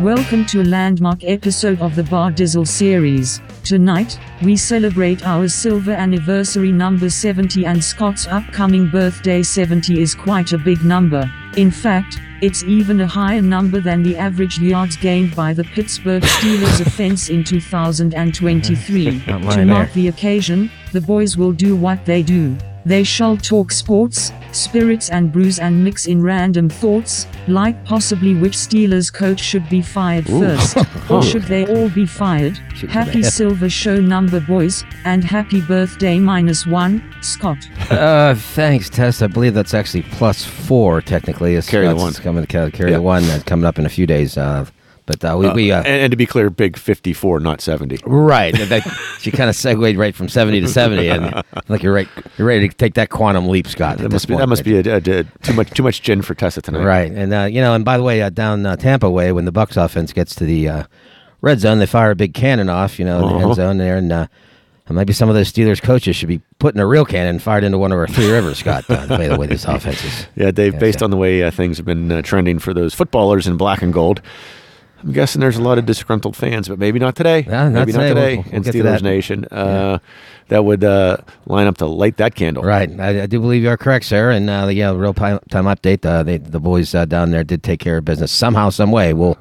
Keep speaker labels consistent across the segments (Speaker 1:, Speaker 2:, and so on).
Speaker 1: Welcome to a landmark episode of the Bar Dizzle series. Tonight, we celebrate our silver anniversary number 70 and Scott's upcoming birthday 70 is quite a big number. In fact, it's even a higher number than the average yards gained by the Pittsburgh Steelers offense in 2023.
Speaker 2: Not
Speaker 1: to
Speaker 2: lying
Speaker 1: mark
Speaker 2: there.
Speaker 1: the occasion, the boys will do what they do. They shall talk sports, spirits and brews and mix in random thoughts, like possibly which Steelers coach should be fired first, or should they all be fired.
Speaker 2: Should be
Speaker 1: happy
Speaker 2: bad.
Speaker 1: silver show number boys, and happy birthday minus one, Scott.
Speaker 2: Uh, thanks, Tess. I believe that's actually plus four technically. It's,
Speaker 3: Carry the
Speaker 2: that's
Speaker 3: one.
Speaker 2: what's Coming to carry
Speaker 3: Yeah.
Speaker 2: the one that's coming up in a few days. Uh, but uh, we, we uh,
Speaker 3: and, and to be clear, big 54, not 70.
Speaker 2: right. that, she kind of segued right from seventy to seventy, and like you're right, you're ready to take that quantum leap, Scott.
Speaker 3: That must be, that must be a, a- a- too much too much gin for Tessa tonight.
Speaker 2: Right, and uh, you know, and by the way, uh, down uh, Tampa way, when the Bucks offense gets to the uh, red zone, they fire a big cannon off, you know, in the
Speaker 3: Uh-huh.
Speaker 2: end zone there, and uh, maybe some of those Steelers coaches should be putting a real cannon fired into one of our three rivers, Scott. Uh, the way the way this offense is.
Speaker 3: Yeah, Dave.
Speaker 2: Yes,
Speaker 3: based
Speaker 2: yeah.
Speaker 3: on the way uh, things have been uh, trending for those footballers in black and gold, I'm guessing there's a lot of disgruntled fans, but maybe not today.
Speaker 2: No, not
Speaker 3: maybe
Speaker 2: today. We'll-
Speaker 3: not today
Speaker 2: we'll- we'll
Speaker 3: in
Speaker 2: get to
Speaker 3: Steelers
Speaker 2: that.
Speaker 3: Nation. Uh, That would uh, line up to light that candle.
Speaker 2: Right, I, I do believe you are correct, sir. And uh, yeah, real pi- time update. Uh, they, the boys uh, down there did take care of business somehow, some way. We'll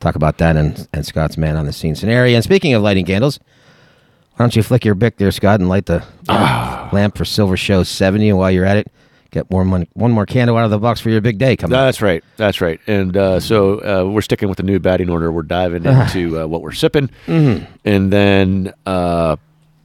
Speaker 2: talk about that and and Scott's man on the scene scenario. And speaking of lighting candles, why don't you flick your bick there, Scott, and light the
Speaker 3: Ah.
Speaker 2: lamp for Silver Show seventy? And while you're at it, get more money, one more candle out of the box for your big day coming. up.
Speaker 3: That's right. That's right. And uh, so uh, we're sticking with the new batting order. We're diving into uh, what we're sipping.
Speaker 2: Mm-hmm.
Speaker 3: And then uh,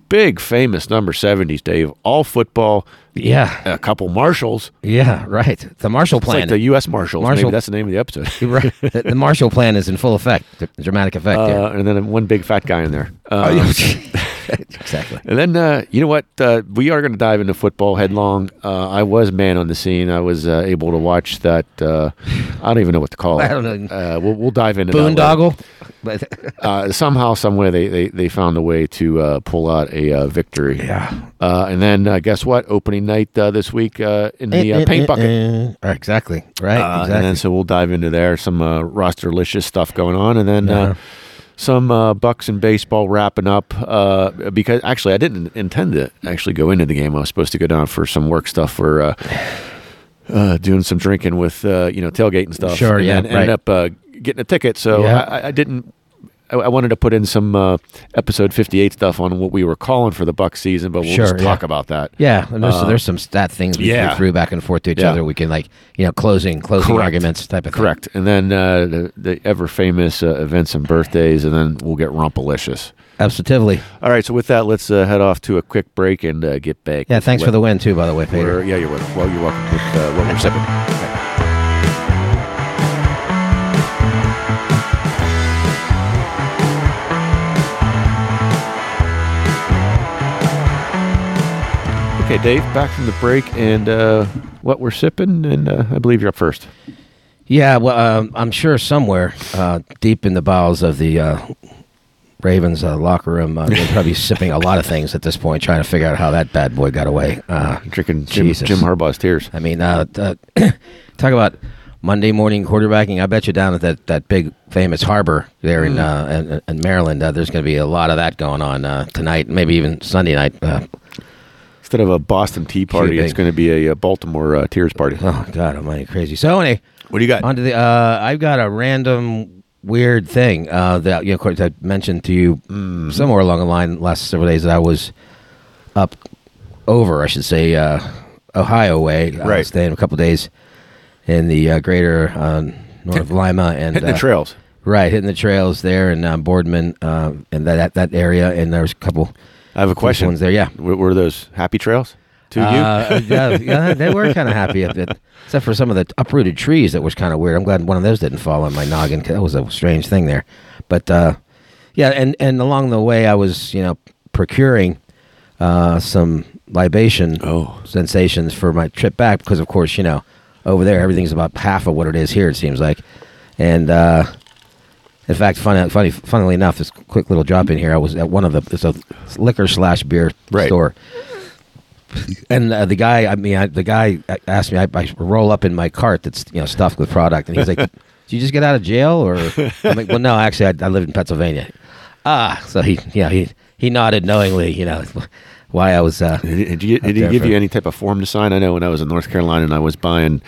Speaker 3: big famous number 70s, Dave. All football,
Speaker 2: yeah,
Speaker 3: a couple Marshalls.
Speaker 2: yeah, right. The Marshall
Speaker 3: It's like
Speaker 2: plan.
Speaker 3: the U.S. Marshals.
Speaker 2: Marshall-
Speaker 3: Maybe that's the name of the episode.
Speaker 2: Right. the, the Marshall plan is in full effect. The dramatic effect. there.
Speaker 3: Uh, and then one big fat guy in there.
Speaker 2: Oh,
Speaker 3: Uh,
Speaker 2: exactly.
Speaker 3: And then uh, you know what? Uh, we are going to dive into football headlong. Uh, I was man on the scene. I was uh, able to watch that. Uh, I don't even know what to call it.
Speaker 2: I don't know.
Speaker 3: Uh, we'll, we'll dive into that later.
Speaker 2: Boondoggle. But-
Speaker 3: uh, somehow, some way, they, they, they found a way to uh, pull out a uh, victory.
Speaker 2: Yeah.
Speaker 3: Uh, and then uh, guess what? Opening night uh, this week uh, in the uh, paint bucket.
Speaker 2: Uh, exactly. Right.
Speaker 3: Uh,
Speaker 2: exactly.
Speaker 3: and then so we'll dive into there some uh, rosterlicious stuff going on, and then
Speaker 2: Yeah.
Speaker 3: uh, some uh, Bucks and baseball wrapping up. Uh, because actually, I didn't intend to actually go into the game. I was supposed to go down for some work stuff for. Uh, uh, doing some drinking with uh, you know tailgate and stuff.
Speaker 2: Sure,
Speaker 3: and
Speaker 2: yeah,
Speaker 3: then ended
Speaker 2: right.
Speaker 3: up uh, getting a ticket, so
Speaker 2: Yeah.
Speaker 3: I- I, I didn't. I, I wanted to put in some uh, episode fifty eight stuff on what we were calling for the Buck season, but we'll
Speaker 2: Sure,
Speaker 3: just
Speaker 2: yeah.
Speaker 3: talk about that.
Speaker 2: yeah, and there's,
Speaker 3: uh,
Speaker 2: there's some stat things we
Speaker 3: yeah.
Speaker 2: threw, threw back and forth to each
Speaker 3: Yeah.
Speaker 2: other. We can like you know closing closing
Speaker 3: Correct.
Speaker 2: arguments type of
Speaker 3: Correct. And then uh, the, the ever famous uh, events and birthdays, and then we'll get rumpalicious.
Speaker 2: thing. Absolutely.
Speaker 3: All right. So with that, let's uh, head off to a quick break and uh, get back.
Speaker 2: Yeah. Thanks for the win too, by the way, Peter.
Speaker 3: We're, yeah, you're welcome. Well, you're welcome with uh, what we're sipping. Okay, Dave, back from the break and uh, what we're sipping, and uh, I believe you're up first.
Speaker 2: Yeah. Well, um, I'm sure somewhere uh, deep in the bowels of the. Uh, Ravens uh, locker room. Uh, they're probably sipping a lot of things at this point, trying to figure out how that bad boy got away. Uh,
Speaker 3: Drinking Jim,
Speaker 2: Jesus.
Speaker 3: Jim Harbaugh's tears.
Speaker 2: I mean, uh, uh, talk about Monday morning quarterbacking. I bet you down at that, that big famous harbor there in, uh, in, in Maryland, uh, there's going to be a lot of that going on uh, tonight, maybe even Sunday night. Uh,
Speaker 3: Instead of a Boston Tea Party,
Speaker 2: Cuban.
Speaker 3: it's going to be a, uh Baltimore uh, Tears Party.
Speaker 2: oh God, I'm already crazy. So anyway,
Speaker 3: What do you got?
Speaker 2: onto the. Uh, I've got a random weird thing uh, that you know, of course, I mentioned to you
Speaker 3: Mm-hmm.
Speaker 2: somewhere along the line last several days that I was up over, I should say, uh, Ohio way, uh,
Speaker 3: Right.
Speaker 2: staying a couple days in the uh, greater uh, north of Lima and
Speaker 3: Hitting
Speaker 2: uh,
Speaker 3: the trails.
Speaker 2: Right, hitting the trails there in uh, Boardman uh, and that, that that area, and there was a couple
Speaker 3: I have a question.
Speaker 2: ones there. Yeah,
Speaker 3: Were, were those happy trails to you?
Speaker 2: Uh, yeah, yeah, they were kind of happy a bit, except for some of the uprooted trees that was kind of weird. I'm glad one of those didn't fall on my noggin 'cause that was a strange thing there. But uh, yeah, and and along the way, I was you know procuring uh, some libation
Speaker 3: Oh.
Speaker 2: sensations for my trip back because, of course, you know over there everything's about half of what it is here. It seems like, and. Uh, in fact, funny, funny, funnily enough, this quick little drop in here. I was at one of the it's a liquor slash beer
Speaker 3: Right.
Speaker 2: store, and uh, the guy, I mean, I, the guy asked me. I, I roll up in my cart that's you know stuffed with product, and he's like, "Do you just get out of jail or? I mean, well, no, actually, I, I lived in Pennsylvania. Ah, so he, yeah, he he nodded knowingly. You know why I was. Uh,
Speaker 3: Did, did you, did he
Speaker 2: there
Speaker 3: give
Speaker 2: for-
Speaker 3: you any type of form to sign? I know when I was in North Carolina and I was buying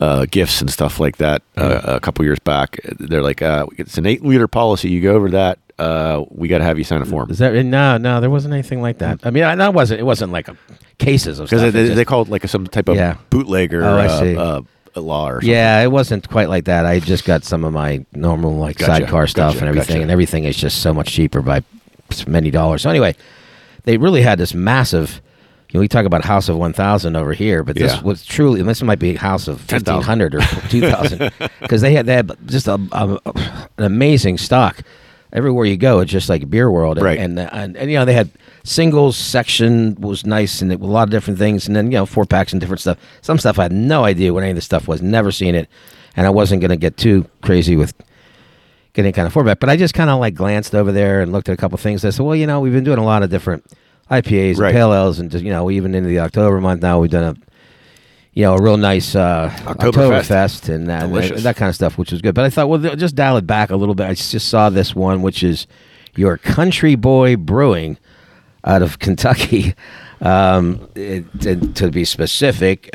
Speaker 3: uh, gifts and stuff like that uh,
Speaker 2: Uh-huh.
Speaker 3: a couple years back, they're like, uh, it's an eight liter policy. You go over that, uh, we got to have you sign a form.
Speaker 2: is that no no? There wasn't anything like that. I mean, I, that wasn't it wasn't like a, cases of stuff.
Speaker 3: Because
Speaker 2: It
Speaker 3: they,
Speaker 2: just-
Speaker 3: they call it like some type of
Speaker 2: Yeah.
Speaker 3: bootlegger
Speaker 2: Oh, I
Speaker 3: uh,
Speaker 2: see.
Speaker 3: uh, law or something.
Speaker 2: Yeah, it wasn't quite like that. I just got some of my normal like
Speaker 3: Gotcha,
Speaker 2: sidecar stuff
Speaker 3: gotcha,
Speaker 2: and everything,
Speaker 3: gotcha.
Speaker 2: and everything is just so much cheaper by many dollars. So anyway, they really had this massive. You know, we talk about House of One Thousand over here, but this
Speaker 3: Yeah.
Speaker 2: was truly this might be House of
Speaker 3: 10,000.
Speaker 2: fifteen hundred or two thousand because they had they had just a, a, an amazing stock. Everywhere you go, it's just like beer world, and,
Speaker 3: Right.
Speaker 2: And, and and you know they had singles section was nice and it, a lot of different things, and then you know four packs and different stuff. Some stuff I had no idea what any of this stuff was, never seen it, and I wasn't going to get too crazy with getting kind of format. But I just kind of like glanced over there and looked at a couple things. I said, well, you know, we've been doing a lot of different IPAs
Speaker 3: Right.
Speaker 2: and pale ales, and just you know, even into the October month now, we've done a you know a real nice uh,
Speaker 3: Oktoberfest.
Speaker 2: Oktoberfest and that,
Speaker 3: Delicious.
Speaker 2: that kind of stuff, which was good. But I thought, well, they'll just dial it back a little bit. I just saw this one, which is your Country Boy Brewing out of Kentucky. Um, it, it- to be specific,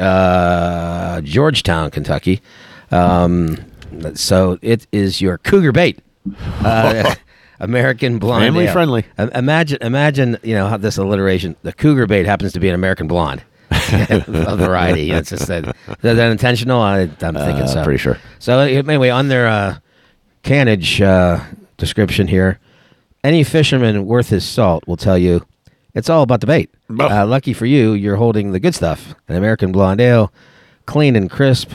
Speaker 2: uh, Georgetown, Kentucky. Um, so it is your Cougar Bait, uh, American Blonde.
Speaker 3: Family
Speaker 2: Ale.
Speaker 3: friendly.
Speaker 2: I- Imagine, imagine, you know, how this alliteration. The Cougar Bait happens to be an American Blonde. a variety. It's just that, is that intentional. I, I'm thinking
Speaker 3: Uh,
Speaker 2: so.
Speaker 3: pretty sure.
Speaker 2: So uh, anyway, on their uh, canage uh, description here, any fisherman worth his salt will tell you it's all about the bait.
Speaker 3: Oh.
Speaker 2: Uh, lucky for you, you're holding the good stuff. An American blonde ale, clean and crisp.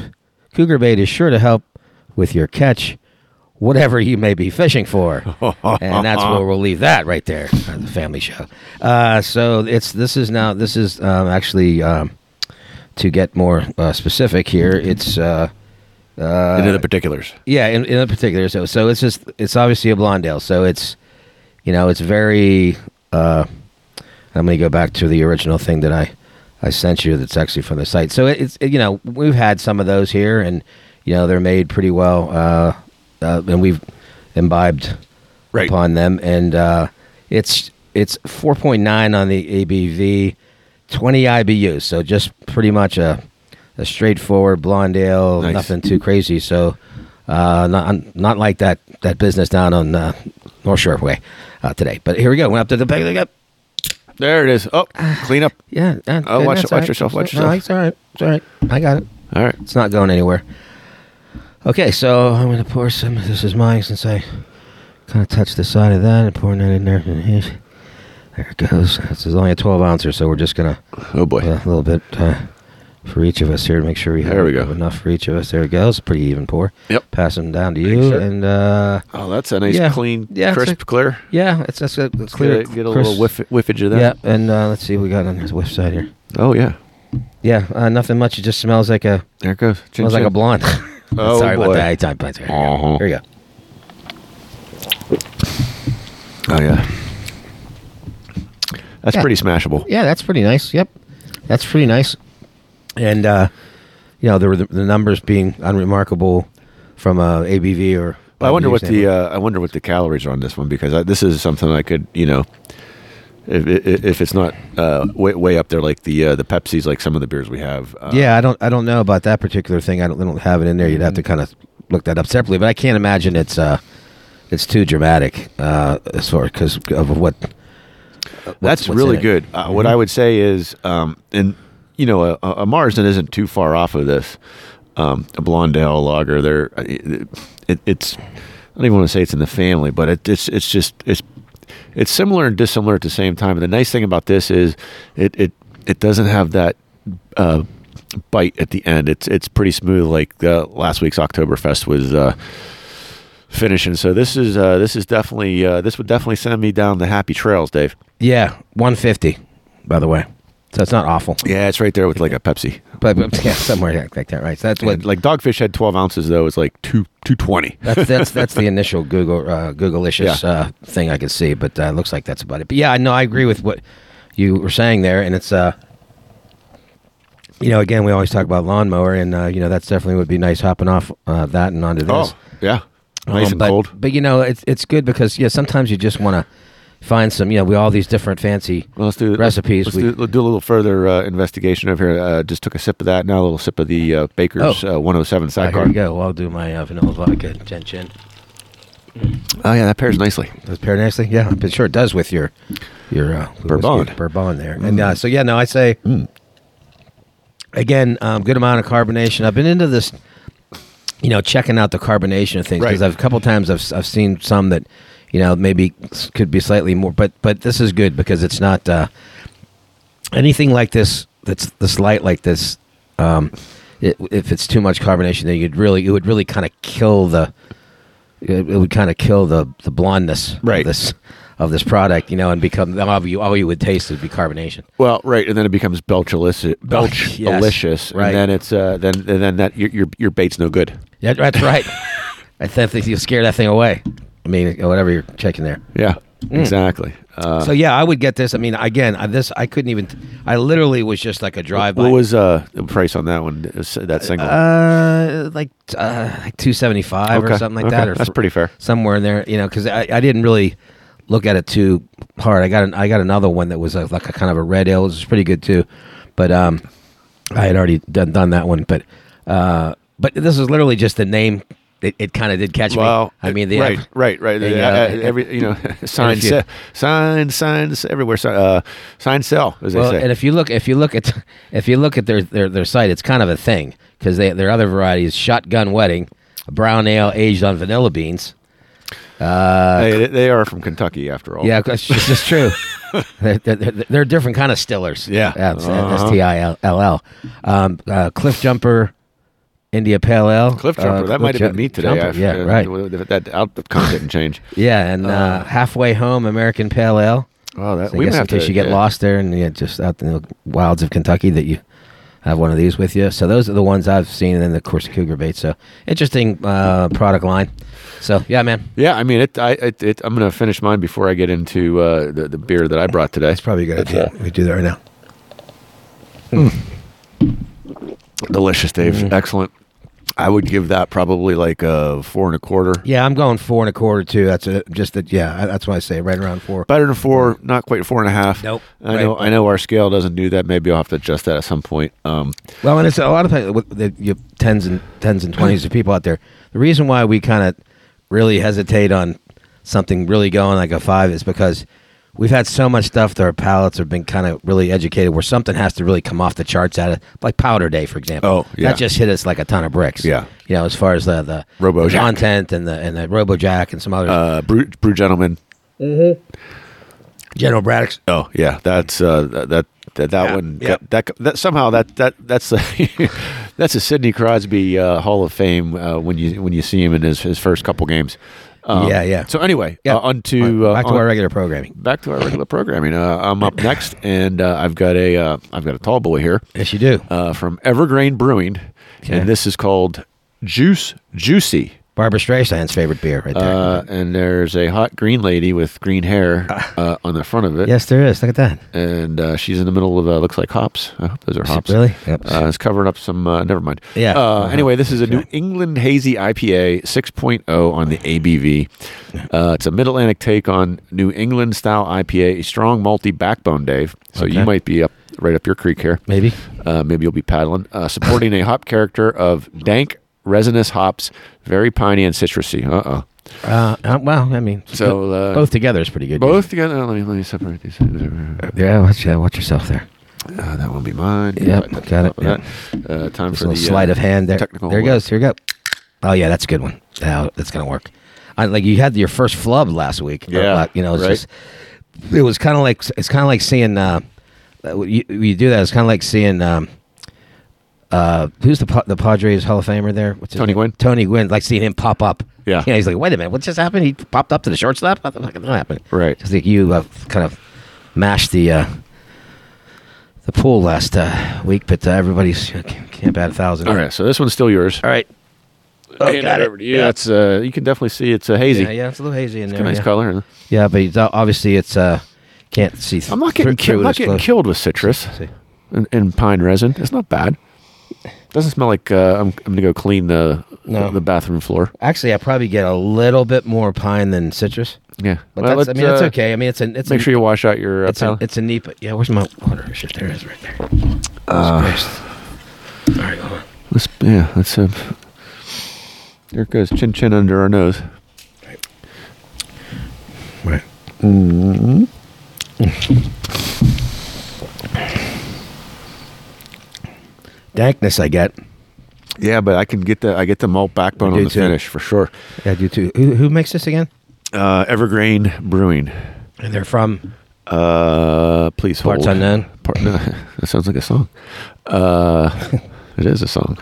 Speaker 2: Cougar bait is sure to help with your catch, whatever you may be fishing for. and that's where we'll leave that right there, on the family show. Uh, so it's this is now this is um, actually um, to get more uh, specific here. It's uh,
Speaker 3: Into the particulars.
Speaker 2: yeah, in, in particular. So, so it's just it's obviously a blonde ale. So it's you know it's very. Uh, I'm going to go back to the original thing that I I sent you. That's actually from the site. So it, it's you know we've had some of those here, and you know they're made pretty well, uh, uh, and we've imbibed
Speaker 3: Right.
Speaker 2: upon them, and uh, it's it's 4.9 on the ABV, 20 IBU. So just pretty much a a straightforward blonde ale,
Speaker 3: Nice.
Speaker 2: nothing too crazy. So, uh, not not like that that business down on uh, North Shore way uh, today. But here we go. Went up to the big up.
Speaker 3: There it is. Oh, clean up.
Speaker 2: Yeah. uh,
Speaker 3: Oh, watch-
Speaker 2: that's
Speaker 3: watch
Speaker 2: all right.
Speaker 3: yourself, watch
Speaker 2: No,
Speaker 3: yourself.
Speaker 2: it's all right. It's all right. I got it.
Speaker 3: All right.
Speaker 2: It's not going anywhere. Okay, so I'm gonna pour some. This is mine since I kind of touched the side of that and pouring that in there. There it goes. This is only a 12 ouncer, so we're just gonna
Speaker 3: Oh, boy.
Speaker 2: a little bit uh, for each of us here to make sure we have
Speaker 3: There we go.
Speaker 2: enough for each of us. There it goes. Pretty even pour.
Speaker 3: Yep.
Speaker 2: Pass them down to you.
Speaker 3: sir.
Speaker 2: And uh,
Speaker 3: Oh, that's a nice,
Speaker 2: Yeah.
Speaker 3: clean,
Speaker 2: Yeah, it's
Speaker 3: crisp,
Speaker 2: a-
Speaker 3: clear.
Speaker 2: yeah, it's, it's a
Speaker 3: Let's
Speaker 2: clear.
Speaker 3: Get a, get a
Speaker 2: crisp-
Speaker 3: little whiff, whiffage of that.
Speaker 2: Yeah, and uh, let's see what we got on this whiff side here.
Speaker 3: Oh, yeah.
Speaker 2: Yeah, uh, nothing much. It just smells like a
Speaker 3: There it goes. Chin,
Speaker 2: smells like
Speaker 3: chin.
Speaker 2: a blonde.
Speaker 3: Oh,
Speaker 2: Sorry
Speaker 3: boy.
Speaker 2: about that. I time plans. Here, we go.
Speaker 3: Uh-huh.
Speaker 2: here we go.
Speaker 3: Oh, yeah. That's
Speaker 2: Yeah.
Speaker 3: pretty smashable.
Speaker 2: Yeah, that's pretty nice. Yep, that's pretty nice. And uh, you know, there were the, the numbers being unremarkable from uh, ABV or.
Speaker 3: I wonder
Speaker 2: IBU
Speaker 3: what the
Speaker 2: standpoint.
Speaker 3: uh, I wonder what the calories are on this one because I, this is something I could you know if if, if it's not uh, way way up there like the uh, the Pepsis like some of the beers we have uh,
Speaker 2: Yeah, I don't I don't know about that particular thing. I don't, I don't have it in there. You'd have to kind of look that up separately, but I can't imagine it's uh it's too dramatic uh as far because of what what's
Speaker 3: that's
Speaker 2: in
Speaker 3: really
Speaker 2: it. Mm-hmm.
Speaker 3: good uh, what I would say is um, and you know a, a Marsden isn't too far off of this um, a blonde ale lager there it, it's I don't even want to say it's in the family but it, it's it's just it's it's similar and dissimilar at the same time. And the nice thing about this is it it it doesn't have that uh, bite at the end. It's it's pretty smooth. Like the last week's Oktoberfest was uh, finishing. So this is uh, this is definitely uh, this would definitely send me down the happy trails, Dave.
Speaker 2: Yeah, one fifty, by the way. So it's not awful,
Speaker 3: Yeah, it's right there with like a Pepsi.
Speaker 2: but, but yeah, somewhere like that, right? So that's what
Speaker 3: And, like Dogfish had twelve ounces though. It's like two two twenty.
Speaker 2: that's that's that's the initial Google uh, Googleicious
Speaker 3: Yeah.
Speaker 2: uh, thing I could see, but uh, it looks like that's about it. But yeah, I know I agree with what you were saying there, and it's uh, you know, again, we always talk about lawnmower, and uh, you know that's definitely would be nice hopping off uh, that and onto this.
Speaker 3: Oh, yeah. Nice
Speaker 2: Um,
Speaker 3: and
Speaker 2: but,
Speaker 3: cold.
Speaker 2: But you know, it's it's good because yeah, sometimes you just want to find some. You know, we all these different fancy
Speaker 3: Well, let's do
Speaker 2: recipes.
Speaker 3: Let's
Speaker 2: we,
Speaker 3: do, let's do a little further uh, investigation over here. Uh, just took a sip of that. Now a little sip of the uh, Baker's uh, 107
Speaker 2: Ah, here we
Speaker 3: sidecar.
Speaker 2: go. I'll do my uh, vanilla vodka, Chen Chen.
Speaker 3: Oh yeah, that pairs nicely.
Speaker 2: Does it pair nicely? Yeah, I'm sure it does with your your uh, with
Speaker 3: Bourbon.
Speaker 2: whiskey, bourbon there. And uh, so yeah, no, I say hmm. again, um, good amount of carbonation. I've been into this, you know, checking out the carbonation of things because
Speaker 3: Right.
Speaker 2: I've a couple times I've I've seen some that you know maybe s- could be slightly more, but but this is good because it's not uh, anything like this. That's this light like this. Um, it, if it's too much carbonation, then you'd really it would really kind of kill the it, it would kind of kill the the blondness
Speaker 3: Right.
Speaker 2: of this of this product, you know, and become all you all you would taste would be carbonation.
Speaker 3: Well, right, and then it becomes belch delicious, belch
Speaker 2: Oh, yes,
Speaker 3: delicious,
Speaker 2: right.
Speaker 3: and then it's uh, then and then that your, your your bait's no good.
Speaker 2: Yeah, that's right. I th- think you scare that thing away. I mean, whatever you're checking there.
Speaker 3: Yeah, exactly. Uh,
Speaker 2: so yeah, I would get this. I mean, again, I, this I couldn't even. I literally was just like a drive by.
Speaker 3: what was uh, the price on that one? Is That single?
Speaker 2: uh like uh like two seventy five
Speaker 3: Okay,
Speaker 2: or something like
Speaker 3: okay,
Speaker 2: that? Or
Speaker 3: that's
Speaker 2: thr-
Speaker 3: pretty fair.
Speaker 2: Somewhere in there, you know, because I, I didn't really look at it too hard. I got an, I got another one that was a, like a kind of a red ale. It was pretty good too, but um, I had already done done that one. But uh, but this is literally just the name. It, it kind of did catch me.
Speaker 3: well,
Speaker 2: I mean, the
Speaker 3: right, right, right.
Speaker 2: and,
Speaker 3: Uh,
Speaker 2: uh,
Speaker 3: every you know, sign,
Speaker 2: you-
Speaker 3: se- sign, signs everywhere. Sign, uh, sign, sell, as
Speaker 2: Well,
Speaker 3: they say.
Speaker 2: and if you look, if you look at, if you look at their their, their site, it's kind of a thing because they their other varieties: shotgun wedding, a brown ale aged on vanilla beans.
Speaker 3: Hey, Uh, they are from Kentucky, after all.
Speaker 2: Yeah, that's just it's true. they're, they're, they're a different kind of stillers.
Speaker 3: Yeah. Uh-huh.
Speaker 2: S T I L L L. Um, uh, Cliff Jumper, India Pale Ale.
Speaker 3: Cliff
Speaker 2: Uh,
Speaker 3: Jumper. that might have
Speaker 2: Cliff
Speaker 3: been me
Speaker 2: Ju-
Speaker 3: today.
Speaker 2: Jumper,
Speaker 3: I-
Speaker 2: yeah,
Speaker 3: uh,
Speaker 2: right.
Speaker 3: That, that output content change.
Speaker 2: Yeah, and uh, halfway home, American Pale Ale.
Speaker 3: Oh, that
Speaker 2: So I
Speaker 3: we
Speaker 2: guess
Speaker 3: may
Speaker 2: in
Speaker 3: have
Speaker 2: case
Speaker 3: to,
Speaker 2: you get
Speaker 3: yeah.
Speaker 2: lost there and yeah, just out in the wilds of Kentucky that you have one of these with you. So those are the ones I've seen, and then of course Cougar Bait. So interesting uh, product line. So yeah, man,
Speaker 3: Yeah, I mean, it. I, it, it I'm going to finish mine before I get into uh, the, the beer that I brought today.
Speaker 2: probably a good idea. We do that right now.
Speaker 3: Delicious, Dave.
Speaker 2: Mm.
Speaker 3: Excellent. I would give that probably like a four and a quarter.
Speaker 2: Yeah, I'm going four and a quarter too. That's a, just that. Yeah, I- that's why I say right around four.
Speaker 3: Better than four, not quite four and a half.
Speaker 2: Nope.
Speaker 3: I know.
Speaker 2: Right.
Speaker 3: I know our scale doesn't do that. Maybe I'll have to adjust that at some point. Um,
Speaker 2: Well, and it's a lot of times with the, you tens and tens and twenties of people out there. The reason why we kind of really hesitate on something really going like a five is because we've had so much stuff that our palates have been kind of really educated where something has to really come off the charts out of like Powder Day, for example.
Speaker 3: Oh, yeah.
Speaker 2: that just hit us like a ton of bricks.
Speaker 3: Yeah.
Speaker 2: you know, as far as the the,
Speaker 3: Robojack.
Speaker 2: the content and the and the RoboJack and some other
Speaker 3: uh, brew, brew gentleman.
Speaker 2: General Braddock's.
Speaker 3: Oh yeah, that's uh, that that that, that
Speaker 2: Yeah,
Speaker 3: one.
Speaker 2: yeah.
Speaker 3: That, that somehow that that that's a, that's a Sidney Crosby uh, Hall of Fame uh, when you when you see him in his, his first couple games. Um,
Speaker 2: Yeah, yeah.
Speaker 3: So anyway,
Speaker 2: Yeah.
Speaker 3: uh, onto uh,
Speaker 2: Back to
Speaker 3: on-
Speaker 2: our regular programming.
Speaker 3: back to our regular programming. Uh, I'm up next, and uh, I've got a uh, I've got a tall boy here
Speaker 2: Yes, you do.
Speaker 3: uh, from Evergreen Brewing,
Speaker 2: Okay.
Speaker 3: and this is called Juice Juicy.
Speaker 2: Barbara Streisand's favorite beer, right there.
Speaker 3: Uh, and there's a hot green lady with green hair uh, on the front of it.
Speaker 2: yes, there is. Look at that.
Speaker 3: and uh, she's in the middle of uh, looks like hops. I hope those are hops.
Speaker 2: Really? Yep.
Speaker 3: Uh, it's covering up some. Uh, never mind.
Speaker 2: Yeah.
Speaker 3: Uh,
Speaker 2: Uh-huh.
Speaker 3: Anyway, this is a New England hazy IPA, 6.0 on the ABV. Uh, it's a Mid Atlantic take on New England style IPA, a strong malty backbone, Dave. So you
Speaker 2: Okay.
Speaker 3: might be up right up your creek here.
Speaker 2: Maybe.
Speaker 3: Uh, maybe you'll be paddling. Uh, supporting a hop character of dank resinous hops, very piney and citrusy. Uh oh.
Speaker 2: Uh, uh, well, I mean,
Speaker 3: So, uh,
Speaker 2: both together is pretty good.
Speaker 3: Both together. Let me let me separate these. Uh,
Speaker 2: Yeah, watch, yeah, watch yourself there.
Speaker 3: that won't be mine.
Speaker 2: Yep,
Speaker 3: Yeah,
Speaker 2: got it,
Speaker 3: that. Uh, time
Speaker 2: Just
Speaker 3: for
Speaker 2: a
Speaker 3: the
Speaker 2: little sleight
Speaker 3: uh,
Speaker 2: of hand there.
Speaker 3: technical
Speaker 2: There it
Speaker 3: work.
Speaker 2: goes. Here we go. Oh yeah, that's a good one. Yeah, that's gonna work. I, like you had your first flub last week.
Speaker 3: Yeah,
Speaker 2: Uh, you know, it's
Speaker 3: right.
Speaker 2: just it was kind of like it's kind of like seeing uh, uh, you, you do that. It's kind of like seeing um, uh, who's the Pa- the Padres Hall of Famer there? What's his
Speaker 3: Tony
Speaker 2: name?
Speaker 3: Gwynn.
Speaker 2: Tony Gwynn. Like seeing him pop up.
Speaker 3: Yeah.
Speaker 2: You know, he's like, wait a minute, what just happened? He popped up to the shortstop. I thought that happened.
Speaker 3: Right.
Speaker 2: Just like you uh, kind of mashed the. Uh, the pool last uh, week, but uh, everybody's can't bat a thousand.
Speaker 3: All right, so this one's still yours.
Speaker 2: All right. Oh, got it.
Speaker 3: Yeah, it's uh, you can definitely see it's uh, hazy.
Speaker 2: Yeah, yeah, it's a little hazy in
Speaker 3: It's
Speaker 2: there.
Speaker 3: a nice
Speaker 2: yeah.
Speaker 3: color.
Speaker 2: Yeah, but it's, uh, obviously it's uh, can't see. Th-
Speaker 3: I'm not getting,
Speaker 2: through
Speaker 3: ki-
Speaker 2: it
Speaker 3: not
Speaker 2: as
Speaker 3: getting
Speaker 2: close.
Speaker 3: killed with citrus.
Speaker 2: See.
Speaker 3: and, and pine resin. It's not bad. Doesn't smell like uh, I'm, I'm gonna go clean the
Speaker 2: No.
Speaker 3: the bathroom floor.
Speaker 2: Actually, I probably get a little bit more pine than citrus,
Speaker 3: Yeah,
Speaker 2: but
Speaker 3: Well,
Speaker 2: that's, I
Speaker 3: let's,
Speaker 2: mean, it's
Speaker 3: uh,
Speaker 2: okay. I mean, it's an it's
Speaker 3: Make
Speaker 2: an,
Speaker 3: sure you wash out your. Uh,
Speaker 2: it's a,
Speaker 3: palate.
Speaker 2: it's a neat. Yeah, where's my water? Shit, there it is right there.
Speaker 3: Uh,
Speaker 2: All right, hold on.
Speaker 3: Let's, yeah, let's. Uh, there it goes, chin chin under our nose.
Speaker 2: Right. Mm-hmm. Dankness, I get.
Speaker 3: Yeah, but I can get the I get the malt backbone
Speaker 2: You
Speaker 3: on
Speaker 2: do
Speaker 3: the
Speaker 2: too.
Speaker 3: finish for sure.
Speaker 2: I do too. Who, who makes this again?
Speaker 3: Uh, Evergreen Brewing.
Speaker 2: And they're from
Speaker 3: Uh, please hold.
Speaker 2: Parts Unknown.
Speaker 3: Part, no, that sounds like a song. Uh, it is a song.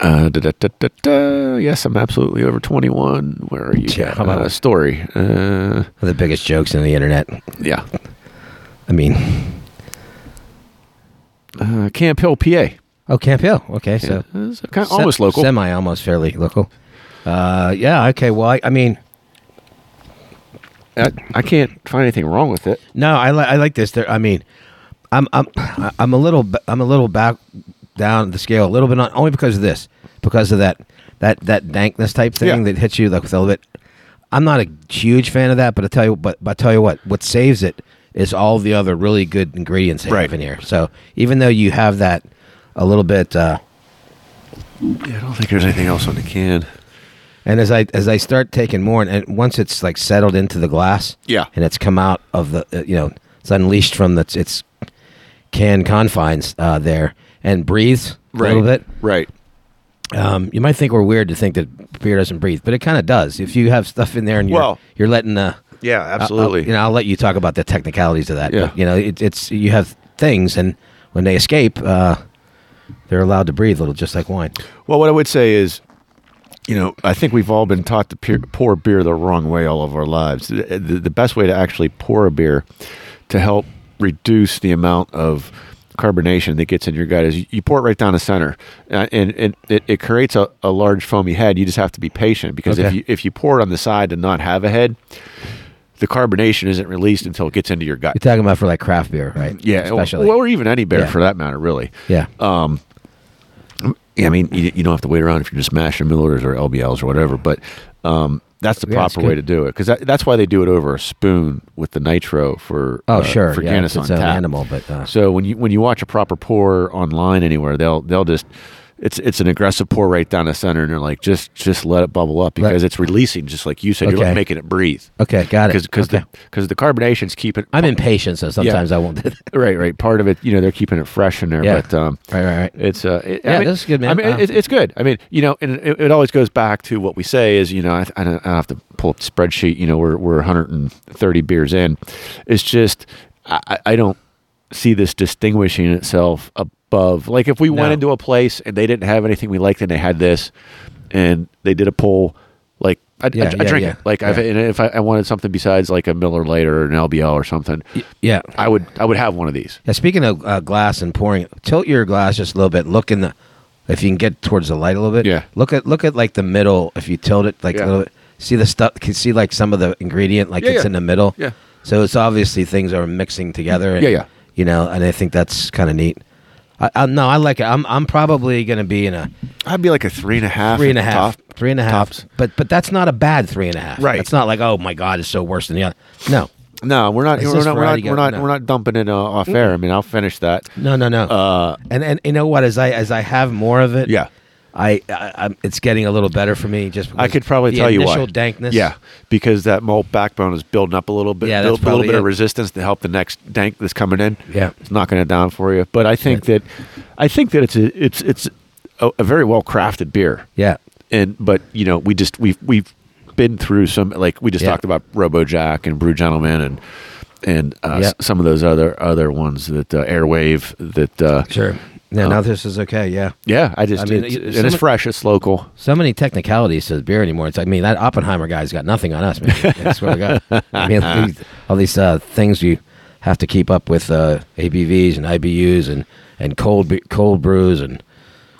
Speaker 3: Uh, da, da, da, da, da. Yes, I'm absolutely over 21. Where are you?
Speaker 2: Yeah, how about
Speaker 3: uh,
Speaker 2: it?
Speaker 3: story?
Speaker 2: One
Speaker 3: Uh,
Speaker 2: of the biggest jokes on the internet.
Speaker 3: yeah,
Speaker 2: I mean,
Speaker 3: uh, Camp Hill, PA.
Speaker 2: oh, Camp Hill. Okay, so
Speaker 3: Yeah, it's kind of almost
Speaker 2: Se-
Speaker 3: local.
Speaker 2: semi, almost fairly local. Uh, yeah. Okay. Well, I, I mean,
Speaker 3: I, I can't find anything wrong with it.
Speaker 2: No, I like I like this. There, I mean, I'm I'm I'm a little b- I'm a little back down the scale a little bit on, only because of this, because of that that that dankness type thing
Speaker 3: Yeah.
Speaker 2: that hits you like with a little bit. I'm not a huge fan of that, but I tell you, but, but I tell you what, what saves it is all the other really good ingredients they
Speaker 3: Right.
Speaker 2: have in here. So even though you have that a little bit. Uh,
Speaker 3: Yeah, I don't think there's anything else on the can.
Speaker 2: And as I as I start taking more, and, and once it's like settled into the glass,
Speaker 3: Yeah.
Speaker 2: and it's come out of the, uh, you know, it's unleashed from the, its can confines uh, there and breathes a little bit.
Speaker 3: Right.
Speaker 2: Um, you might think we're weird to think that beer doesn't breathe, but it kind of does. If you have stuff in there and you're
Speaker 3: Well-
Speaker 2: you're letting the
Speaker 3: Uh, Yeah, absolutely.
Speaker 2: I'll, you know, I'll let you talk about the technicalities of that.
Speaker 3: Yeah.
Speaker 2: But, you know, it, it's you have things, and when they escape, uh, they're allowed to breathe a little, just like wine.
Speaker 3: Well, what I would say is, you know, I think we've all been taught to peer, pour beer the wrong way all of our lives. The, the- the best way to actually pour a beer to help reduce the amount of carbonation that gets in your gut is you- you pour it right down the center Uh, and, and it, it creates a, a large foamy head you just have to be patient because if
Speaker 2: Okay.
Speaker 3: you if you pour it on the side and not have a head the carbonation isn't released until it gets into your gut
Speaker 2: You're talking about for like craft beer, right?
Speaker 3: yeah or-
Speaker 2: especially.
Speaker 3: or, even any beer
Speaker 2: Yeah.
Speaker 3: for that matter really
Speaker 2: yeah.
Speaker 3: um, yeah, I mean, you, you don't have to wait around if you're just mashing middle orders or LBLs or whatever, but um, that's the
Speaker 2: Yeah, it's
Speaker 3: proper way
Speaker 2: good.
Speaker 3: to do it because that, that's why they do it over a spoon with the nitro for
Speaker 2: Oh,
Speaker 3: uh,
Speaker 2: sure.
Speaker 3: for
Speaker 2: yeah,
Speaker 3: Guinness
Speaker 2: it's its
Speaker 3: on
Speaker 2: own
Speaker 3: tap.
Speaker 2: animal, but uh,
Speaker 3: So when you when you watch a proper pour online anywhere, they'll they'll just it's it's an aggressive pour right down the center, and they're like just just let it bubble up because it's releasing just like you said, you're
Speaker 2: Okay.
Speaker 3: like making it breathe
Speaker 2: okay, got it.
Speaker 3: because because
Speaker 2: okay.
Speaker 3: the because the carbonation's keeping
Speaker 2: I'm impatient, so sometimes I won't. right,
Speaker 3: right right part of it you know they're keeping it fresh in there,
Speaker 2: Yeah.
Speaker 3: but um,
Speaker 2: right, right.
Speaker 3: it's uh, it,
Speaker 2: Yeah,
Speaker 3: I mean,
Speaker 2: that's good, man.
Speaker 3: I mean,
Speaker 2: Uh,
Speaker 3: it, it's good. I mean, you know, and it, it always goes back to what we say is, you know, I, I, don't, I have to pull up the spreadsheet. You know, we're we're 130 beers in. It's just I, I- I don't see this distinguishing itself above. Like if we went
Speaker 2: No.
Speaker 3: into a place and they didn't have anything we liked and they had this, and they did a poll. Like I, I-
Speaker 2: Yeah,
Speaker 3: I
Speaker 2: yeah,
Speaker 3: drink
Speaker 2: yeah.
Speaker 3: it. Like I've,
Speaker 2: Yeah.
Speaker 3: and if I, I wanted something besides like a Miller Lite or an LBL or something,
Speaker 2: Yeah.
Speaker 3: I would I would have one of these.
Speaker 2: yeah. Speaking of uh, glass and pouring, tilt your glass just a little bit. Look in the, if you can get towards the light a little bit.
Speaker 3: Yeah.
Speaker 2: Look at look at like the middle. If you tilt it like
Speaker 3: Yeah.
Speaker 2: a little bit, see the stuff. Can see like some of the ingredient, like
Speaker 3: Yeah,
Speaker 2: it's
Speaker 3: yeah.
Speaker 2: in the middle.
Speaker 3: Yeah.
Speaker 2: So it's obviously things are mixing together.
Speaker 3: Yeah, yeah.
Speaker 2: You know, and I think that's kind of neat. I, I, no, I like it. I'm I'm probably gonna be in a
Speaker 3: I'd be like a three and a half.
Speaker 2: three and a half,
Speaker 3: top-
Speaker 2: three and a half.
Speaker 3: tops.
Speaker 2: But but that's not a bad three and a half.
Speaker 3: Right.
Speaker 2: It's not like oh my god, it's so worse than the other. No,
Speaker 3: No, we're not.
Speaker 2: It's
Speaker 3: We're
Speaker 2: just
Speaker 3: not, we're not.
Speaker 2: variety go-
Speaker 3: We're not.
Speaker 2: no.
Speaker 3: We're not dumping it uh, off air. I mean, I'll finish that.
Speaker 2: no, no, no.
Speaker 3: Uh,
Speaker 2: and and you know what? As I as I have more of it,
Speaker 3: Yeah.
Speaker 2: I, I I'm, it's getting a little better for me. Just because
Speaker 3: I could probably
Speaker 2: the
Speaker 3: tell you
Speaker 2: initial
Speaker 3: why.
Speaker 2: dankness.
Speaker 3: Yeah, because that malt backbone is building up a little bit.
Speaker 2: Yeah, that's
Speaker 3: build, a little
Speaker 2: probably
Speaker 3: bit of
Speaker 2: it.
Speaker 3: resistance to help the next dank that's coming in.
Speaker 2: Yeah.
Speaker 3: it's knocking it down for you. But I think that, I think that it's a, it's it's a, a very well crafted beer.
Speaker 2: yeah,
Speaker 3: and but you know we just we've we've been through some like we just
Speaker 2: Yeah.
Speaker 3: talked about RoboJack and Brew Gentleman and and uh,
Speaker 2: Yeah.
Speaker 3: s- some of those other other ones that uh, Airwave that uh,
Speaker 2: sure. No,
Speaker 3: Uh,
Speaker 2: now this is okay. Yeah,
Speaker 3: yeah I just
Speaker 2: I mean,
Speaker 3: it's,
Speaker 2: you-
Speaker 3: and it's
Speaker 2: someone-
Speaker 3: fresh it's local
Speaker 2: so many technicalities to the beer anymore. It's I mean that Oppenheimer guy's got nothing on us, man. I swear to God. I mean all these, all these uh, things you have to keep up with uh, ABVs and IBUs and and cold be- cold brews and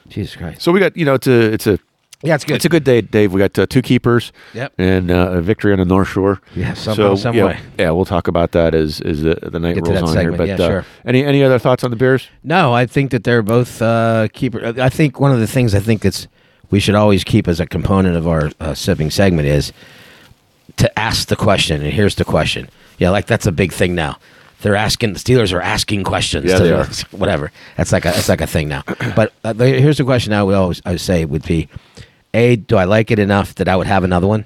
Speaker 2: Jesus Christ.
Speaker 3: so we got you know it's a it's a
Speaker 2: Yeah, it's good.
Speaker 3: It's a good day, Dave. We got uh, two keepers.
Speaker 2: Yep.
Speaker 3: And uh, a victory on the North Shore.
Speaker 2: Yeah, somehow, some
Speaker 3: yeah,
Speaker 2: way.
Speaker 3: yeah, we'll talk about that as as the, the night
Speaker 2: Get to
Speaker 3: rolls
Speaker 2: that
Speaker 3: on
Speaker 2: segment.
Speaker 3: here. But
Speaker 2: Yeah,
Speaker 3: uh,
Speaker 2: sure.
Speaker 3: any any other thoughts on the Bears?
Speaker 2: No, I think that they're both uh, keeper. I think one of the things I think that's we should always keep as a component of our uh, sipping segment is to ask the question. And here's the question. Yeah, like that's a big thing now. They're asking the Steelers are asking questions.
Speaker 3: Yeah,
Speaker 2: to
Speaker 3: they
Speaker 2: the-
Speaker 3: are.
Speaker 2: Whatever. That's like a that's like a thing now. But uh, the- here's the question I would always I would say would be, a do I like it enough that I would have another one?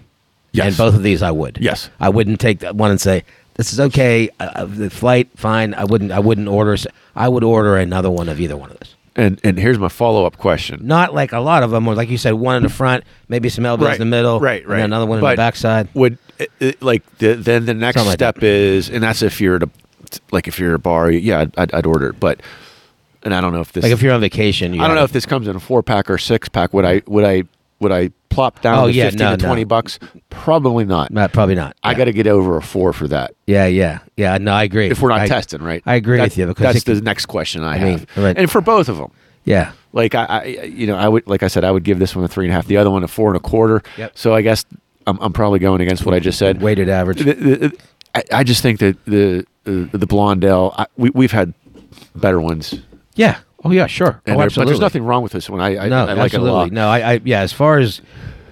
Speaker 3: Yes.
Speaker 2: And both of these I would.
Speaker 3: Yes.
Speaker 2: I wouldn't take that one and say this is okay. Uh, uh, the flight fine. I wouldn't. I wouldn't order. s- I would order another one of either one of those.
Speaker 3: And and here's my follow up question.
Speaker 2: Not like a lot of them, or like you said, one in the front, maybe some elbows in the middle,
Speaker 3: right,
Speaker 2: and
Speaker 3: right.
Speaker 2: then another one in the
Speaker 3: But
Speaker 2: backside.
Speaker 3: Would it, it- like the, then the next
Speaker 2: Something like
Speaker 3: step is, and that's if you're at a like if you're at a bar, yeah, I'd, I'd, I'd order it. But and I don't know if this
Speaker 2: Like if you're on vacation, you
Speaker 3: I don't
Speaker 2: have-
Speaker 3: know if this comes in a four pack or six pack. Would I would I would I plop down
Speaker 2: Oh,
Speaker 3: to
Speaker 2: yeah,
Speaker 3: fifteen
Speaker 2: no,
Speaker 3: to twenty
Speaker 2: no.
Speaker 3: bucks? Probably not.
Speaker 2: Not- probably not.
Speaker 3: I
Speaker 2: Yeah.
Speaker 3: got to get over a four for that.
Speaker 2: Yeah, yeah, yeah. No, I agree.
Speaker 3: If we're not
Speaker 2: I-
Speaker 3: testing, right?
Speaker 2: I agree
Speaker 3: That-
Speaker 2: with you because
Speaker 3: that's
Speaker 2: it can-
Speaker 3: the next question I,
Speaker 2: I mean,
Speaker 3: have,
Speaker 2: right.
Speaker 3: and for both of them.
Speaker 2: yeah,
Speaker 3: Like I, I, you know, I would like I said, I would give this one a three and a half, the other one a four and a quarter.
Speaker 2: Yep.
Speaker 3: So I guess I'm, I'm probably going against what I just said.
Speaker 2: weighted average.
Speaker 3: The- the- I, I just think that the uh, the Blondell, I, we we've had better ones, and
Speaker 2: yeah. Oh yeah, sure.
Speaker 3: there-
Speaker 2: oh,
Speaker 3: but
Speaker 2: absolutely.
Speaker 3: there's nothing wrong with this one. I I,
Speaker 2: no,
Speaker 3: I like
Speaker 2: absolutely.
Speaker 3: it a lot.
Speaker 2: No, I, I yeah. As far as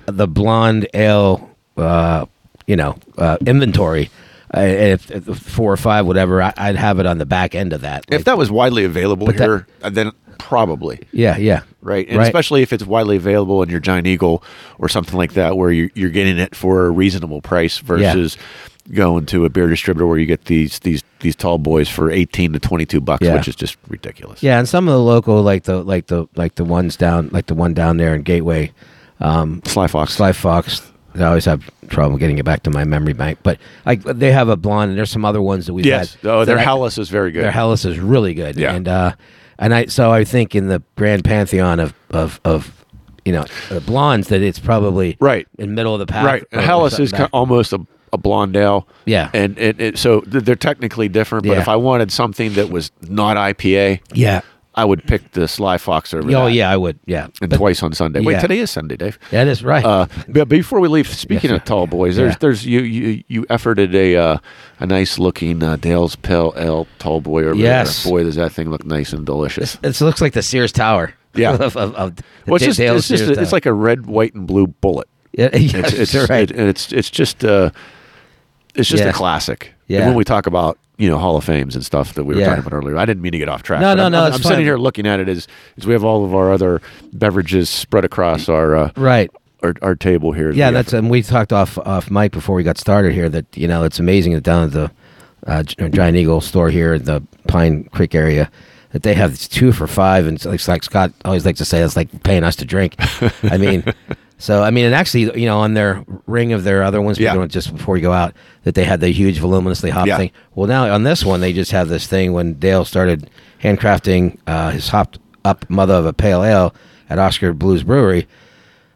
Speaker 2: the blonde ale, uh, you know, uh, inventory, uh, if, if four or five, whatever, I, I'd have it on the back end of that.
Speaker 3: If
Speaker 2: Like-
Speaker 3: that was widely available
Speaker 2: that-
Speaker 3: here, uh then probably
Speaker 2: yeah, yeah,
Speaker 3: right, and especially if it's widely available in your Giant Eagle or something like that, where you're, you're getting it for a reasonable price versus going to a beer distributor where you get these these these tall boys for eighteen to twenty two bucks,
Speaker 2: Yeah.
Speaker 3: which is just ridiculous.
Speaker 2: Yeah, and some of the local, like the like the like the ones down, like the one down there in Gateway, um,
Speaker 3: Sly Fox.
Speaker 2: Sly Fox. I always have trouble getting it back to my memory bank, but like they have a blonde, and there's some other ones that we've
Speaker 3: Yes.
Speaker 2: had.
Speaker 3: Oh, their
Speaker 2: that I-
Speaker 3: Hellas is very good.
Speaker 2: Their Hellas is really good.
Speaker 3: Yeah.
Speaker 2: And uh, and I so I think in the grand pantheon of of of you know the blondes that it's probably
Speaker 3: Right.
Speaker 2: in middle of the pack.
Speaker 3: right.
Speaker 2: or- or
Speaker 3: Hellas is
Speaker 2: something
Speaker 3: ki
Speaker 2: like-
Speaker 3: almost a, a blondel.
Speaker 2: Yeah.
Speaker 3: And it, it, so th- they're technically different. But
Speaker 2: Yeah.
Speaker 3: if I wanted something that was not IPA,
Speaker 2: yeah.
Speaker 3: I would pick the Sly Fox over.
Speaker 2: Oh
Speaker 3: oh. that.
Speaker 2: yeah, I would. Yeah.
Speaker 3: And
Speaker 2: But-
Speaker 3: twice on Sunday.
Speaker 2: Yeah.
Speaker 3: Wait, today is Sunday, Dave.
Speaker 2: That is right.
Speaker 3: Uh, but before we leave, speaking of tall boys, there's
Speaker 2: Yeah.
Speaker 3: there's you you you efforted a uh, a nice looking uh, Dale's Pale Ale tall boy over
Speaker 2: Yes.
Speaker 3: there. Boy, does that thing look nice and delicious.
Speaker 2: it looks like the Sears Tower.
Speaker 3: Yeah.
Speaker 2: of, of, of
Speaker 3: Well, it's
Speaker 2: Da-
Speaker 3: just,
Speaker 2: Dale's
Speaker 3: it's, just
Speaker 2: Sears
Speaker 3: a, it's
Speaker 2: Tower.
Speaker 3: like a red, white, and blue bullet.
Speaker 2: Yeah, yes,
Speaker 3: It's it's
Speaker 2: you're right.
Speaker 3: it- it's it's just uh, it's just
Speaker 2: Yeah.
Speaker 3: a classic.
Speaker 2: Yeah.
Speaker 3: And when we talk about you know Hall of Fames and stuff that we were
Speaker 2: Yeah.
Speaker 3: talking about earlier, I didn't mean to get off track.
Speaker 2: No,
Speaker 3: but
Speaker 2: no,
Speaker 3: I'm,
Speaker 2: no,
Speaker 3: I'm,
Speaker 2: it's
Speaker 3: I'm
Speaker 2: fine.
Speaker 3: sitting here looking at it as, as we have all of our other beverages spread across our uh,
Speaker 2: right.
Speaker 3: our, our table here.
Speaker 2: Yeah,
Speaker 3: The
Speaker 2: that's and we talked off off mic before we got started here that you know it's amazing that down at the uh, Gi- Giant Eagle store here in the Pine Creek area that they have this two for five and it's like, it's like Scott always likes to say it's like paying us to drink. I mean, so I mean, and actually you know on their ring of their other ones, we
Speaker 3: Yeah.
Speaker 2: don't- just before you go out that they had the huge voluminously hop
Speaker 3: Yeah.
Speaker 2: thing. Well, now on this one they just have this thing when Dale started handcrafting uh, his hopped up mother of a pale ale at Oscar Blues Brewery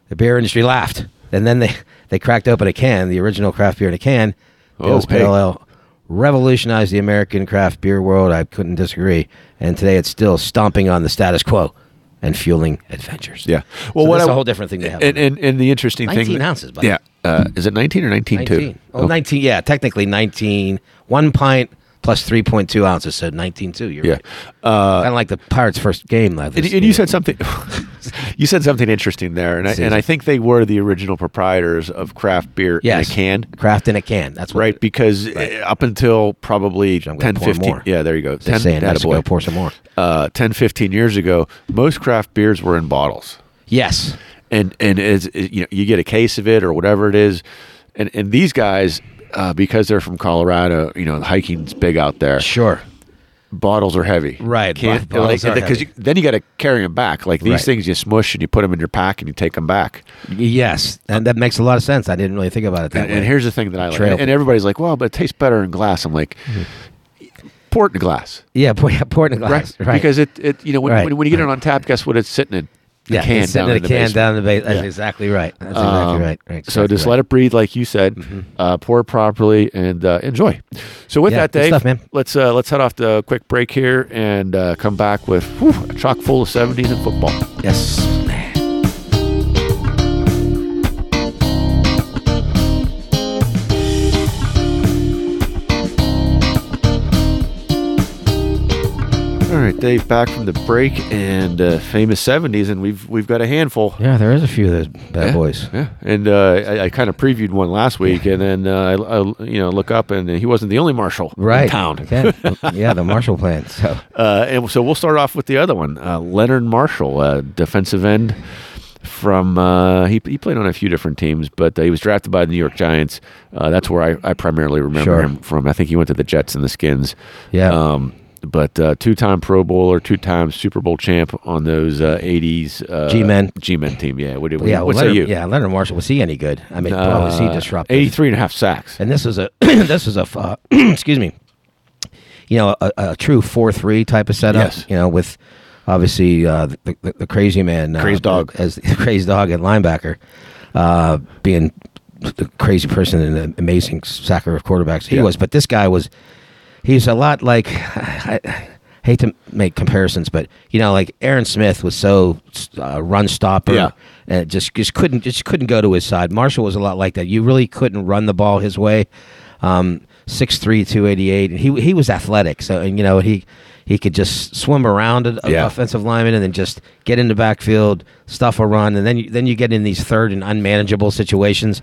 Speaker 2: the beer industry laughed, and then they they cracked open a can, the original craft beer in a can.
Speaker 3: Oh,
Speaker 2: Dale's
Speaker 3: hey.
Speaker 2: Pale Ale revolutionized the American craft beer world. I couldn't disagree, and today it's still stomping on the status quo and fueling adventures.
Speaker 3: Yeah.
Speaker 2: Well,
Speaker 3: Well,
Speaker 2: so
Speaker 3: what
Speaker 2: that's
Speaker 3: I-
Speaker 2: a whole different thing they have.
Speaker 3: And, and and the interesting thing,
Speaker 2: 19 ounces, buddy.
Speaker 3: Yeah, uh, is it nineteen or nineteen two?
Speaker 2: 19. Oh, 19 Yeah, technically 19. One pint plus 3.2 ounces, so 19.2. You're
Speaker 3: Yeah. Uh,
Speaker 2: right. kind of like the Pirates' first game. Like
Speaker 3: And, and you said something. you said something interesting there, and I, and I think they were the original proprietors of craft beer
Speaker 2: yes.
Speaker 3: in a can.
Speaker 2: Craft in a can. That's what
Speaker 3: Right, because uh up until probably
Speaker 2: I'm gonna
Speaker 3: 10,
Speaker 2: pour
Speaker 3: 15
Speaker 2: more.
Speaker 3: Yeah, there you go. 10,
Speaker 2: they're saying.
Speaker 3: atta
Speaker 2: Let's
Speaker 3: boy.
Speaker 2: go pour some more.
Speaker 3: Uh, 10, 15 years ago, most craft beers were in bottles.
Speaker 2: Yes.
Speaker 3: and and it's, it- you know you get a case of it or whatever it is, and and these guys uh, because they're from Colorado, you know hiking's big out there.
Speaker 2: Sure.
Speaker 3: Bottles are heavy,
Speaker 2: Right,
Speaker 3: Can't,
Speaker 2: bo- bottles are
Speaker 3: because
Speaker 2: heavy.
Speaker 3: then you got to carry them back. Like these
Speaker 2: Right.
Speaker 3: things, you smush and you put them in your pack and you take them back.
Speaker 2: Yes, and that makes a lot of sense. I didn't really think about it that
Speaker 3: And,
Speaker 2: way.
Speaker 3: and here's the thing that I like,
Speaker 2: Trail.
Speaker 3: and everybody's like, "Well, but it tastes better in glass." I'm like, "Pour it in glass,
Speaker 2: yeah, pour, yeah, pour it in a Mm-hmm. glass, right?
Speaker 3: Because it, it you know when,
Speaker 2: Right,
Speaker 3: when, when you get it on tap, guess what? It's sitting in the
Speaker 2: yeah,
Speaker 3: can
Speaker 2: it's sitting
Speaker 3: down
Speaker 2: in
Speaker 3: in
Speaker 2: a
Speaker 3: the
Speaker 2: can
Speaker 3: basement.
Speaker 2: down in the base. That's exactly right. That's
Speaker 3: Um,
Speaker 2: exactly right.
Speaker 3: so just let it breathe, like you said. Uh, pour it properly and uh, enjoy. So with
Speaker 2: Yeah,
Speaker 3: that,
Speaker 2: good
Speaker 3: Dave,
Speaker 2: stuff, man.
Speaker 3: let's uh, let's head off to a quick break here and uh, come back with whew, a chock full of seventies and football.
Speaker 2: it. Yes.
Speaker 3: right, Dave, back from the break and uh, famous '70s, and we've we've got a handful.
Speaker 2: Yeah, there is a few of those bad boys.
Speaker 3: Yeah, and uh, I, I kind of previewed one last week, and then uh, I, I you know look up, and he wasn't the only marshal in
Speaker 2: Right.
Speaker 3: town.
Speaker 2: Okay. yeah, the Marshall Plan. So
Speaker 3: Uh, and so we'll start off with the other one, uh, Leonard Marshall, uh, defensive end from uh, he, he played on a few different teams, but uh, he was drafted by the New York Giants. Uh, that's where I, I primarily remember
Speaker 2: Sure.
Speaker 3: him from. I think he went to the Jets and the Skins.
Speaker 2: Yeah.
Speaker 3: Um, but uh, two-time Pro Bowler, two-time Super Bowl champ on those uh, '80s uh,
Speaker 2: G-men.
Speaker 3: G-men team. Yeah. What, do-
Speaker 2: yeah,
Speaker 3: what
Speaker 2: Leonard,
Speaker 3: say you?
Speaker 2: yeah, Leonard Marshall was he any good? I mean,
Speaker 3: Uh,
Speaker 2: boy, was he disruptive?
Speaker 3: 83 and a half sacks.
Speaker 2: And this was a this was a f- uh, excuse me, you know, a, a true four three type of setup.
Speaker 3: Yes.
Speaker 2: You know, with obviously uh, the, the the crazy man, uh,
Speaker 3: Crazed dog.
Speaker 2: as the crazy dog and linebacker, uh, being the crazy person and an amazing sacker of quarterbacks he
Speaker 3: Yeah.
Speaker 2: was. But this guy was he's a lot like I, I hate to make comparisons, but you know, like Aaron Smith was so uh, run stopper,
Speaker 3: Yeah.
Speaker 2: and it Uh, just just couldn't just couldn't go to his side. Marshall was a lot like that. You really couldn't run the ball his way. Um, 6'3", 288. and he he was athletic, so and you know he he could just swim around an
Speaker 3: Yeah.
Speaker 2: offensive lineman and then just get in the backfield, stuff a run, and then you, then you get in these third and unmanageable situations.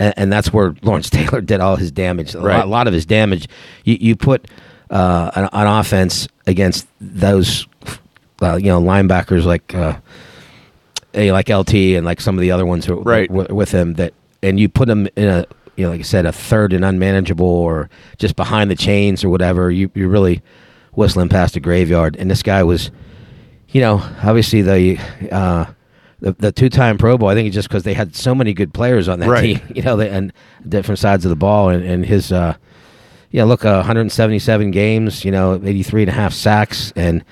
Speaker 2: And, and that's where Lawrence Taylor did all his damage. A
Speaker 3: Right.
Speaker 2: lot, lot of his damage. You you put uh, an, an offense against those uh, you know linebackers like uh, eh, like LT and like some of the other ones who,
Speaker 3: Right.
Speaker 2: with, with him that and you put them in a you know like I said a third and unmanageable or just behind the chains or whatever. You you're really whistling past the graveyard. And this guy was you know, obviously the uh, the, the two time Pro Bowl. I think it's just because they had so many good players on that
Speaker 3: Right.
Speaker 2: team, you know, they, and different sides of the ball. And, and his, uh, yeah, look, uh, 177 games, you know, 83 and a half sacks, and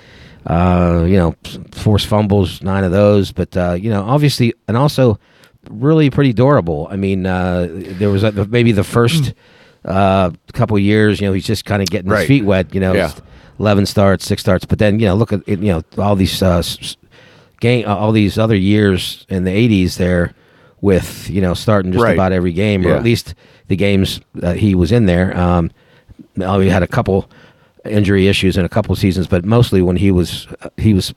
Speaker 2: uh, you know, forced fumbles, nine of those. But uh, you know, obviously, and also really pretty durable. I mean, uh, there was uh, maybe the first. Uh, couple years, you know, he's just kind of getting
Speaker 3: Mm. Right.
Speaker 2: his feet wet. You know,
Speaker 3: Yeah.
Speaker 2: 11 starts, six starts. But then, you know, look at, it, you know, all these uh, s- s- game, uh, all these other years in the 80s there with, you know, starting just
Speaker 3: Right.
Speaker 2: about every game, or
Speaker 3: Yeah.
Speaker 2: at least the games that he was in there. Um, now he had a couple injury issues in a couple seasons, but mostly when he was, he was,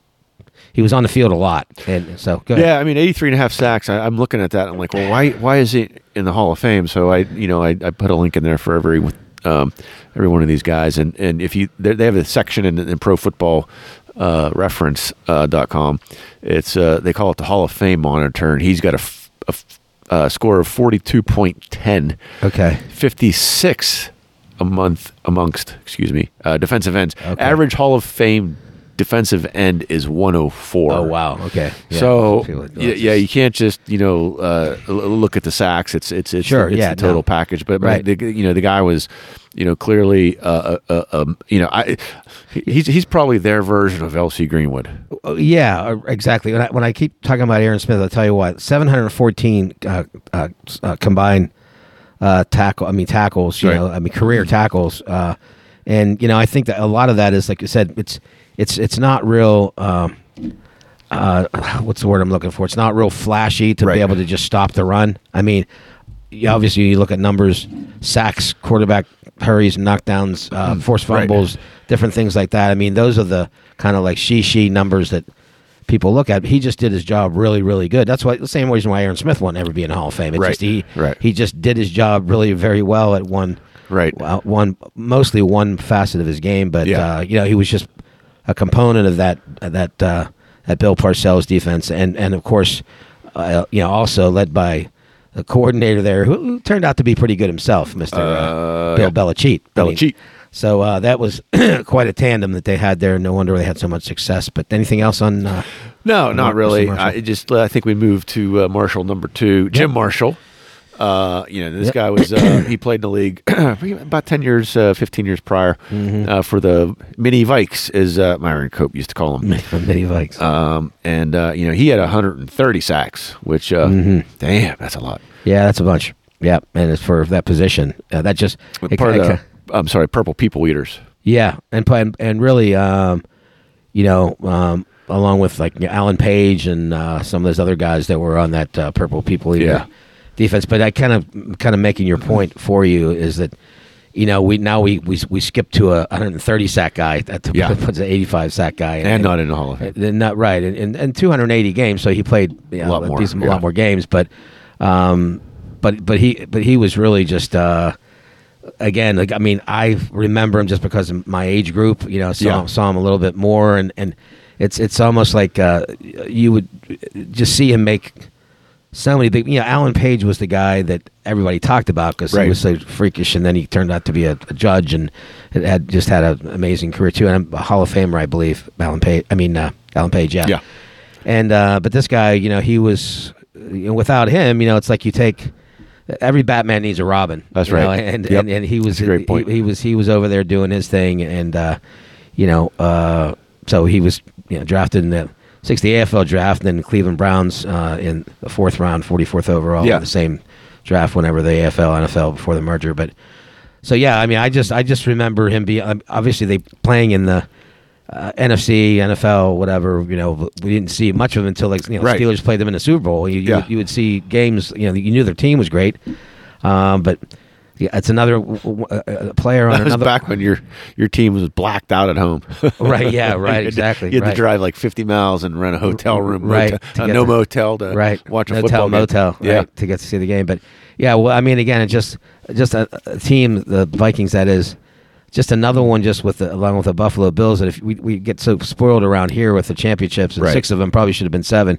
Speaker 2: he was on the field a lot. And so, go ahead.
Speaker 3: Yeah, I mean, 83 and a half sacks. I, I'm looking at that. I'm like, well, why why is it in the Hall of Fame? So I, you know, I, I put a link in there for every um, every one of these guys. And and if you they they have a section in, in Pro Football uh, Reference uh, dot com. It's uh, they call it the Hall of Fame monitor, and he's got a, f- a f- uh, score of 42.10.
Speaker 2: Okay.
Speaker 3: 56 a month amongst, excuse me, uh, defensive ends.
Speaker 2: Okay.
Speaker 3: Average Hall of Fame defensive end is 104.
Speaker 2: Oh, wow. Okay. Yeah.
Speaker 3: So
Speaker 2: I feel like-
Speaker 3: yeah, yeah, you can't just you know uh, l- look at the sacks. It's it's it's,
Speaker 2: Sure,
Speaker 3: it's
Speaker 2: yeah,
Speaker 3: the total
Speaker 2: no.
Speaker 3: package. But
Speaker 2: Right.
Speaker 3: the, you know the guy was you know clearly uh, uh, uh, um, you know I he's he's probably their version of L.C. Greenwood.
Speaker 2: Oh, yeah, uh, exactly. When I, when I keep talking about Aaron Smith, I'll tell you what: seven hundred fourteen uh, uh, s- uh, combined uh, tackle. I mean tackles. You
Speaker 3: Right.
Speaker 2: know, I mean career tackles. Uh, and you know, I think that a lot of that is like you said. It's it's it's not real. Um, uh, what's the word I'm looking for? It's not real flashy to
Speaker 3: Right.
Speaker 2: be able to just stop the run. I mean, you- obviously you look at numbers, sacks, quarterback hurries, knockdowns, uh, forced
Speaker 3: Mm. Right.
Speaker 2: fumbles, different things like that. I mean, those are the kind of like she she numbers that people look at. He just did his job really really good. That's why the same reason why Aaron Smith won't ever be in the Hall of Fame. It's
Speaker 3: Right.
Speaker 2: just he
Speaker 3: Right.
Speaker 2: he just did his job really very well at one
Speaker 3: Right.
Speaker 2: uh, one mostly one facet of his game, but
Speaker 3: Yeah.
Speaker 2: uh, you know he was just a component of that that uh, that Bill Parcells defense, and and of course, uh, you know also led by a coordinator there who, who turned out to be pretty good himself, Mister uh,
Speaker 3: Uh,
Speaker 2: Bill Belichick. I mean,
Speaker 3: Belichick.
Speaker 2: so uh, that was quite a tandem that they had there. No wonder they had so much success. But anything else on? Uh,
Speaker 3: No, not
Speaker 2: Mr.
Speaker 3: really.
Speaker 2: Marshall.
Speaker 3: I it just I think we moved to uh, Marshall number two, Jim Marshall. Uh, you know, this
Speaker 2: Yep.
Speaker 3: guy was uh, he played in the league about ten years, uh, fifteen years prior
Speaker 2: Mm-hmm.
Speaker 3: uh, for the Mini Vikes, as uh, Myron Cope used to call them.
Speaker 2: Mini Vikes.
Speaker 3: Um, and uh, you know he had 130 sacks, which uh,
Speaker 2: Mm-hmm.
Speaker 3: damn, that's a lot.
Speaker 2: yeah, that's a bunch. Yeah, and it's for that position. Uh, that just it-
Speaker 3: Part
Speaker 2: it-
Speaker 3: of the, I'm sorry, Purple People Eaters.
Speaker 2: Yeah, and pla- and, and really, um, you know, um, along with like you know, Alan Page and uh, some of those other guys that were on that uh, Purple People Eater
Speaker 3: Yeah. Mm-hmm.
Speaker 2: defense. But I kind of kind of making your point for you is that you know, we now we we, we skip to a 130 sack guy that
Speaker 3: Yeah.
Speaker 2: puts an 85 sack guy, in.
Speaker 3: and not in the Hall of Fame.
Speaker 2: They're not right, and, and, and 280 games, so he played you know, a lot more, a
Speaker 3: yeah.
Speaker 2: lot more games, but, um, but but he but he was really just uh, again, like I mean, I remember him just because of my age group, you know, saw
Speaker 3: Yeah.
Speaker 2: him, saw him a little bit more, and and it's it's almost like uh, you would just see him make so many big, you know, Alan Page was the guy that everybody talked about because
Speaker 3: Right.
Speaker 2: he was so freakish, and then he turned out to be a, a judge and had- had just had an amazing career too, and a Hall of Famer, I believe. Alan Page, I mean uh, Alan Page, yeah.
Speaker 3: Yeah.
Speaker 2: And uh, but this guy, you know, he was you know, without him, you know, it's like you take every Batman needs a Robin.
Speaker 3: That's
Speaker 2: you know,
Speaker 3: right.
Speaker 2: and,
Speaker 3: Yep.
Speaker 2: and and he was
Speaker 3: That's a great point.
Speaker 2: He, he was he was over there doing his thing, and uh, you know, uh, so he was you know drafted in the 60th AFL draft, and then Cleveland Browns uh, in the fourth round, 44th overall,
Speaker 3: Yeah.
Speaker 2: in the same draft whenever the AFL NFL before the merger, but. So yeah, I mean, I just I just remember him be um, obviously they playing in the uh, NFC, NFL, whatever. You know, we didn't see much of him until like you know
Speaker 3: Right.
Speaker 2: Steelers played them in the Super Bowl. You, you,
Speaker 3: Yeah.
Speaker 2: would- you would see games. You know, you knew their team was great, um, but yeah, it's another w- w- uh, uh, player on
Speaker 3: That was
Speaker 2: another.
Speaker 3: back when your your team was blacked out at home.
Speaker 2: Right? Yeah.
Speaker 3: You had
Speaker 2: Right.
Speaker 3: to-
Speaker 2: Exactly.
Speaker 3: You had
Speaker 2: right.
Speaker 3: to drive like 50 miles and rent a hotel room,
Speaker 2: Right,
Speaker 3: motel-
Speaker 2: to
Speaker 3: uh,
Speaker 2: get
Speaker 3: no
Speaker 2: the-
Speaker 3: motel to
Speaker 2: right.
Speaker 3: watch a
Speaker 2: Hotel,
Speaker 3: football game.
Speaker 2: motel,
Speaker 3: Yeah,
Speaker 2: right, to get to see the game. But yeah, well, I mean, again, it just just a, a team, the Vikings, that is just another one, just with the, along with the Buffalo Bills. That if we, we get so spoiled around here with the championships, and
Speaker 3: Right.
Speaker 2: six of them probably should have been seven.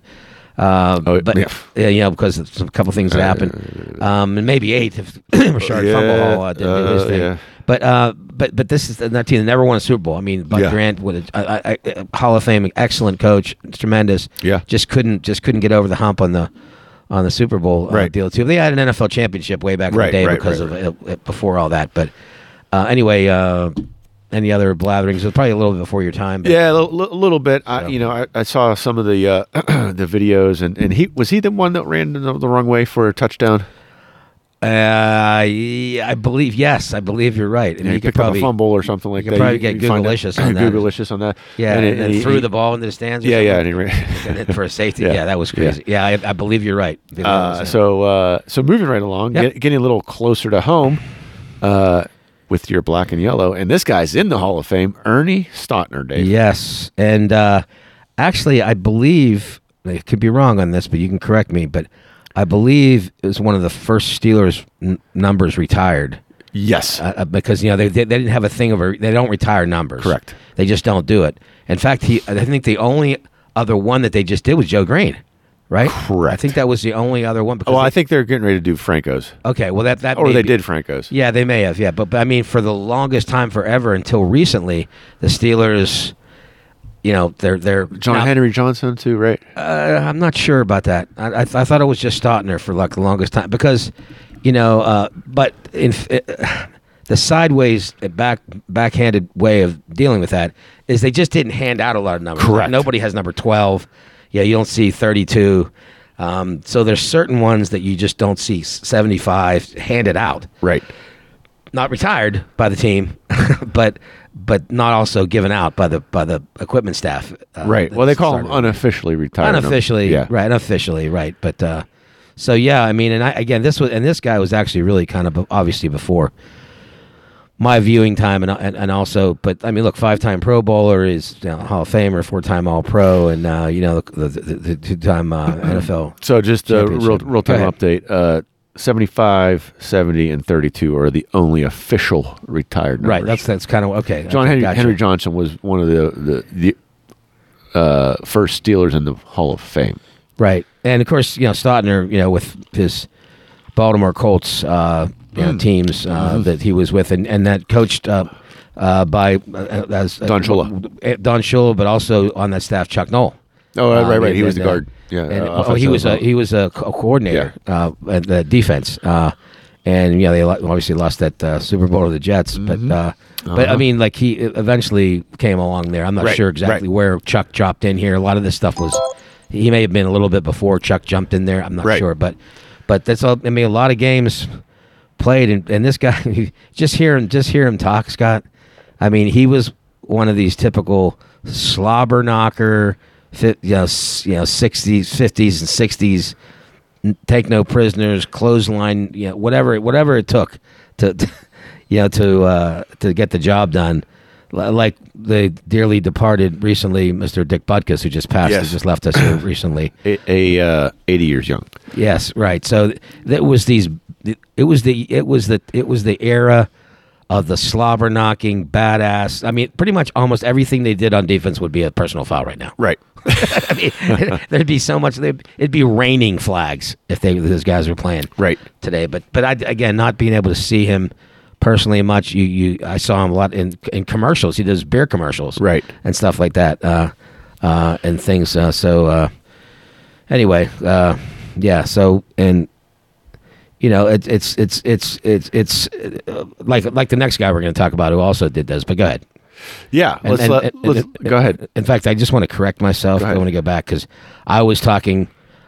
Speaker 2: Uh,
Speaker 3: Oh,
Speaker 2: but
Speaker 3: yeah. Uh,
Speaker 2: yeah. you know, because of a couple things that happened, um, and maybe eight if Rashard
Speaker 3: Yeah,
Speaker 2: Fumble uh, didn't do his
Speaker 3: uh,
Speaker 2: thing.
Speaker 3: yeah.
Speaker 2: But uh, but but this is that team that never won a Super Bowl. I mean, Buck
Speaker 3: Yeah.
Speaker 2: Grant, what a, I, I, I- Hall of Fame, excellent coach, tremendous.
Speaker 3: Yeah.
Speaker 2: just couldn't just couldn't get over the hump on the on the Super Bowl uh,
Speaker 3: Right.
Speaker 2: deal too. They had an NFL championship way back in
Speaker 3: Right,
Speaker 2: the day
Speaker 3: right,
Speaker 2: because
Speaker 3: right,
Speaker 2: of It, it- before all that. But uh, anyway, uh, any other blatherings? It was probably a little bit before your time. But
Speaker 3: Yeah, a li- li- little bit. I, You know, I, I saw some of the uh, the videos, and, and he was he the one that ran the, the wrong way for a touchdown.
Speaker 2: Uh, yeah, I believe yes, I believe you're right. And
Speaker 3: Yeah, he
Speaker 2: you could
Speaker 3: picked up a
Speaker 2: probably
Speaker 3: fumble or something like
Speaker 2: could
Speaker 3: that.
Speaker 2: probably get
Speaker 3: can find
Speaker 2: Googlelicious
Speaker 3: out-
Speaker 2: on that.
Speaker 3: Googlelicious on that.
Speaker 2: yeah, and,
Speaker 3: it-
Speaker 2: then
Speaker 3: he-
Speaker 2: threw
Speaker 3: he-
Speaker 2: the ball into the stands. Or
Speaker 3: Yeah, yeah, and
Speaker 2: something.
Speaker 3: he ran.
Speaker 2: And then for a safety,
Speaker 3: Yeah.
Speaker 2: yeah, that was crazy. Yeah, I, I believe you're right.
Speaker 3: Uh, so uh, so moving right along,
Speaker 2: Yeah.
Speaker 3: get, getting a little closer to home uh, with your black and yellow, and this guy's in the Hall of Fame, Ernie Stotner, Dave.
Speaker 2: Yes, and uh, actually, I believe I could be wrong on this, but you can correct me. But I believe it was one of the first Steelers n- numbers retired
Speaker 3: Yes.
Speaker 2: uh, uh, because you know they, they they didn't have a thing of a, they don't retire numbers.
Speaker 3: Correct.
Speaker 2: They just don't do it. In fact, he I think the only other one that they just did was Joe Green, right? I
Speaker 3: Correct.
Speaker 2: think that was the only other one. Because
Speaker 3: well, I
Speaker 2: they-
Speaker 3: think they're getting ready to do Franco's,
Speaker 2: okay, well that that
Speaker 3: or
Speaker 2: may
Speaker 3: they
Speaker 2: be-
Speaker 3: did Franco's.
Speaker 2: yeah, they may have. Yeah, but, but I mean, for the longest time, forever until recently, the Steelers, you know, they're they're
Speaker 3: John
Speaker 2: now-
Speaker 3: Henry Johnson too, right?
Speaker 2: Uh, I'm not sure about that. I, I, I thought it was just Stotner for like the longest time because, you know, uh, but in f- the sideways uh, back backhanded way of dealing with that is they just didn't hand out a lot of numbers.
Speaker 3: Correct.
Speaker 2: Nobody has number 12. Yeah, you don't see 32. Um, so there's certain ones that you just don't see 75 handed out
Speaker 3: Right.
Speaker 2: not retired by the team, but but not also given out by the by the equipment staff. uh,
Speaker 3: Right. Well, they call him
Speaker 2: started-
Speaker 3: unofficially retired.
Speaker 2: unofficially,
Speaker 3: Yeah.
Speaker 2: right? Unofficially, right? But uh, so yeah, I mean, and I, again, this was and this guy was actually really kind of obviously before my viewing time, and and, and also, but I mean, look, five time Pro Bowler is you know, Hall of Famer, four time All Pro, and uh, you know the, the, the two time uh, NFL
Speaker 3: So just a real
Speaker 2: Championship.
Speaker 3: real
Speaker 2: Go
Speaker 3: time
Speaker 2: ahead.
Speaker 3: update. Uh, 75, 70, and 32 are the only official retired numbers.
Speaker 2: Right. That's that's kind of okay.
Speaker 3: John
Speaker 2: okay,
Speaker 3: Henry,
Speaker 2: gotcha.
Speaker 3: Henry Johnson was one of the the, the uh, first Steelers in the Hall of Fame.
Speaker 2: Right. And of course, you know, Stotner, you know, with his Baltimore Colts uh, you know, teams uh, that he was with and, and that coached uh, uh, by uh, as
Speaker 3: Don Shula.
Speaker 2: uh, Don Shula, but also on that staff, Chuck Knoll.
Speaker 3: Oh, right,
Speaker 2: Uh,
Speaker 3: right,
Speaker 2: they-
Speaker 3: right. He was
Speaker 2: they-
Speaker 3: the guard. Yeah,
Speaker 2: and-
Speaker 3: uh,
Speaker 2: oh, he
Speaker 3: offensive
Speaker 2: was a
Speaker 3: guard.
Speaker 2: he was a, co- a coordinator uh, at the defense, uh, and you know they lo- obviously lost that uh, Super Bowl to the Jets,
Speaker 3: Mm-hmm.
Speaker 2: but uh, but I mean like he eventually came along there. I'm not
Speaker 3: Uh-huh. Right,
Speaker 2: sure exactly
Speaker 3: right.
Speaker 2: where Chuck dropped in here. A lot of this stuff was he may have been a little bit before Chuck jumped in there. I'm not
Speaker 3: Right.
Speaker 2: sure, but but that's all. I mean a lot of games played, and, and this guy just hear him just hear him talk, Scott. I mean, he was one of these typical slobber knocker, fi- you know, s- you know, sixties, fifties, and sixties, take no prisoners, clothesline, you know, whatever, whatever it took to, to- you know, to uh, to get the job done. L- Like the dearly departed recently, Mr. Dick Butkus, who just passed,
Speaker 3: Yes.
Speaker 2: who just left us here recently.
Speaker 3: A, a uh, 80 years young.
Speaker 2: Yes, right. So th- that was these. It was the it was the it was the era of the slobber knocking badass. I mean, pretty much almost everything they did on defense would be a personal foul right now.
Speaker 3: Right.
Speaker 2: I mean, there'd be so much. there'd- It'd be raining flags if they those guys were playing
Speaker 3: Right.
Speaker 2: today. But but I, again, not being able to see him personally much. You you I saw him a lot in in commercials. He does beer commercials,
Speaker 3: Right.
Speaker 2: and stuff like that, uh, uh, and things. Uh, so uh, anyway, uh, yeah. So and you know it, it's it's it's it's it's uh, like like the next guy we're going to talk about who also did this. But go ahead.
Speaker 3: Yeah.
Speaker 2: And-
Speaker 3: let's
Speaker 2: and-
Speaker 3: let,
Speaker 2: and-
Speaker 3: let's,
Speaker 2: and-
Speaker 3: go ahead.
Speaker 2: In fact, I just want to correct myself.
Speaker 3: Go
Speaker 2: I
Speaker 3: ahead.
Speaker 2: want to go back because I was talking.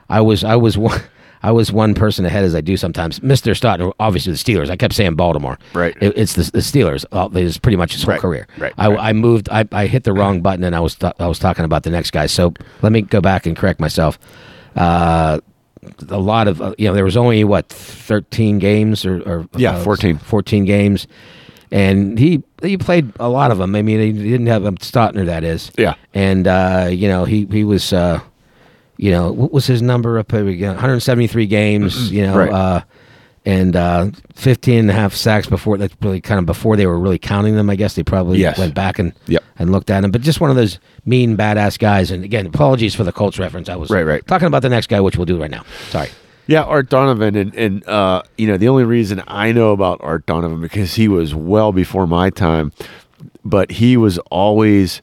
Speaker 2: I was I was one. I was one person ahead as I do sometimes. Mr. Stoughton, obviously the Steelers. I kept saying Baltimore.
Speaker 3: Right.
Speaker 2: It- it's the, the Steelers. Uh, it's pretty much his whole
Speaker 3: Right,
Speaker 2: career.
Speaker 3: right,
Speaker 2: I,
Speaker 3: right.
Speaker 2: I moved. I, I hit the wrong button, and I was th- I was talking about the next guy. So let me go back and correct myself. Uh, a lot of uh, you know there was only what thirteen games or, or
Speaker 3: Yeah,
Speaker 2: uh,
Speaker 3: 14.
Speaker 2: 14 games, and he he played a lot of them. I mean, he didn't have um, Stotner that is.
Speaker 3: Yeah.
Speaker 2: and uh, you know he he was. Uh, you know what was his number up here? We got 173 games. You know,
Speaker 3: Right.
Speaker 2: uh, and uh, 15 and a half sacks before that's really kind of before they were really counting them. I guess they probably
Speaker 3: Yes.
Speaker 2: went back and
Speaker 3: Yep.
Speaker 2: and looked at him. But just one of those mean badass guys. And again, apologies for the Colts reference. I was
Speaker 3: Right, right.
Speaker 2: talking about the next guy, which we'll do right now. Sorry.
Speaker 3: Yeah, Art Donovan, and and uh, you know the only reason I know about Art Donovan because he was well before my time, but he was always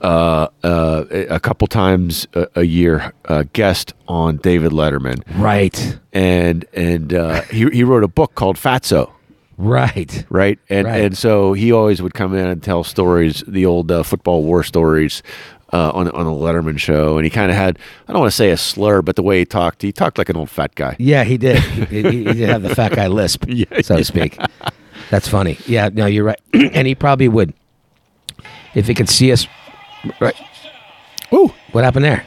Speaker 3: uh, uh, a a couple times a, a year uh, guest on David Letterman,
Speaker 2: Right.
Speaker 3: and and uh, he he wrote a book called Fatso.
Speaker 2: Right.
Speaker 3: Right and
Speaker 2: Right.
Speaker 3: and so he always would come in and tell stories, the old uh, football war stories, uh, on on a Letterman show, and he kind of had I don't want to say a slur, but the way he talked, he talked like an old fat guy.
Speaker 2: Yeah, he did. he, he- he did have the fat guy lisp, so to speak. That's funny. Yeah, no, you're right. and he probably would. If he could see us. Right.
Speaker 3: Ooh,
Speaker 2: What happened there?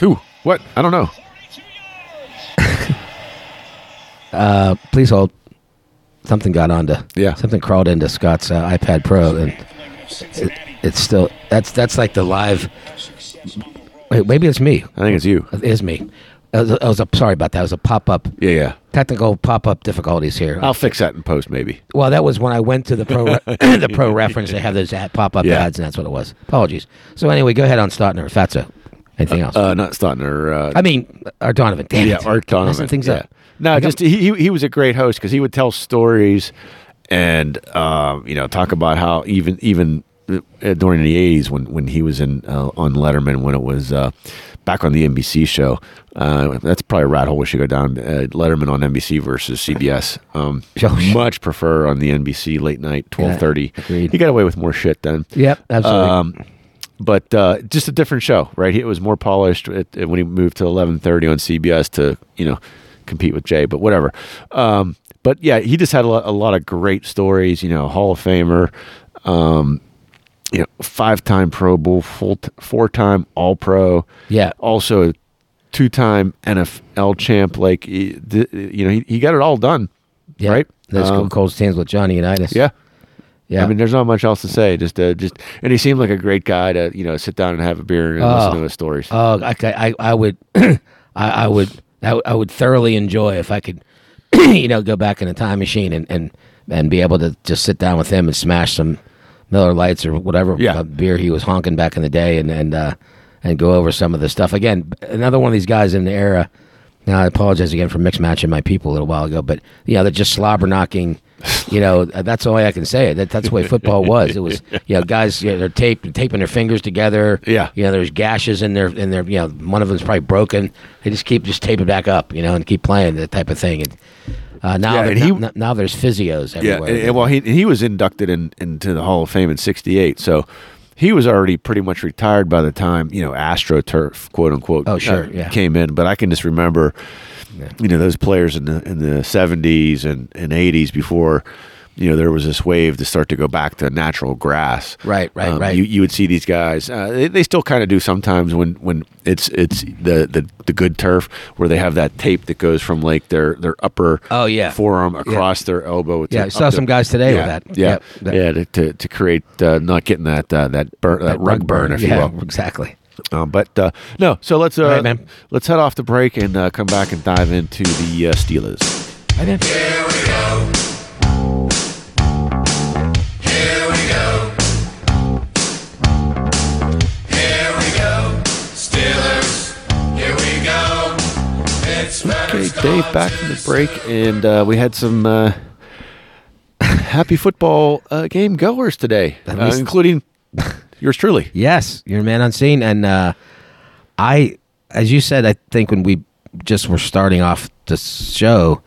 Speaker 3: Who? What? I don't know.
Speaker 2: Please hold. Something got onto.
Speaker 3: Yeah.
Speaker 2: Something crawled into Scott's uh, iPad Pro, and it, it's still. That's that's like the live. Wait, maybe it's me.
Speaker 3: I think it's you.
Speaker 2: It is me. I was, I was a, sorry about that. It was a pop up.
Speaker 3: Yeah, yeah.
Speaker 2: Technical pop up difficulties here.
Speaker 3: I'll fix that in post, maybe.
Speaker 2: Well, that was when I went to the pro the pro reference. They have those ad, pop up
Speaker 3: Yeah.
Speaker 2: ads, and that's what it was. Apologies. So anyway, go ahead on Stotner. If that's a anything else,
Speaker 3: Uh, not Stutner. Uh,
Speaker 2: I mean, or Donovan. Damn
Speaker 3: yeah,
Speaker 2: it.
Speaker 3: Art Donovan.
Speaker 2: Messing things
Speaker 3: yeah.
Speaker 2: up.
Speaker 3: No,
Speaker 2: Like,
Speaker 3: just he, he he was a great host because he would tell stories and um, you know talk about how even even uh, during the eighties when when he was in uh, on Letterman when it was uh, back on the NBC show. Uh, that's probably a rat hole we should go down. Uh, Letterman on NBC versus CBS. Um,
Speaker 2: Sure.
Speaker 3: much prefer on the NBC late night twelve thirty.
Speaker 2: agreed.
Speaker 3: He got away with more shit then.
Speaker 2: Yep, absolutely.
Speaker 3: Um, but uh, just a different show, right? It was more polished at, at- when he moved to eleven thirty on CBS to you know compete with Jay, but whatever. Um, but yeah, he just had a lot, a lot of great stories. You know, Hall of Famer, um, you know, five time Pro Bowl, full t- four time All Pro.
Speaker 2: Yeah.
Speaker 3: also two time NFL champ. Like he- th- you know, he, he got it all done.
Speaker 2: yeah.
Speaker 3: right?
Speaker 2: Let's go
Speaker 3: Um,
Speaker 2: cold stands with Johnny Unitas.
Speaker 3: Yeah.
Speaker 2: yeah.
Speaker 3: I mean, there's not much else to say. Just, uh, just, and he seemed like a great guy to, you know, sit down and have a beer and listen
Speaker 2: Oh.
Speaker 3: to his stories.
Speaker 2: Oh, I, I, I would, I, I would, I, would- I would thoroughly enjoy if I could, you know, go back in a time machine and, and, and be able to just sit down with him and smash some Miller Lights or whatever
Speaker 3: Yeah.
Speaker 2: uh, beer he was honking back in the day, and and uh, and go over some of the stuff again. Another one of these guys in the era. Now I apologize again for mix matching my people a little while ago, but you know they're just slobber knocking. You know uh, that's the only I can say it. That, that's the way football was. It was you know guys you know, they're taped, taping their fingers together.
Speaker 3: Yeah.
Speaker 2: You know, there's gashes in their in their you know, one of them's probably broken. They just keep just tape it back up, you know, and keep playing that type of thing. And uh, now,
Speaker 3: Yeah,
Speaker 2: there-
Speaker 3: and he-
Speaker 2: now, now there's physios
Speaker 3: yeah.
Speaker 2: everywhere.
Speaker 3: And, and well, he, he was inducted in, into the Hall of Fame in 68. So he was already pretty much retired by the time, you know, AstroTurf, quote unquote, uh,
Speaker 2: Oh, sure, yeah.
Speaker 3: came in. But I can just remember, you know, those players in the, in the 70s and, and 80s before you know there was this wave to start to go back to natural grass. Um,
Speaker 2: Right, right, right.
Speaker 3: You, you would see these guys. Uh, they, they still kind of do sometimes when, when it's it's the, the the good turf where they have that tape that goes from like their their upper
Speaker 2: Oh, yeah.
Speaker 3: forearm across their elbow. It's
Speaker 2: Yeah,
Speaker 3: like
Speaker 2: I saw
Speaker 3: up to-
Speaker 2: some guys today with
Speaker 3: yeah,
Speaker 2: that.
Speaker 3: Yeah,
Speaker 2: Yep, that-
Speaker 3: yeah, to, to, to create uh, not getting that uh, that burn, that, rug burn, if
Speaker 2: yeah,
Speaker 3: you will.
Speaker 2: Exactly.
Speaker 3: Um, but uh, no, so let's uh,
Speaker 2: right, man.
Speaker 3: let's head off the break and uh, come back and dive into the uh, Steelers.
Speaker 2: I did.
Speaker 4: Steelers, here we go. It's
Speaker 3: Okay, Dave, back from the break, and uh, we had some uh, happy football uh, game goers today,
Speaker 2: At
Speaker 3: uh,
Speaker 2: least-
Speaker 3: including yours truly.
Speaker 2: Yes, you're a man on scene, and uh, I, as you said, I think when we just were starting off the show,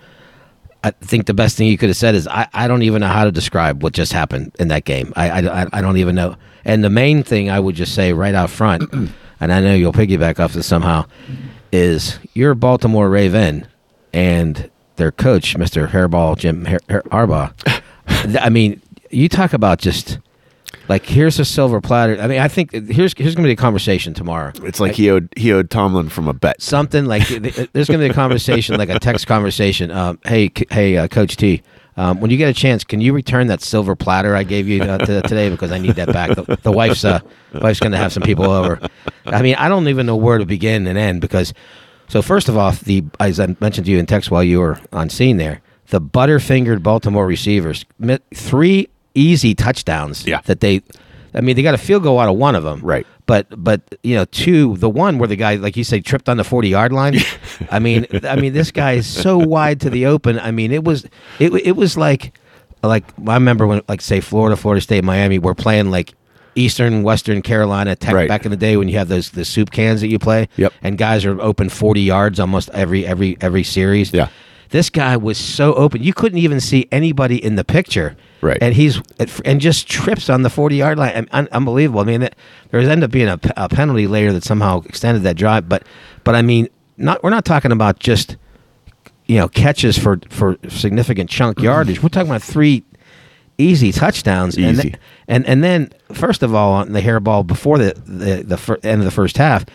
Speaker 2: I think the best thing you could have said is I, I don't even know how to describe what just happened in that game. I, I, I- I don't even know. And the main thing I would just say right out front, and I know you'll piggyback off this somehow, is you're a Baltimore Raven, and their coach, Mr. Hairball Jim Har- Har- Harbaugh. Th- I mean, you talk about just like here's a silver platter. I mean, I think here's here's gonna be a conversation tomorrow.
Speaker 3: It's like he owed he owed Tomlin from a bet.
Speaker 2: Something like there's gonna be a conversation, like a text conversation. Um, hey, C- hey, uh, Coach T. Um, when you get a chance, can you return that silver platter I gave you uh, to, today because I need that back? The, the wife's uh, wife's going to have some people over. I mean, I don't even know where to begin and end because. So first of all, the as I mentioned to you in text while you were on scene there, the butterfingered Baltimore receivers mi- three easy touchdowns.
Speaker 3: Yeah.
Speaker 2: that they, I mean, they got a field goal out of one of them.
Speaker 3: Right.
Speaker 2: But but you know, two the one where the guy, like you say, tripped on the forty yard line. I mean, I mean, this guy is so wide to the open. I mean, it was it it was like like I remember when like say Florida, Florida State, Miami were playing like Eastern, Western Carolina Tech
Speaker 3: Right.
Speaker 2: back in the day when you have those the soup cans that you play.
Speaker 3: Yep.
Speaker 2: And guys are open forty yards almost every every every series.
Speaker 3: Yeah.
Speaker 2: This guy was so open, you couldn't even see anybody in the picture.
Speaker 3: Right.
Speaker 2: And he's and just trips on the 40 yard line. Un- un- unbelievable. I mean, that, there was ended up being a, p- a penalty later that somehow extended that drive. But, but I mean, not we're not talking about just you know catches for for significant chunk
Speaker 3: Mm-hmm.
Speaker 2: yardage. We're talking about three easy touchdowns. And,
Speaker 3: Easy.
Speaker 2: th- and and then first of all on the hairball before the the, the fir- end of the first half.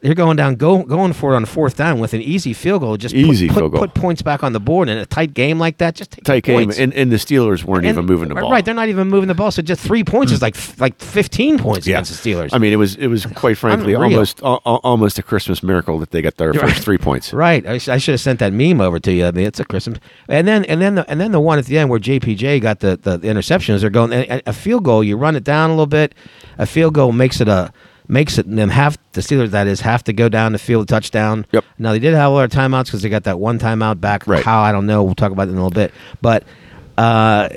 Speaker 2: They're going down, go, going for it on fourth down with an easy field goal. Just put-
Speaker 3: Easy
Speaker 2: put,
Speaker 3: field goal.
Speaker 2: put points back on the board in a tight game like that. Just take the
Speaker 3: Tight game,
Speaker 2: points.
Speaker 3: and, and the Steelers weren't even
Speaker 2: And-
Speaker 3: moving the ball.
Speaker 2: Right, they're not even moving the ball. So just three points is like like fifteen points
Speaker 3: Yeah.
Speaker 2: against the Steelers.
Speaker 3: I mean, it was it was quite frankly
Speaker 2: Unreal.
Speaker 3: almost al- al- almost a Christmas miracle that they got their
Speaker 2: Right.
Speaker 3: first three points.
Speaker 2: right. I, sh- I should have sent that meme over to you. I mean, it's a Christmas. And then and then the, and then the one at the end where JPJ got the the, the interceptions. They're going and- and a field goal. You run it down a little bit. A field goal makes it a makes it them have the Steelers that is have to go down the field a touchdown.
Speaker 3: Yep.
Speaker 2: Now they did have a lot of timeouts because they got that one timeout back.
Speaker 3: Right.
Speaker 2: How I don't know. We'll talk about it in a little bit. But uh,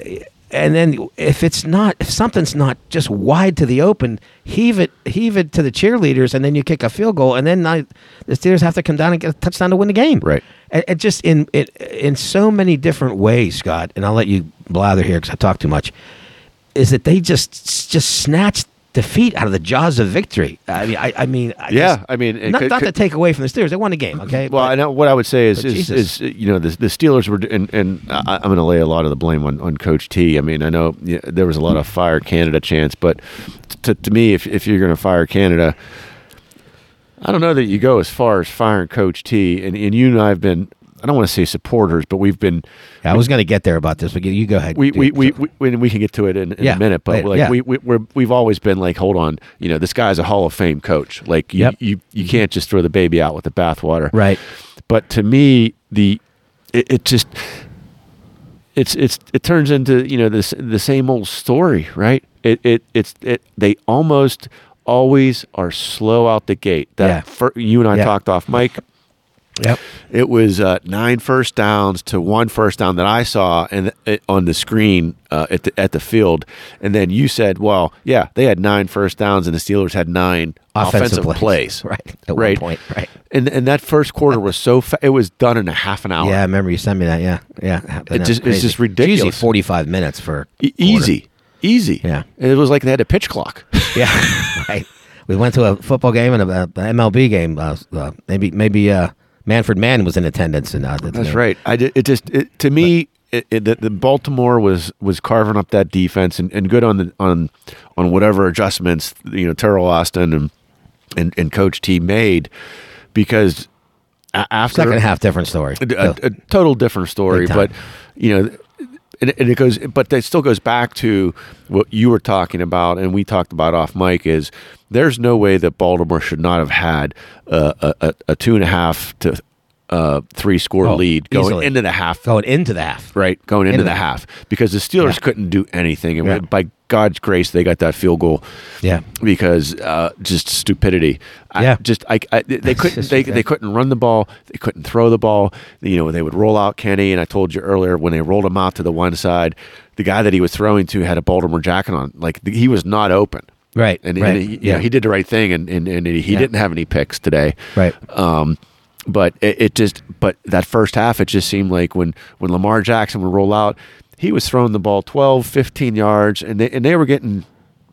Speaker 2: and then if it's not if something's not just wide to the open, heave it heave it to the cheerleaders, and then you kick a field goal, and then not, the Steelers have to come down and get a touchdown to win the game.
Speaker 3: Right.
Speaker 2: It, it just in it in so many different ways, Scott. And I'll let you blather here because I talk too much. Is that they just just snatched defeat out of the jaws of victory? I mean, I, I mean, I
Speaker 3: Yeah,
Speaker 2: just-
Speaker 3: I mean, it
Speaker 2: not,
Speaker 3: could-
Speaker 2: not
Speaker 3: could-
Speaker 2: to take away from the Steelers, they won the game. Okay.
Speaker 3: Well,
Speaker 2: But-
Speaker 3: I know what I would say is,
Speaker 2: But
Speaker 3: is,
Speaker 2: Jesus.
Speaker 3: is you know the, the Steelers were and, and I, I'm going to lay a lot of the blame on, on Coach T. I mean, I know yeah, there was a lot of fire Canada chance, but to, to me, if if you're going to fire Canada, I don't know that you go as far as firing Coach T. And and you and I have been I don't want to say supporters, but we've been
Speaker 2: I was going to get there about this, but you- you go ahead.
Speaker 3: we
Speaker 2: dude.
Speaker 3: we, we, we, we, we can get to it in, in
Speaker 2: Yeah,
Speaker 3: a minute, but
Speaker 2: later,
Speaker 3: like
Speaker 2: yeah.
Speaker 3: we, we we're, we've always been like, hold on, you know, this guy's a Hall of Fame coach. Like, you,
Speaker 2: Yep.
Speaker 3: you you can't just throw the baby out with the bathwater,
Speaker 2: Right.
Speaker 3: But to me, the it, it just it's it's it turns into you know this the same old story, right? It it it's it they almost always are slow out the gate. That
Speaker 2: Yeah.
Speaker 3: fir- you and I
Speaker 2: Yeah.
Speaker 3: talked off, Mike.
Speaker 2: Yep.
Speaker 3: It was uh, nine first downs to one first down that I saw and it, on the screen uh, at the at the field, and then you said, "Well, yeah, they had nine first downs, and the Steelers had nine offensive, plays,
Speaker 2: Right. At one
Speaker 3: Right.
Speaker 2: point. Right.
Speaker 3: And and that first quarter was so fa- it was done in a half an hour.
Speaker 2: Yeah, I remember you sent me that. Yeah. Yeah. I know,
Speaker 3: Oh. just- it's
Speaker 2: crazy.
Speaker 3: just
Speaker 2: Usually
Speaker 3: ridiculous.
Speaker 2: 45 minutes for.
Speaker 3: E- easy, easy.
Speaker 2: Yeah.
Speaker 3: it was like they had a pitch clock.
Speaker 2: Yeah. right. We went to a football game and a, a MLB game. Uh, uh, maybe maybe uh, Manfred Mann was in attendance. and uh,
Speaker 3: That's right. I did, it just it, to me it, it, the, the Baltimore was was carving up that defense and, and good on the on on whatever adjustments you know Terrell Austin and and, and Coach T made because a- after
Speaker 2: Second half, different story.
Speaker 3: a, a total different
Speaker 2: Big
Speaker 3: story,
Speaker 2: time.
Speaker 3: but you know, and, and it goes, but that still goes back to what you were talking about, and we talked about off mic is there's no way that Baltimore should not have had uh, a, a, a two and a half to uh, three score
Speaker 2: Oh,
Speaker 3: lead going
Speaker 2: easily.
Speaker 3: into the half,
Speaker 2: Going into the half.
Speaker 3: right? Going into
Speaker 2: Into
Speaker 3: the
Speaker 2: the-
Speaker 3: half because the Steelers
Speaker 2: Yeah.
Speaker 3: couldn't do anything, and
Speaker 2: Yeah.
Speaker 3: by God's grace, they got that field goal
Speaker 2: Yeah.
Speaker 3: because uh, just stupidity. I,
Speaker 2: Yeah.
Speaker 3: just I, I they couldn't
Speaker 2: just
Speaker 3: they,
Speaker 2: ridiculous.
Speaker 3: they couldn't run the ball. They couldn't throw the ball. You know they would roll out Kenny, and I told you earlier when they rolled him out to the one side, the guy that he was throwing to had a Baltimore jacket on. Like th- he was not open.
Speaker 2: Right,
Speaker 3: And,
Speaker 2: right,
Speaker 3: and he, you know,
Speaker 2: yeah.
Speaker 3: he did the right thing, and and, and he
Speaker 2: Yeah.
Speaker 3: didn't have any picks today.
Speaker 2: Right.
Speaker 3: Um, but it, it just but that first half, it just seemed like when when Lamar Jackson would roll out. He was throwing the ball 12, 15 yards, and they, and they were getting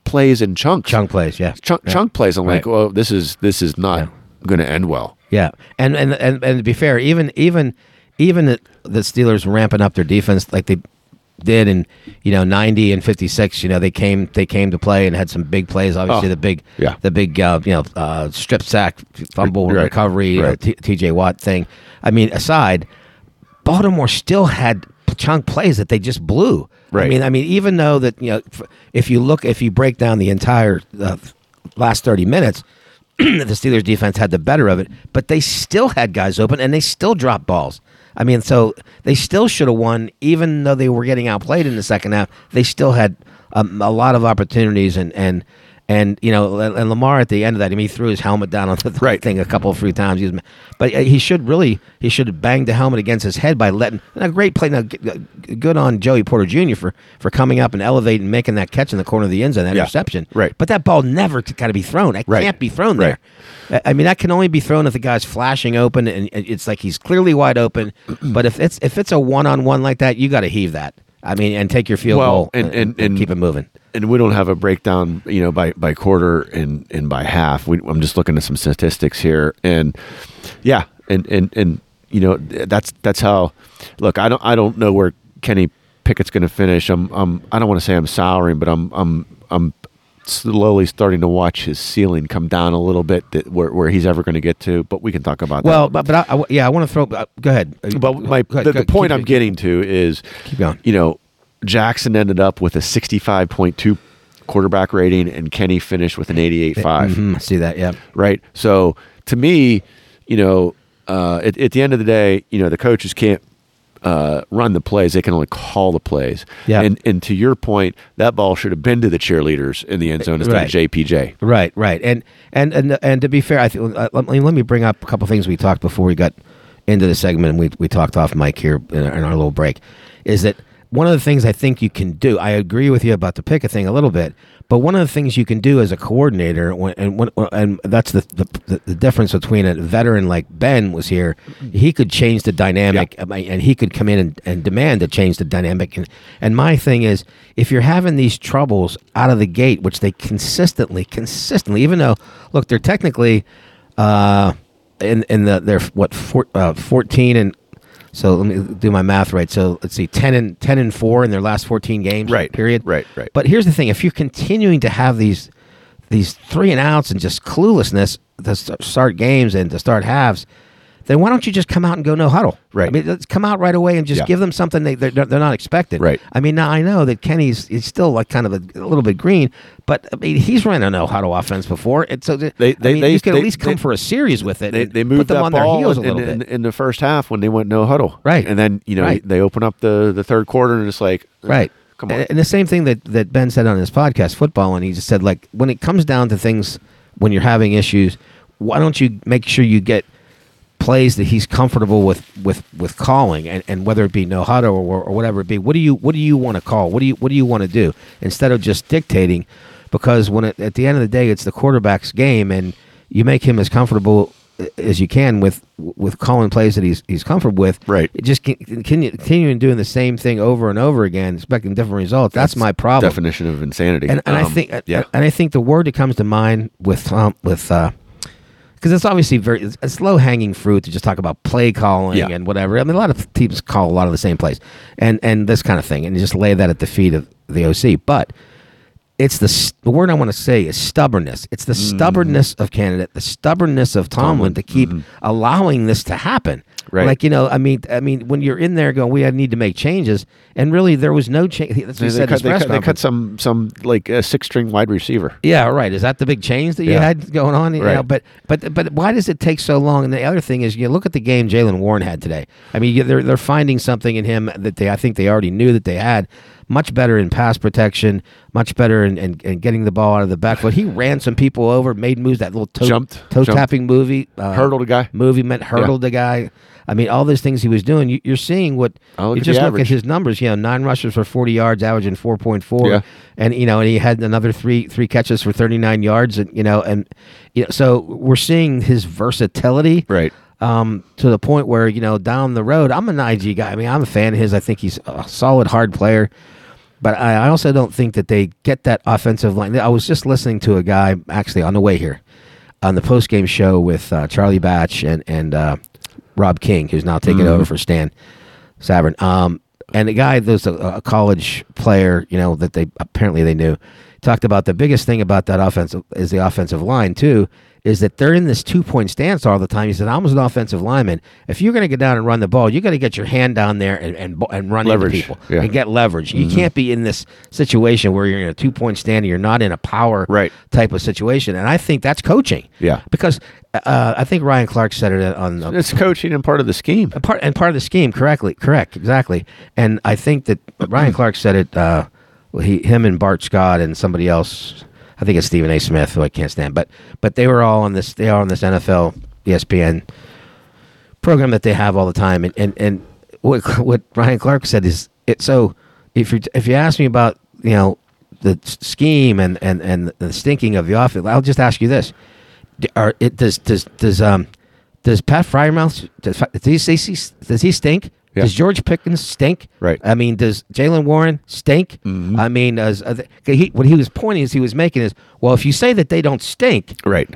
Speaker 3: plays in chunks
Speaker 2: Chunk plays. Yeah.
Speaker 3: chunk,
Speaker 2: yeah.
Speaker 3: chunk plays. I'm like,
Speaker 2: Right.
Speaker 3: well, this is this is not
Speaker 2: Yeah.
Speaker 3: going to end well.
Speaker 2: Yeah, and and and, and to be fair, even even even the, the Steelers ramping up their defense like they did in you know ninety and fifty six. You know they came they came to play and had some big plays. Obviously
Speaker 3: Oh,
Speaker 2: the big
Speaker 3: yeah.
Speaker 2: the big uh, you know uh, strip sack fumble
Speaker 3: Right,
Speaker 2: recovery you know,
Speaker 3: right.
Speaker 2: T- T.J. Watt thing. I mean, aside, Baltimore still had p- chunk plays that they just blew. I
Speaker 3: Right.
Speaker 2: mean, I mean, even though that you know, f- if you look, if you break down the entire uh, last thirty minutes, the Steelers defense had the better of it, but they still had guys open and they still dropped balls. I mean, so they still should have won, even though they were getting outplayed in the second half. They still had um, a lot of opportunities and and. And you know, and and Lamar at the end of that, I mean, he threw his helmet down on the th-
Speaker 3: Right.
Speaker 2: thing a couple of three times. He was, but uh, he should really he should have banged the helmet against his head by letting. And a great play. Now, g- g- good on Joey Porter Jr. for for coming up and elevating, and making that catch in the corner of the end zone, that
Speaker 3: Yeah.
Speaker 2: interception.
Speaker 3: Right.
Speaker 2: But that ball never got to be thrown. It
Speaker 3: Right.
Speaker 2: can't be thrown
Speaker 3: Right.
Speaker 2: there. I I mean, that can only be thrown if the guy's flashing open and it- it's like he's clearly wide open. but if it's if it's a one on one like that, you got to heave that. I mean, and take your field
Speaker 3: Well,
Speaker 2: goal
Speaker 3: and- and- and-
Speaker 2: keep it moving.
Speaker 3: And we don't have a breakdown, you know, by by quarter and and by half. We, I'm just looking at some statistics here, and yeah, and and and you know, that's that's how. Look, I don't I don't know where Kenny Pickett's going to finish. I'm I'm I don't want to say I'm souring, but I'm I'm I'm slowly starting to watch his ceiling come down a little bit that where, where he's ever going to get to but we can talk about that
Speaker 2: Well, but but I, I- yeah, I want to throw. uh, go ahead.
Speaker 3: But my
Speaker 2: Go ahead,
Speaker 3: the,
Speaker 2: go-
Speaker 3: the point
Speaker 2: keep-
Speaker 3: I'm getting to is,
Speaker 2: Keep going.
Speaker 3: you know, Jackson ended up with a 65.2 quarterback rating, and Kenny finished with an 88.5.
Speaker 2: Mhm, I see that. Yeah.
Speaker 3: Right. So to me, you know, uh, at, at the end of the day, you know, the coaches can't uh, run the plays; they can only call the plays.
Speaker 2: Yeah.
Speaker 3: And and to your point, that ball should have been to the cheerleaders in the end zone instead
Speaker 2: Right.
Speaker 3: of JPJ.
Speaker 2: Right, right, and and and and to be fair, I think uh, let me let me bring up a couple things we talked before we got into the segment, and we we talked off mic here in our, in our little break, is that one of the things I think you can do. I agree with you about the pick a thing a little bit, but one of the things you can do as a coordinator, when, and when, and that's the, the the difference between a veteran like Ben was here, he could change the dynamic, I mean, and he could come in and, and demand to change the dynamic. And and my thing is, if you're having these troubles out of the gate, which they consistently, consistently, even though, look, they're technically, uh, in in the they're what four, uh, fourteen and so let me do my math right. So let's see, ten and ten and four in their last fourteen games.
Speaker 3: Right,
Speaker 2: Period.
Speaker 3: right, right.
Speaker 2: But here's the thing: if you're continuing to have these these three and outs and just cluelessness to st- start games and to start halves. Then why don't you just come out and go no huddle?
Speaker 3: Right.
Speaker 2: I mean, let's come out right away and just
Speaker 3: Yeah.
Speaker 2: give them something they they're, they're not expected.
Speaker 3: Right.
Speaker 2: I mean, now I know that Kenny's is still like kind of a, a little bit green, but I mean, he's run a no huddle offense before, and so
Speaker 3: They-
Speaker 2: I
Speaker 3: they-
Speaker 2: mean,
Speaker 3: they-
Speaker 2: you could
Speaker 3: they-
Speaker 2: at least come
Speaker 3: they-
Speaker 2: for a series with it.
Speaker 3: They,
Speaker 2: and
Speaker 3: they
Speaker 2: put
Speaker 3: moved
Speaker 2: them
Speaker 3: that
Speaker 2: on their
Speaker 3: ball
Speaker 2: heels a
Speaker 3: in,
Speaker 2: little
Speaker 3: in,
Speaker 2: bit.
Speaker 3: in the first half when they went no huddle.
Speaker 2: Right.
Speaker 3: And then, you know,
Speaker 2: Right.
Speaker 3: they open up the, the third quarter and it's like, uh,
Speaker 2: Right.
Speaker 3: Come on.
Speaker 2: And- And the same thing that, that Ben said on his podcast, football, and he just said, like, when it comes down to things, when you're having issues, why don't you make sure you get plays that he's comfortable with with with calling and, and whether it be no huddle or, or whatever it be what do you what do you want to call what do you what do you want to do instead of just dictating because when it, at the end of the day it's the quarterback's game and you make him as comfortable uh, as you can with with calling plays that he's he's comfortable with
Speaker 3: Right.
Speaker 2: It just con- continue continuing doing the same thing over and over again expecting different results that's, my problem
Speaker 3: Definition of insanity.
Speaker 2: and, and I
Speaker 3: Um,
Speaker 2: think
Speaker 3: yeah.
Speaker 2: and I think the word that comes to mind with um, with uh, because it's obviously very it's, it's low hanging fruit to just talk about play calling
Speaker 3: Yeah.
Speaker 2: and whatever. I mean, a lot of teams call a lot of the same plays, and and this kind of thing, and you just lay that at the feet of the OC. But it's the s- the word I want to say is stubbornness. It's
Speaker 3: Mm.
Speaker 2: the stubbornness of candidate, the stubbornness of Tomlin to keep allowing this to happen.
Speaker 3: Mm-hmm. Right.
Speaker 2: Like you know, I mean, I mean, when you're in there going, we need to make changes, and really there was no change. That's what he
Speaker 3: They,
Speaker 2: said in
Speaker 3: cut,
Speaker 2: his
Speaker 3: they,
Speaker 2: press
Speaker 3: cut, they cut
Speaker 2: conference.
Speaker 3: some some like a six string wide receiver.
Speaker 2: Yeah, right. Is that the big change that you
Speaker 3: Yeah.
Speaker 2: had going on? You know,
Speaker 3: Right.
Speaker 2: but but but why does it take so long? And the other thing is, you look at the game Jalen Warren had today. I mean, you- they're they're finding something in him that they I think they already knew that they had. Much better in pass protection, much better in, in, in getting the ball out of the backfield. He ran some people over, made moves. That little toe,
Speaker 3: Jumped,
Speaker 2: toe
Speaker 3: jumped.
Speaker 2: tapping movie, uh,
Speaker 3: Hurdled a guy.
Speaker 2: movie meant hurdled the guy. I mean, all those things he was doing. You, you're seeing what
Speaker 3: Oh, look
Speaker 2: you
Speaker 3: at
Speaker 2: just
Speaker 3: the
Speaker 2: look at
Speaker 3: average.
Speaker 2: his numbers. You know, nine rushes for 40 yards, averaging 4.4
Speaker 3: Yeah.
Speaker 2: and you know, and he had another three three catches for 39 yards, and you know, and you know, so we're seeing his versatility,
Speaker 3: Right.
Speaker 2: Um, to the point where you know, down the road, I'm an IG guy. I mean, I'm a fan of his. I think he's a solid hard player, but I, I also don't think that they get that offensive line. I was just listening to a guy actually on the way here on the post game show with uh, Charlie Batch and and uh, Rob King, who's now taking over for Stan. Savern. Um, and the guy, there's a, a college player, you know, that they apparently they knew, talked about the biggest thing about that offensive is the offensive line too, is that they're in this two point stance all the time. He said, "I'm as an offensive lineman. If you're going to get down and run the ball, you got to get your hand down there and and, bo- and run
Speaker 3: Leverage,
Speaker 2: into people
Speaker 3: yeah. Mm-hmm.
Speaker 2: and get leverage. You can't be in this situation where you're in a two point stand and you're not in a power
Speaker 3: Right.
Speaker 2: type of situation. And I think that's coaching.
Speaker 3: Yeah.
Speaker 2: because uh, I think Ryan Clark said it on the
Speaker 3: It's coaching and part of the scheme.
Speaker 2: a part and part of the scheme correctly correct exactly and i think that ryan clark said it uh he him and bart scott and somebody else i think it's stephen a smith who i can't stand but but they were all on this they are on this nfl espn program that they have all the time and and, and what what ryan clark said is it so if you if you ask me about you know the s- scheme and and and the stinking of the offense i'll just ask you this D- are it does does does um does Pat Fryermouth does, Fi- does, he, does he- does he stink?
Speaker 3: Yeah.
Speaker 2: Does George Pickens stink?
Speaker 3: Right. Mm-hmm.
Speaker 2: I mean, does Jalen Warren stink? I mean, as uh, th- he, what he was pointing is he was making is well, if you say that they don't stink,
Speaker 3: Right.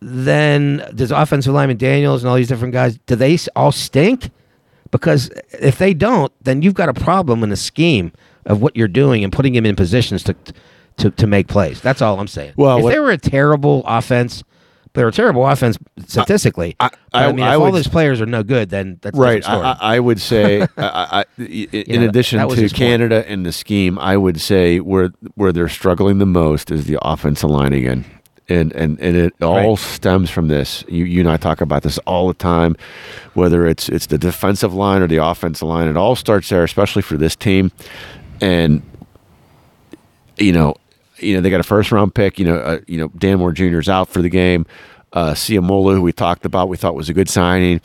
Speaker 2: then does offensive lineman Daniels and all these different guys do they s- all stink? Because if they don't, then you've got a problem in the scheme of what you're doing and putting him in positions to to, to make plays. That's all I'm saying.
Speaker 3: Well,
Speaker 2: if
Speaker 3: what-
Speaker 2: they were a terrible offense, they were a terrible offense statistically.
Speaker 3: I-
Speaker 2: but I,
Speaker 3: I-
Speaker 2: mean,
Speaker 3: I
Speaker 2: if all
Speaker 3: would-
Speaker 2: those players are no good, then that's a
Speaker 3: Right.
Speaker 2: different story.
Speaker 3: I, I I would say, I, I, I- in
Speaker 2: know,
Speaker 3: addition
Speaker 2: that was
Speaker 3: to
Speaker 2: his point.
Speaker 3: Canada and the scheme, I would say where where they're struggling the most is the offensive line again. And, and, and it all
Speaker 2: Right.
Speaker 3: stems from this. You, you and I talk about this all the time, whether it's it's the defensive line or the offensive line. It all starts there, especially for this team. And you know, you know they got a first round pick. You know, uh, you know Dan Moore Jr. is out for the game. Uh, Ciamola, who we talked about, we thought was a good signing.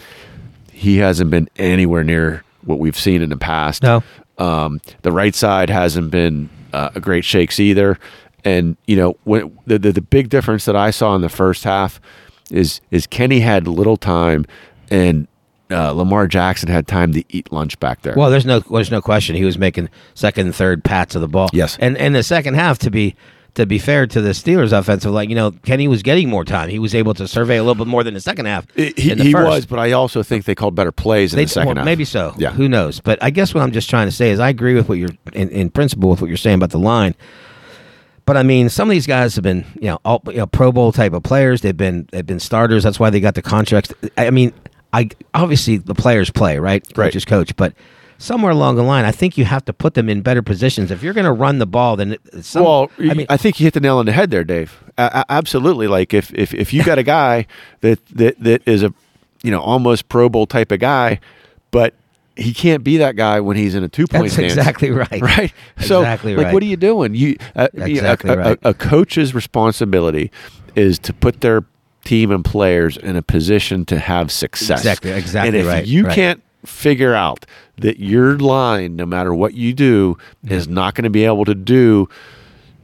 Speaker 3: He hasn't been anywhere near what we've seen in the past.
Speaker 2: No.
Speaker 3: um, the right side hasn't been uh, a great shakes either. And you know, when, the, the the big difference that I saw in the first half is is Kenny had little time, and uh, Lamar Jackson had time to eat lunch back there.
Speaker 2: Well, there's no there's no question he was making second and third pats of the ball.
Speaker 3: Yes.
Speaker 2: And and the second half to be to be fair to the Steelers offensive like you know, Kenny was getting more time. He was able to survey a little bit more than the second half.
Speaker 3: It- he
Speaker 2: than the
Speaker 3: he
Speaker 2: first.
Speaker 3: was, but I also think they called better plays in
Speaker 2: They-
Speaker 3: the second
Speaker 2: well,
Speaker 3: half.
Speaker 2: Maybe so.
Speaker 3: Yeah.
Speaker 2: Who knows? But I guess what I'm just trying to say is I agree with what you're in, in principle with what you're saying about the line. But I mean, some of these guys have been, you know, all, you know, Pro Bowl type of players. They've been, they've been starters. That's why they got the contracts. I I mean, I obviously the players play, right?
Speaker 3: Right.
Speaker 2: Coach is coach, but somewhere along the line, I think you have to put them in better positions. If you're going to run the ball, then it- some,
Speaker 3: well,
Speaker 2: I mean,
Speaker 3: I think you hit the nail on the head there, Dave. A- a- absolutely. Like if if if you got a guy that that that is a you know almost Pro Bowl type of guy, but he can't be that guy when he's in a two point
Speaker 2: that's
Speaker 3: stance.
Speaker 2: exactly right.
Speaker 3: Right. So,
Speaker 2: exactly
Speaker 3: like,
Speaker 2: right.
Speaker 3: what are you doing? You uh, you know, a-
Speaker 2: Exactly
Speaker 3: a,
Speaker 2: right.
Speaker 3: a, coach's responsibility is to put their team and players in a position to have success.
Speaker 2: Exactly- exactly
Speaker 3: And if
Speaker 2: right,
Speaker 3: you
Speaker 2: right.
Speaker 3: can't figure out that your line, no matter what you do, is not going to be able to do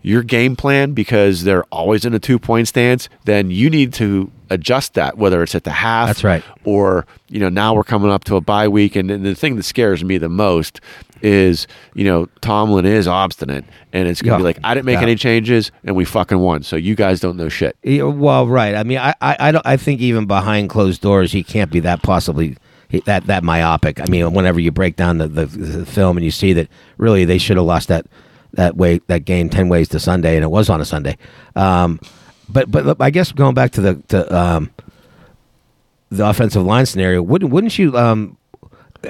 Speaker 3: your game plan because they're always in a two point stance, then you need to adjust that, whether it's at the half.
Speaker 2: That's right.
Speaker 3: Or, you know, now we're coming up to a bye week. And, and the thing that scares me the most is you know Tomlin is obstinate, and it's gonna be
Speaker 2: Yeah.
Speaker 3: like I didn't make
Speaker 2: Yeah.
Speaker 3: any changes, and we fucking won. So you guys don't know shit.
Speaker 2: Yeah, well, right. I mean, I, I, I, don't, I think even behind closed doors, he can't be that possibly he- that that myopic. I mean, whenever you break down the, the, the film and you see that really they should have lost that that way that game ten ways to Sunday, and it was on a Sunday. Um, but but I guess going back to the to, um, the offensive line scenario, wouldn't wouldn't you? Um,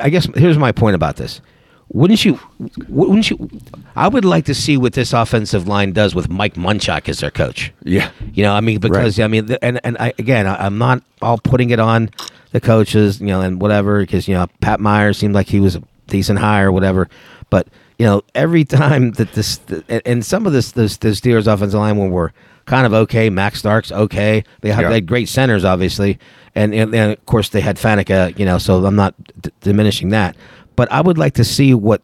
Speaker 2: I guess here's my point about this. Wouldn't you? Wouldn't you? I would like to see what this offensive line does with Mike Munchak as their coach.
Speaker 3: Yeah.
Speaker 2: You know, I mean, because I mean, th- and and I, again, I, I'm not all putting it on the coaches, you know, and whatever, because you know, Pat Meyer seemed like he was a decent hire, or whatever. But you know, every time that this th- and- and some of this this this Steelers offensive line when we're kind of okay, Max Starks okay, they had,
Speaker 3: Yeah.
Speaker 2: they had great centers, obviously, and, and and of course they had Faneca, you know, so I'm not d- diminishing that, but I would like to see what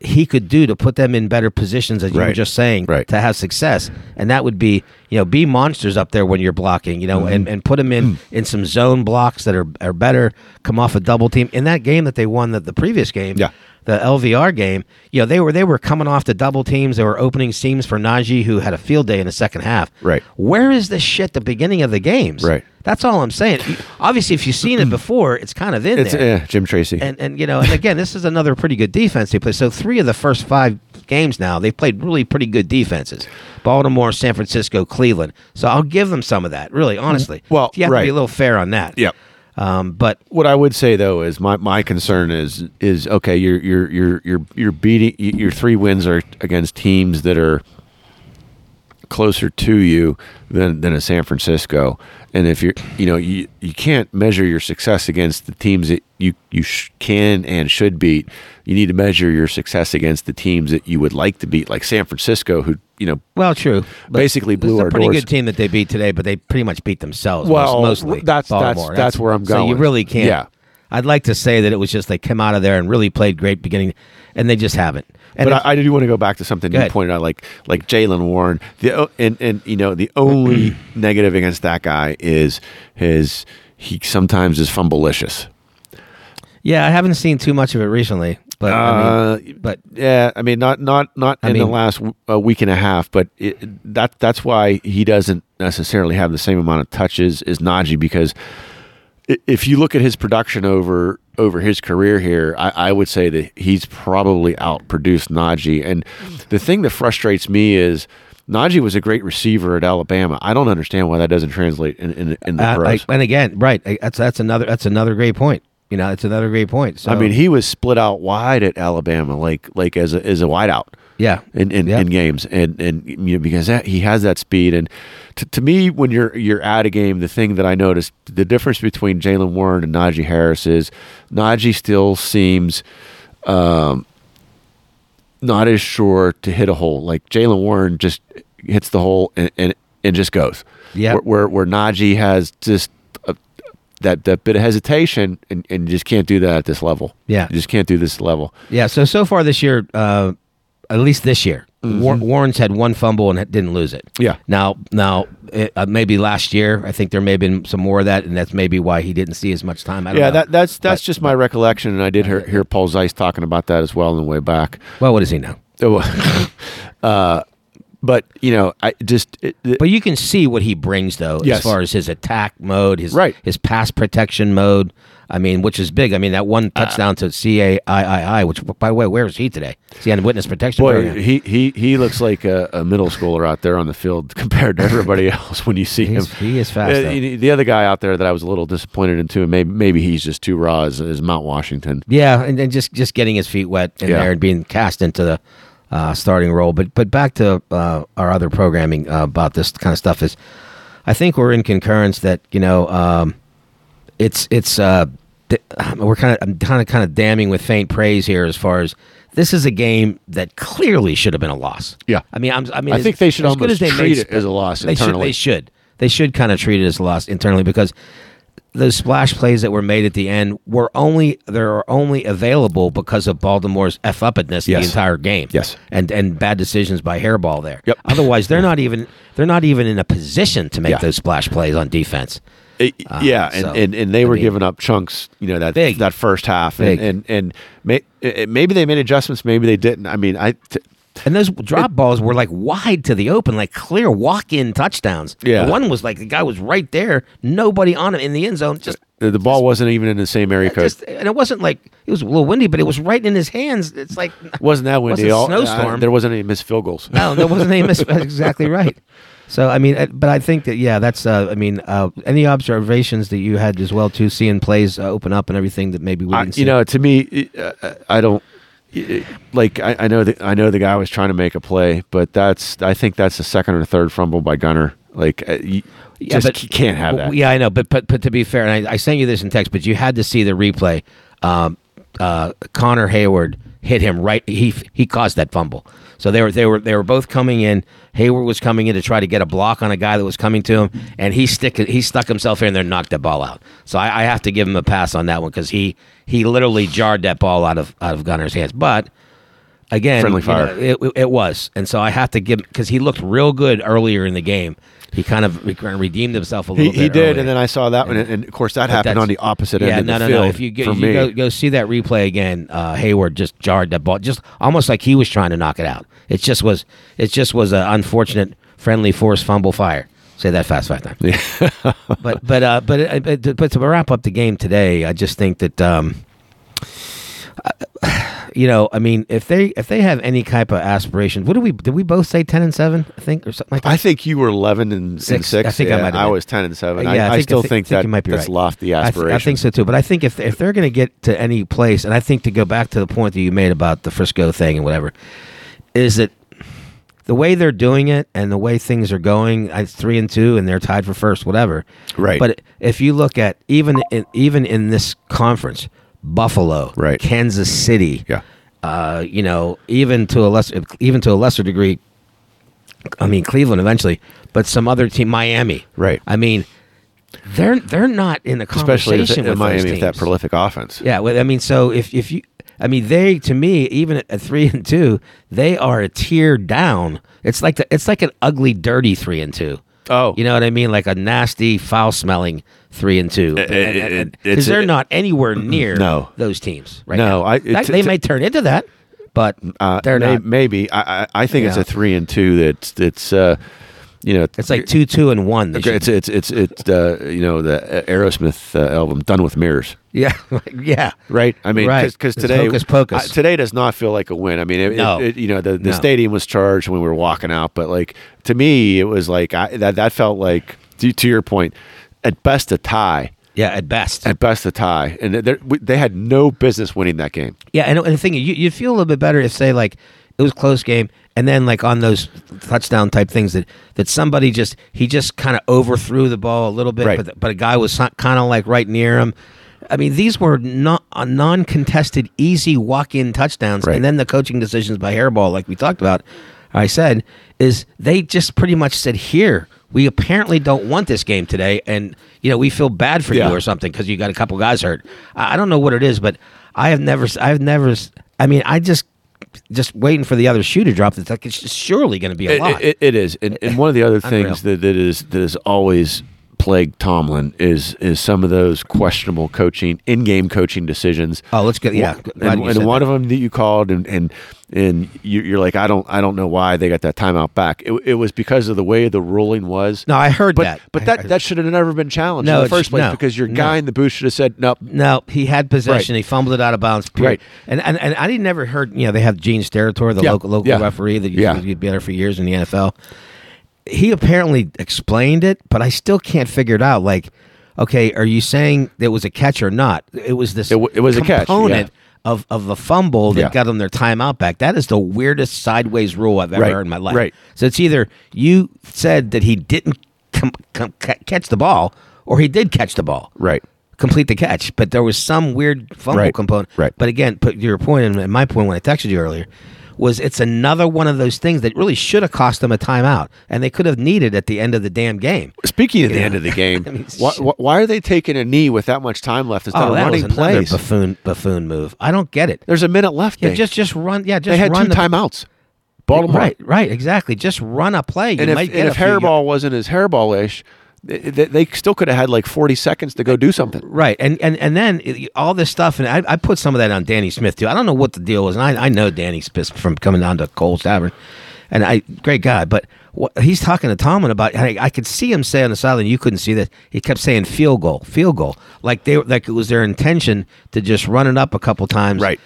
Speaker 2: he could do to put them in better positions, as you were
Speaker 3: Right.
Speaker 2: just saying,
Speaker 3: Right.
Speaker 2: to have success. And that would be, you know, be monsters up there when you're blocking, you know, and, and put them
Speaker 3: Mm.
Speaker 2: in, in some zone blocks that are, are better, come off a double team. In that game that they won the, the previous game,
Speaker 3: Yeah.
Speaker 2: the LVR game, you know, they were they were coming off the double teams, they were opening seams for Najee, who had a field day in the second half.
Speaker 3: Right.
Speaker 2: Where is this shit the beginning of the games?
Speaker 3: Right.
Speaker 2: That's all I'm saying. Obviously, if you've seen it before, it's kind of in
Speaker 3: It's
Speaker 2: there
Speaker 3: eh, Jim Tracy.
Speaker 2: and and you know, and again, this is another pretty good defense they play. So three of the first five games now, they've played really pretty good defenses: Baltimore, San Francisco, Cleveland. So I'll give them some of that. Really, honestly,
Speaker 3: Mm-hmm. Well,
Speaker 2: you have to
Speaker 3: right.
Speaker 2: be a little fair on that.
Speaker 3: Yep.
Speaker 2: Um, but
Speaker 3: what I would say though is my, my concern is is okay you're you're you're you're you're beating y- your three wins are against teams that are closer to you than than a San Francisco and if you're you know you you can't measure your success against the teams that you you sh- can and should beat you need to measure your success against the teams that you would like to beat like San Francisco who you know
Speaker 2: well, true. But
Speaker 3: Basically
Speaker 2: this
Speaker 3: blew
Speaker 2: is a
Speaker 3: our
Speaker 2: pretty
Speaker 3: doors.
Speaker 2: good team that they beat today, but they pretty much beat themselves.
Speaker 3: Well,
Speaker 2: most- mostly
Speaker 3: that's- that's-
Speaker 2: Baltimore.
Speaker 3: that's where I'm
Speaker 2: So you
Speaker 3: going.
Speaker 2: really can't.
Speaker 3: Yeah.
Speaker 2: I'd like to say that it was just they came out of there and really played great beginning, and they just haven't. And
Speaker 3: but I, I do want to go back to something you
Speaker 2: ahead.
Speaker 3: pointed out, like like Jalen Warren. The o- and and you know the only negative against that guy is his he sometimes is fumblelicious.
Speaker 2: yeah, I haven't seen too much of it recently. But I mean,
Speaker 3: Uh,
Speaker 2: but
Speaker 3: Yeah, I mean not not not in the
Speaker 2: mean-
Speaker 3: last w- uh, week and a half, but it, that that's why he doesn't necessarily have the same amount of touches as Najee because i- if you look at his production over over his career here, I, I would say that he's probably outproduced Najee. And the thing that frustrates me is Najee was a great receiver at Alabama. I don't understand why that doesn't translate in, in, in the
Speaker 2: Uh,
Speaker 3: pros.
Speaker 2: like- and again, right? I- That's that's another that's another great point. You know, it's another great point. So
Speaker 3: I mean, he was split out wide at Alabama, like like as a, as a wideout.
Speaker 2: yeah,
Speaker 3: in in,
Speaker 2: yeah.
Speaker 3: in games, and and you know because that, he has that speed. And to, to me, when you're you're at a game, the thing that I noticed the difference between Jalen Warren and Najee Harris is Najee still seems um, not as sure to hit a hole. Like Jalen Warren just hits the hole and and, and just goes.
Speaker 2: Yep.
Speaker 3: where, where where Najee has just. A, that, that bit of hesitation and, and you just can't do that at this level.
Speaker 2: Yeah.
Speaker 3: You just can't do this level.
Speaker 2: yeah. So so far this year, uh, at least this year, War- Warren's had one fumble and didn't lose it.
Speaker 3: Mm-hmm. Yeah.
Speaker 2: Now now it, uh, maybe last year, I think there may have been some more of that, and that's maybe why he didn't see as much time. I don't
Speaker 3: Yeah,
Speaker 2: know.
Speaker 3: that, that's that's just my recollection, and I did hear, hear Paul Zeiss talking about that as well on the way back.
Speaker 2: well, what does he know?
Speaker 3: uh, but you know, I just it, it-
Speaker 2: But you can see what he brings, though, as
Speaker 3: Yes.
Speaker 2: far as his attack mode, his
Speaker 3: Right.
Speaker 2: his pass protection mode. I mean, which is big. I mean, that one touchdown to CAII, which, by the way, where is he today? Is he on witness protection?
Speaker 3: boy,
Speaker 2: program?
Speaker 3: he, he he looks like a, a middle schooler out there on the field compared to everybody else when you see him.
Speaker 2: He's- he is fast,
Speaker 3: Uh,
Speaker 2: though.
Speaker 3: you know, the other guy out there that I was a little disappointed in too, and maybe maybe he's just too raw is, is Mount Washington.
Speaker 2: Yeah, and then just just getting his feet wet in
Speaker 3: Yeah.
Speaker 2: there and being cast into the uh, starting role. But but back to uh, our other programming uh, about this kind of stuff is, I think we're in concurrence that you know um, it's it's uh, d- we're kind of I'm kind of kind of damning with faint praise here as far as. This is a game that clearly should have been a loss.
Speaker 3: Yeah.
Speaker 2: I mean, I'm, I mean,
Speaker 3: I
Speaker 2: as-
Speaker 3: think they should
Speaker 2: as good
Speaker 3: almost
Speaker 2: as they made
Speaker 3: treat it
Speaker 2: sp-
Speaker 3: as a loss
Speaker 2: They should. They
Speaker 3: internally.
Speaker 2: should. They should kind of treat it as a loss internally because those splash plays that were made at the end were only they are only available because of Baltimore's f upness the
Speaker 3: Yes.
Speaker 2: entire game.
Speaker 3: Yes.
Speaker 2: and and bad decisions by Hairball there.
Speaker 3: Yep.
Speaker 2: Otherwise, they're not even they're not even in a position to make
Speaker 3: Yeah.
Speaker 2: those splash plays on defense.
Speaker 3: It- yeah, and,
Speaker 2: Ah, so,
Speaker 3: and, and they
Speaker 2: I
Speaker 3: were
Speaker 2: mean-
Speaker 3: giving up chunks, you know, that
Speaker 2: Big.
Speaker 3: that first half,
Speaker 2: Big.
Speaker 3: and and, and may, it- maybe they made adjustments, maybe they didn't. I mean, I t-
Speaker 2: And those drop balls were like wide to the open, like clear walk-in touchdowns.
Speaker 3: Yeah.
Speaker 2: The one was like the guy was right there, nobody on him in the end zone. Just,
Speaker 3: the, the ball wasn't even in the same area code.
Speaker 2: just, and it wasn't like it was a little windy, but it was right in his hands. It's like
Speaker 3: wasn't that windy?
Speaker 2: wasn't
Speaker 3: All-
Speaker 2: snowstorm.
Speaker 3: I- there wasn't any missed field goals.
Speaker 2: No, that wasn't any mis- that's exactly right. So I mean, uh, but I think that yeah, that's uh, I mean, uh, any observations that you had as well too, seeing plays uh, open up and everything that maybe we
Speaker 3: I,
Speaker 2: didn't see.
Speaker 3: you know, to me, uh, uh, I don't uh, like. I, I know that I know the guy was trying to make a play, but that's. I think that's the second or third fumble by Gunner. Like, uh, you just c- can't have
Speaker 2: w-
Speaker 3: that.
Speaker 2: Yeah, I know, but but but to be fair, and I, I sent you this in text, but you had to see the replay. Um, uh, Connor Hayward hit him right. He he caused that fumble. So they were they were they were both coming in. Hayward was coming in to try to get a block on a guy that was coming to him, and he stick he stuck himself in there and knocked that ball out. So I, I have to give him a pass on that one because he he literally jarred that ball out of out of Gunner's hands. But again,
Speaker 3: Friendly
Speaker 2: you know,
Speaker 3: fire.
Speaker 2: it, it was, and so I have to give because he looked real good earlier in the game. He kind of re- kind of redeemed himself a little
Speaker 3: He,
Speaker 2: bit.
Speaker 3: he did,
Speaker 2: earlier.
Speaker 3: and then I saw that one, and, and of course that
Speaker 2: But
Speaker 3: happened
Speaker 2: that's-
Speaker 3: on the opposite
Speaker 2: yeah,
Speaker 3: end of
Speaker 2: no,
Speaker 3: the
Speaker 2: no,
Speaker 3: field.
Speaker 2: no. If you, go,
Speaker 3: for
Speaker 2: if
Speaker 3: me.
Speaker 2: you go, go see that replay again, uh, Hayward just jarred that ball, just almost like he was trying to knock it out. It just was, it just was an unfortunate friendly force fumble fire. Say that fast five times. but but uh, but uh, but to- but to wrap up the game today, I just think that um, uh, you know, I mean, if they if they have any type of aspirations, what do we did we both say ten and seven? I think or something like that.
Speaker 3: I think you were eleven and six. And
Speaker 2: Six.
Speaker 3: six.
Speaker 2: I think I
Speaker 3: yeah,
Speaker 2: might have
Speaker 3: I
Speaker 2: been.
Speaker 3: was ten and seven.
Speaker 2: Uh,
Speaker 3: I, I,
Speaker 2: think-
Speaker 3: still
Speaker 2: thi-
Speaker 3: think, that
Speaker 2: you might be
Speaker 3: that's
Speaker 2: right.
Speaker 3: lofty
Speaker 2: I thi-
Speaker 3: aspiration.
Speaker 2: I, think so too. But I think if if they're going to get to any place, and I think to go back to the point that you made about the Frisco thing and whatever, is that the way they're doing it and the way things are going, it's three and two, and they're tied for first, whatever.
Speaker 3: Right.
Speaker 2: But if you look at even in, even in this conference, Buffalo,
Speaker 3: Right.
Speaker 2: Kansas City,
Speaker 3: Yeah.
Speaker 2: uh, you know, even to a lesser even to a lesser degree, I mean Cleveland eventually, but some other team, Miami,
Speaker 3: Right.
Speaker 2: I mean, they're they're not in the
Speaker 3: especially
Speaker 2: conversation
Speaker 3: if,
Speaker 2: with
Speaker 3: in Miami
Speaker 2: those
Speaker 3: with that
Speaker 2: teams.
Speaker 3: prolific offense.
Speaker 2: Yeah, well, I mean, so if if you, I mean, they to me even at- at three and two, they are a tier down. It's like the, it's like an ugly, dirty three and two.
Speaker 3: Oh.
Speaker 2: you know what I mean? Like a nasty, foul-smelling three and two.
Speaker 3: it- it-
Speaker 2: Because
Speaker 3: it's-
Speaker 2: they're
Speaker 3: it-
Speaker 2: not anywhere near
Speaker 3: No.
Speaker 2: those teams right
Speaker 3: No,
Speaker 2: now.
Speaker 3: I- it-
Speaker 2: That- they
Speaker 3: t-
Speaker 2: may turn into that, but
Speaker 3: Uh,
Speaker 2: they're
Speaker 3: may-
Speaker 2: not.
Speaker 3: Maybe I, I, I think it's
Speaker 2: Yeah.
Speaker 3: a three and two. That's that's uh, you know
Speaker 2: It's like two, two, and one. They
Speaker 3: Okay,
Speaker 2: should
Speaker 3: it's it's it's it's uh, you know the Aerosmith uh, album "Done with Mirrors,"
Speaker 2: Yeah, yeah,
Speaker 3: right? I mean,
Speaker 2: Right.
Speaker 3: because
Speaker 2: It's
Speaker 3: today
Speaker 2: hocus pocus.
Speaker 3: I- today does not feel like a win. I mean, it,
Speaker 2: No.
Speaker 3: it, it- you know the, the
Speaker 2: No.
Speaker 3: stadium was charged when we were walking out, but like to me, it was like I, that that felt like to, to your point, at best a tie,
Speaker 2: yeah. At best,
Speaker 3: at best a tie, and there- we- they had no business winning that game.
Speaker 2: Yeah, and, and the thing you you feel a little bit better if say like it was close game, and then like on those touchdown type things that that somebody just he just kind of overthrew the ball a little bit,
Speaker 3: Right.
Speaker 2: but the- but a guy was kind of like right near him. I mean, these were not uh, non-contested, easy walk-in touchdowns,
Speaker 3: Right.
Speaker 2: and then the coaching decisions by hairball, like we talked about. I said is they just pretty much said here. We apparently don't want this game today, and you know we feel bad for
Speaker 3: Yeah.
Speaker 2: you or something because you got a couple guys hurt. I I don't know what it is, but I have never, I've never, I mean, I just, just waiting for the other shoe to drop. It's like it's just surely going to be a
Speaker 3: It-
Speaker 2: lot.
Speaker 3: it- it is, and, and one of the other
Speaker 2: Unreal.
Speaker 3: things that, that is that is always plagued Tomlin is is some of those questionable coaching, in game coaching decisions.
Speaker 2: oh, let's go. Yeah,
Speaker 3: and,
Speaker 2: glad you
Speaker 3: and
Speaker 2: said
Speaker 3: one
Speaker 2: that.
Speaker 3: of them that you called, and and and you, you're like, I don't, I don't know why they got that timeout back. It, it was because of the way the ruling was.
Speaker 2: no, I heard
Speaker 3: but
Speaker 2: that,
Speaker 3: but that that should have never been challenged
Speaker 2: No,
Speaker 3: in the
Speaker 2: it's-
Speaker 3: first place
Speaker 2: no,
Speaker 3: because your
Speaker 2: no.
Speaker 3: guy in the booth should have said, nope,
Speaker 2: No, he had possession.
Speaker 3: Right.
Speaker 2: He fumbled it out of bounds. period.
Speaker 3: Right.
Speaker 2: And, and and I didn't never heard. You know, they have Gene Steratore, the
Speaker 3: Yeah,
Speaker 2: local local
Speaker 3: yeah,
Speaker 2: referee that used
Speaker 3: yeah.
Speaker 2: to be better for years in the NFL. He apparently explained it, but I still can't figure it out. Like, okay, are you saying there was a catch or not? It was this.
Speaker 3: It wa- it was a catch, yeah.
Speaker 2: component Of, of the fumble that
Speaker 3: Yeah.
Speaker 2: got them their timeout back. That is the weirdest sideways rule I've ever
Speaker 3: Right,
Speaker 2: heard in my life.
Speaker 3: right.
Speaker 2: So it's either you said that he didn't com- com- ca- catch the ball, or he did catch the ball
Speaker 3: Right.
Speaker 2: complete the catch, but there was some weird fumble
Speaker 3: Right,
Speaker 2: component.
Speaker 3: right.
Speaker 2: But again, put your point and- and my point when I texted you earlier was it's another one of those things that really should have cost them a timeout, and they could have needed at the end of the damn game.
Speaker 3: Speaking of the
Speaker 2: Yeah.
Speaker 3: end of the game,
Speaker 2: I mean,
Speaker 3: why,
Speaker 2: shit.
Speaker 3: why, why are they taking a knee with that much time left instead
Speaker 2: Oh,
Speaker 3: of
Speaker 2: that was
Speaker 3: running
Speaker 2: another
Speaker 3: plays?
Speaker 2: buffoon buffoon move. I don't get it.
Speaker 3: There's a minute left.
Speaker 2: Yeah,
Speaker 3: Dave.
Speaker 2: just just run. Yeah, just
Speaker 3: they had
Speaker 2: run
Speaker 3: two
Speaker 2: the,
Speaker 3: timeouts. Baltimore.
Speaker 2: Right, right, exactly. Just run a play. You
Speaker 3: And if,
Speaker 2: might
Speaker 3: and
Speaker 2: get a
Speaker 3: if
Speaker 2: few yards.
Speaker 3: hairball wasn't as hairball-ish, they, they- they still could have had like 40 seconds to go do something.
Speaker 2: Right, and and and then it- all this stuff, and I, I put some of that on Danny Smith too. I don't know what the deal was, and I, I know Danny Smith from coming down to Cole's Tavern, and I great guy, but what, he's talking to Tomlin about. and I, I could see him say on the sideline, you couldn't see this. He kept saying field goal, field goal, like they like it was their intention to just run it up a couple times,
Speaker 3: Right.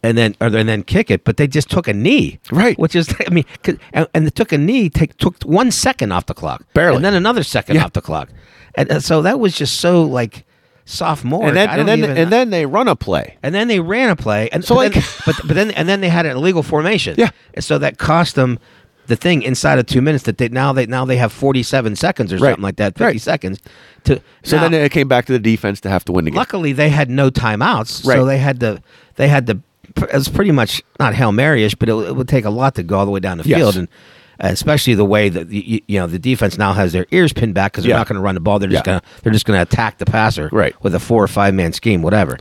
Speaker 2: And then, or and then kick it, but they just took a knee,
Speaker 3: Right.
Speaker 2: Which is, I mean, 'cause- and, and they took a knee, take, took one second off the clock,
Speaker 3: Barely.
Speaker 2: and then another second
Speaker 3: Yeah.
Speaker 2: off the clock, and, and so that was just so like sophomore.
Speaker 3: And then
Speaker 2: I don't
Speaker 3: and then
Speaker 2: even-
Speaker 3: and then they run a play.
Speaker 2: and then they ran a play, and
Speaker 3: So,
Speaker 2: but then,
Speaker 3: like-
Speaker 2: but but then and then they had an illegal formation.
Speaker 3: Yeah.
Speaker 2: and so that cost them the thing inside of two minutes that they now they now they have forty seven seconds or
Speaker 3: Right.
Speaker 2: something like that, fifty
Speaker 3: Right.
Speaker 2: seconds to.
Speaker 3: So
Speaker 2: now,
Speaker 3: then it came back to the defense to have to win the game.
Speaker 2: luckily they had no timeouts,
Speaker 3: Right.
Speaker 2: so they had to they had to. It was pretty much not hail maryish, but it, it would take a lot to go all the way down the
Speaker 3: Yes.
Speaker 2: field, and and especially the way that you, you know the defense now has their ears pinned back because they're
Speaker 3: Yeah.
Speaker 2: not going to run the ball; they're just
Speaker 3: Yeah.
Speaker 2: going to they're just going to attack the passer
Speaker 3: Right.
Speaker 2: with a four or five man scheme, whatever.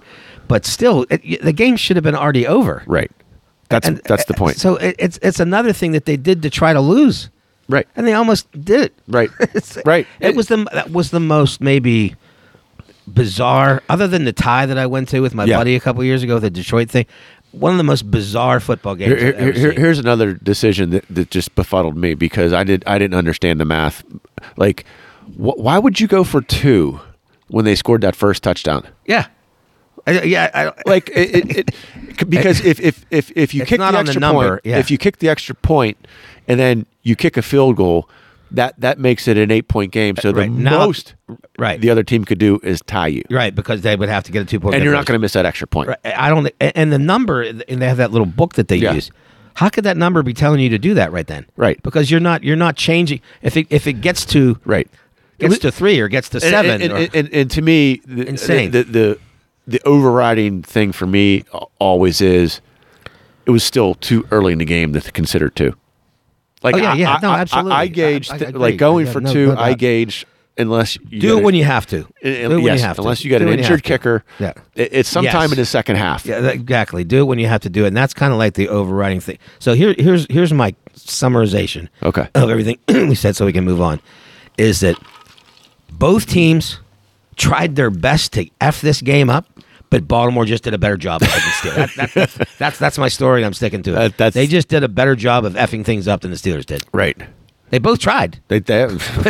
Speaker 2: But still, it, the game should have been already over.
Speaker 3: Right. That's
Speaker 2: And- uh,
Speaker 3: that's the point.
Speaker 2: So it, it's it's another thing that they did to try to lose,
Speaker 3: right.
Speaker 2: and they almost did it.
Speaker 3: Right.
Speaker 2: It's-
Speaker 3: Right.
Speaker 2: It was the that was the most maybe bizarre, other than the tie that I went to with my
Speaker 3: Yeah.
Speaker 2: buddy a couple years ago, the Detroit thing. One of the most bizarre football games.
Speaker 3: Here-
Speaker 2: I've
Speaker 3: here-
Speaker 2: ever
Speaker 3: here-
Speaker 2: seen.
Speaker 3: here's another decision that, that just befuddled me because I did I didn't understand the math. Like, wh- why would you go for two when they scored that first touchdown?
Speaker 2: yeah, I, yeah. I, don't-
Speaker 3: Like it, it, it c- because if if if if you
Speaker 2: It's
Speaker 3: kick
Speaker 2: not
Speaker 3: the
Speaker 2: on the
Speaker 3: extra
Speaker 2: number,
Speaker 3: point,
Speaker 2: yeah.
Speaker 3: if you kick the extra point, and then you kick a field goal, that that makes it an eight point game. So the
Speaker 2: Uh, Right. Now-
Speaker 3: most
Speaker 2: right.
Speaker 3: the other team could do is tie you,
Speaker 2: right, because they would have to get a two point.
Speaker 3: and you're not going to miss that extra point.
Speaker 2: Right. I don't. And the number, and they have that little book that they
Speaker 3: Yeah.
Speaker 2: use. How could that number be telling you to do that right then?
Speaker 3: Right.
Speaker 2: Because you're not. You're not changing. If it if it gets to
Speaker 3: Right.
Speaker 2: gets to three or gets to
Speaker 3: And-
Speaker 2: seven.
Speaker 3: And,
Speaker 2: or-
Speaker 3: and, and, and to me, the,
Speaker 2: Insane.
Speaker 3: The, the the overriding thing for me al- always is it was still too early in the game to consider two. Like
Speaker 2: Oh, yeah,
Speaker 3: I,
Speaker 2: yeah.
Speaker 3: I-
Speaker 2: No,
Speaker 3: I- I-
Speaker 2: absolutely.
Speaker 3: I, gauge
Speaker 2: I- I
Speaker 3: th-
Speaker 2: agree.
Speaker 3: like going
Speaker 2: Yeah,
Speaker 3: for
Speaker 2: no-
Speaker 3: two.
Speaker 2: no
Speaker 3: I
Speaker 2: doubt.
Speaker 3: gotta- gauge unless you
Speaker 2: do it when you have to.
Speaker 3: uh,
Speaker 2: do it when
Speaker 3: yes,
Speaker 2: you have to.
Speaker 3: unless you got
Speaker 2: Do
Speaker 3: an
Speaker 2: it when you
Speaker 3: injured
Speaker 2: have to.
Speaker 3: kicker.
Speaker 2: Yeah.
Speaker 3: It- it's sometime
Speaker 2: Yes.
Speaker 3: in the second half.
Speaker 2: Yeah, that- exactly. Do it when you have to do it, and that's kind of like the overriding thing. So here, here's here's my summarization.
Speaker 3: Okay.
Speaker 2: Of everything we said, so we can move on, is that both teams tried their best to f this game up, but Baltimore just did a better job. Of it than the Steelers. that, that, that's, that's that's my story. and I'm sticking to it.
Speaker 3: That- that's-
Speaker 2: they just did a better job of effing things up than the Steelers did.
Speaker 3: Right.
Speaker 2: They both tried,
Speaker 3: They, they,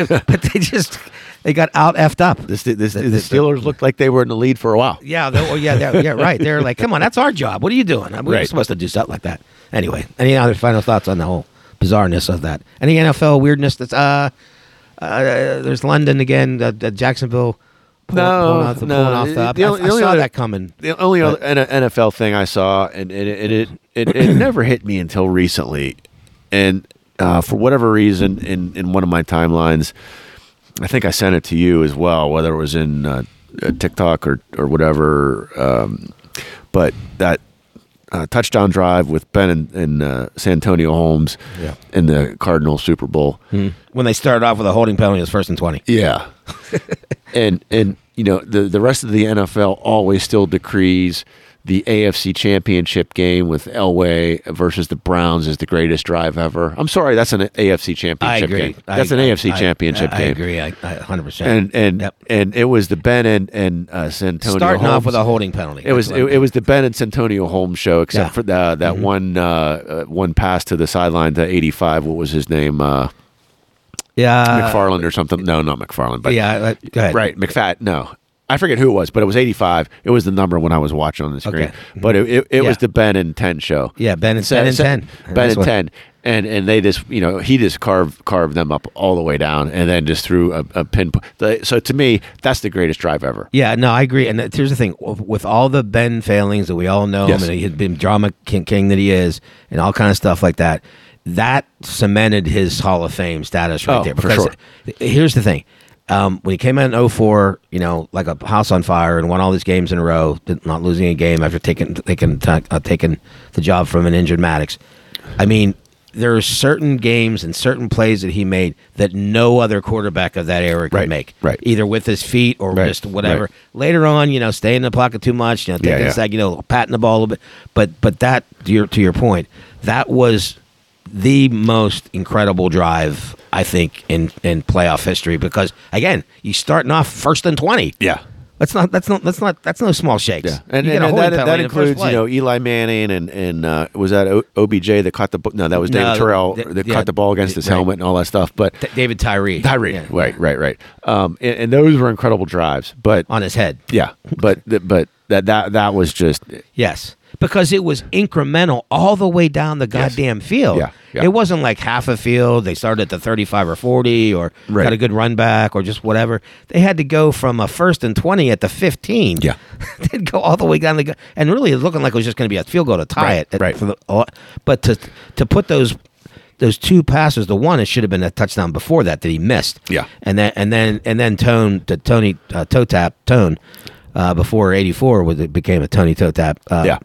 Speaker 2: but, but they just they got out effed up.
Speaker 3: this, this, the,
Speaker 2: the-
Speaker 3: Steelers looked like they were in the lead for a while.
Speaker 2: Yeah, they, oh yeah, they, yeah, right. They're like, come on, that's our job. What are you doing? We're
Speaker 3: Right.
Speaker 2: supposed to do something like that. Anyway, any other final thoughts on the whole bizarreness of that? Any NFL weirdness that's uh, uh there's London again, uh, uh, Jacksonville. Pulling,
Speaker 3: No,
Speaker 2: pulling off the,
Speaker 3: no,
Speaker 2: pulling off
Speaker 3: the-
Speaker 2: the,
Speaker 3: the
Speaker 2: I,
Speaker 3: only-
Speaker 2: I
Speaker 3: the only
Speaker 2: saw
Speaker 3: other-
Speaker 2: that coming.
Speaker 3: The only other N- NFL thing I saw, and, and, it- and it, it it never hit me until recently, and uh, for whatever reason, in in one of my timelines, I think I sent it to you as well, whether it was in uh, uh, TikTok or or whatever. Um, but that uh, touchdown drive with Ben and, and uh, Santonio Holmes
Speaker 2: Yeah.
Speaker 3: in the Cardinal Super Bowl.
Speaker 2: When they started off with a holding penalty, it was first and twenty.
Speaker 3: Yeah. and and you know, the the rest of the NFL always still decrees the AFC Championship game with Elway versus the Browns is the greatest drive ever. I'm sorry, that's an AFC
Speaker 2: I
Speaker 3: Championship
Speaker 2: agree.
Speaker 3: game. That's
Speaker 2: I-
Speaker 3: an AFC
Speaker 2: I-
Speaker 3: Championship
Speaker 2: I, I
Speaker 3: game.
Speaker 2: agree. I hundred percent.
Speaker 3: And and
Speaker 2: Yep.
Speaker 3: and it was the Ben and and uh, Santonio
Speaker 2: starting off
Speaker 3: Holmes-
Speaker 2: with a holding penalty.
Speaker 3: It was
Speaker 2: That's what I
Speaker 3: it,
Speaker 2: meant.
Speaker 3: it was the Ben and Santonio Holmes show, except
Speaker 2: Yeah. Mm-hmm.
Speaker 3: for the, that one uh, uh, one pass to the sideline to 85. What was his name? Uh,
Speaker 2: yeah,
Speaker 3: McFarland or something? No, not McFarland. But
Speaker 2: Uh, yeah. uh, Go ahead.
Speaker 3: Right, McFat. No, I forget who it was, but it was 85. It was the number when I was watching on the screen.
Speaker 2: Okay. Mm-hmm.
Speaker 3: But it, it, it
Speaker 2: Yeah.
Speaker 3: was the Ben and Ten show.
Speaker 2: Yeah, Ben and-
Speaker 3: So-
Speaker 2: Ben and
Speaker 3: so-
Speaker 2: 10.
Speaker 3: Ben
Speaker 2: That's
Speaker 3: and
Speaker 2: what-
Speaker 3: Ten, and and they just you know he just carved carved them up all the way down, and then just threw a, a pinpoint. So- So to me, that's the greatest drive ever.
Speaker 2: Yeah, no, I agree. And that- here's the thing: with with all the Ben failings that we all know,
Speaker 3: Yes.
Speaker 2: him, and he had been drama king, king that he is, and all kind of stuff like that, that cemented his Hall of Fame status right
Speaker 3: Oh,
Speaker 2: there.
Speaker 3: for sure.
Speaker 2: th- here's the thing: um, when he came out in 04, you know, like a house on fire, and won all these games in a row, did- not losing a game after taking taking ta- uh, taking the job from an injured Maddox. I mean. There are certain games and certain plays that he made that no other quarterback of that era could
Speaker 3: Right,
Speaker 2: make.
Speaker 3: right.
Speaker 2: Either with his feet or
Speaker 3: Right,
Speaker 2: just whatever.
Speaker 3: right.
Speaker 2: Later on, you know, stay in the pocket too much, you know, taking
Speaker 3: Yeah, yeah.
Speaker 2: a sec, you know, patting the ball a little bit. But but that to your to your point, that was the most incredible drive I think in in playoff history because again, you starting off first and twenty.
Speaker 3: Yeah.
Speaker 2: That's not that's not that's not that's no small shakes.
Speaker 3: Yeah, and,
Speaker 2: You get
Speaker 3: and,
Speaker 2: a
Speaker 3: and
Speaker 2: holding
Speaker 3: that,
Speaker 2: penalty
Speaker 3: that
Speaker 2: in the first
Speaker 3: includes you
Speaker 2: play.
Speaker 3: know Eli Manning and and uh, was that o- OBJ that caught the bo- no that was
Speaker 2: No,
Speaker 3: David Terrell
Speaker 2: th-
Speaker 3: that
Speaker 2: yeah,
Speaker 3: caught the ball against
Speaker 2: th-
Speaker 3: his
Speaker 2: right.
Speaker 3: helmet and all that stuff. But
Speaker 2: T- David Tyree.
Speaker 3: Tyree,
Speaker 2: Yeah.
Speaker 3: right, right, right. Um, and, and those were incredible drives. But
Speaker 2: on his head.
Speaker 3: yeah, but th- but that that that was just
Speaker 2: Yes. Because it was incremental all the way down the goddamn field.
Speaker 3: Yeah, yeah.
Speaker 2: It wasn't like half a field. They started at the 35 or 40 or
Speaker 3: Right.
Speaker 2: got a good run back or just whatever. They had to go from a first and 20 at the 15.
Speaker 3: Yeah.
Speaker 2: They'd go all the way down the. go- And really, it looking like it was just going to be a field goal to tie
Speaker 3: Right,
Speaker 2: it. at-
Speaker 3: right.
Speaker 2: For the, uh, but to, to put those. Those two passes, the one it should have been a touchdown before that that he missed.
Speaker 3: Yeah.
Speaker 2: and then and then and then tone to Tony uh, toe tap tone uh, before eighty four was it became a Tony toe tap. Uh,
Speaker 3: Yeah.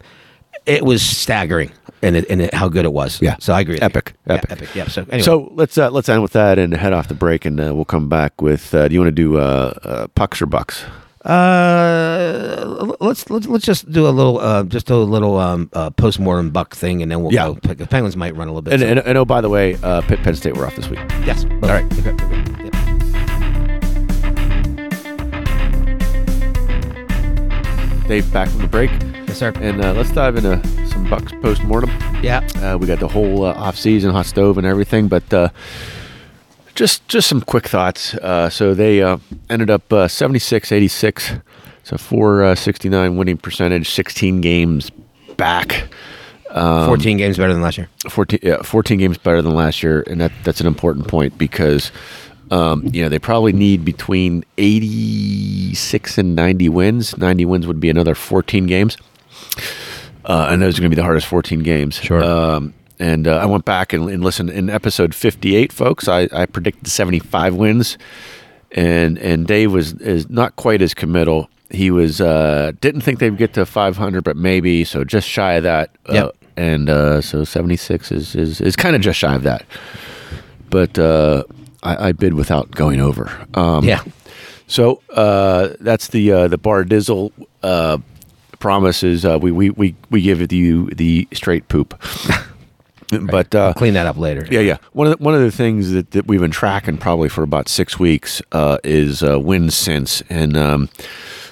Speaker 2: it was staggering and it, and it, how good it was.
Speaker 3: Yeah.
Speaker 2: so I agree. with
Speaker 3: Epic,
Speaker 2: you. Yeah,
Speaker 3: epic.
Speaker 2: epic. Yeah. So anyway,
Speaker 3: So let's uh, let's end with that and head off the break, and uh, we'll come back with. Uh, do you want to do uh, uh, pucks or bucks?
Speaker 2: uh, let's let's let's just do a little uh, just do a little um, uh, postmortem buck thing, and then we'll
Speaker 3: Yeah.
Speaker 2: go. pick- The Penguins might run a little bit.
Speaker 3: And,
Speaker 2: so-
Speaker 3: and, and oh, by the way, uh, Pitt, Penn State were off this week.
Speaker 2: yes. All
Speaker 3: right. Dave back from the break,
Speaker 2: Yes, sir.
Speaker 3: and uh, let's dive into some bucks post mortem.
Speaker 2: yeah.
Speaker 3: Uh, we got the whole uh, off season hot stove and everything, but uh, just just some quick thoughts. Uh, so they uh, ended up uh, 76-86, so 469 winning percentage, 16 games back.
Speaker 2: Fourteen games better than last year.
Speaker 3: 14, yeah, 14 games better than last year, and that, that's an important point because um, you know they probably need between 86 and 90 wins. 90 wins would be another 14 games, uh, and those are going to be the hardest 14 games.
Speaker 2: Sure.
Speaker 3: Um, and uh, I went back and, and listened in episode 58, folks. I, I predicted 75 wins, and and Dave was is not quite as committal. He was uh, didn't think they'd get to 500, but maybe so just shy of that. Uh,
Speaker 2: Yep.
Speaker 3: and uh, so 76 is is, is kind of just shy of that. But uh, I, I bid without going over. Um,
Speaker 2: Yeah.
Speaker 3: So uh, that's the uh, the bar dizzle uh, promises. Uh, we, we we we give you the straight poop. but uh,
Speaker 2: Clean that up later.
Speaker 3: yeah, yeah. One of the, one of the things that, that we've been tracking probably for about six weeks uh, is uh, wins since, and um,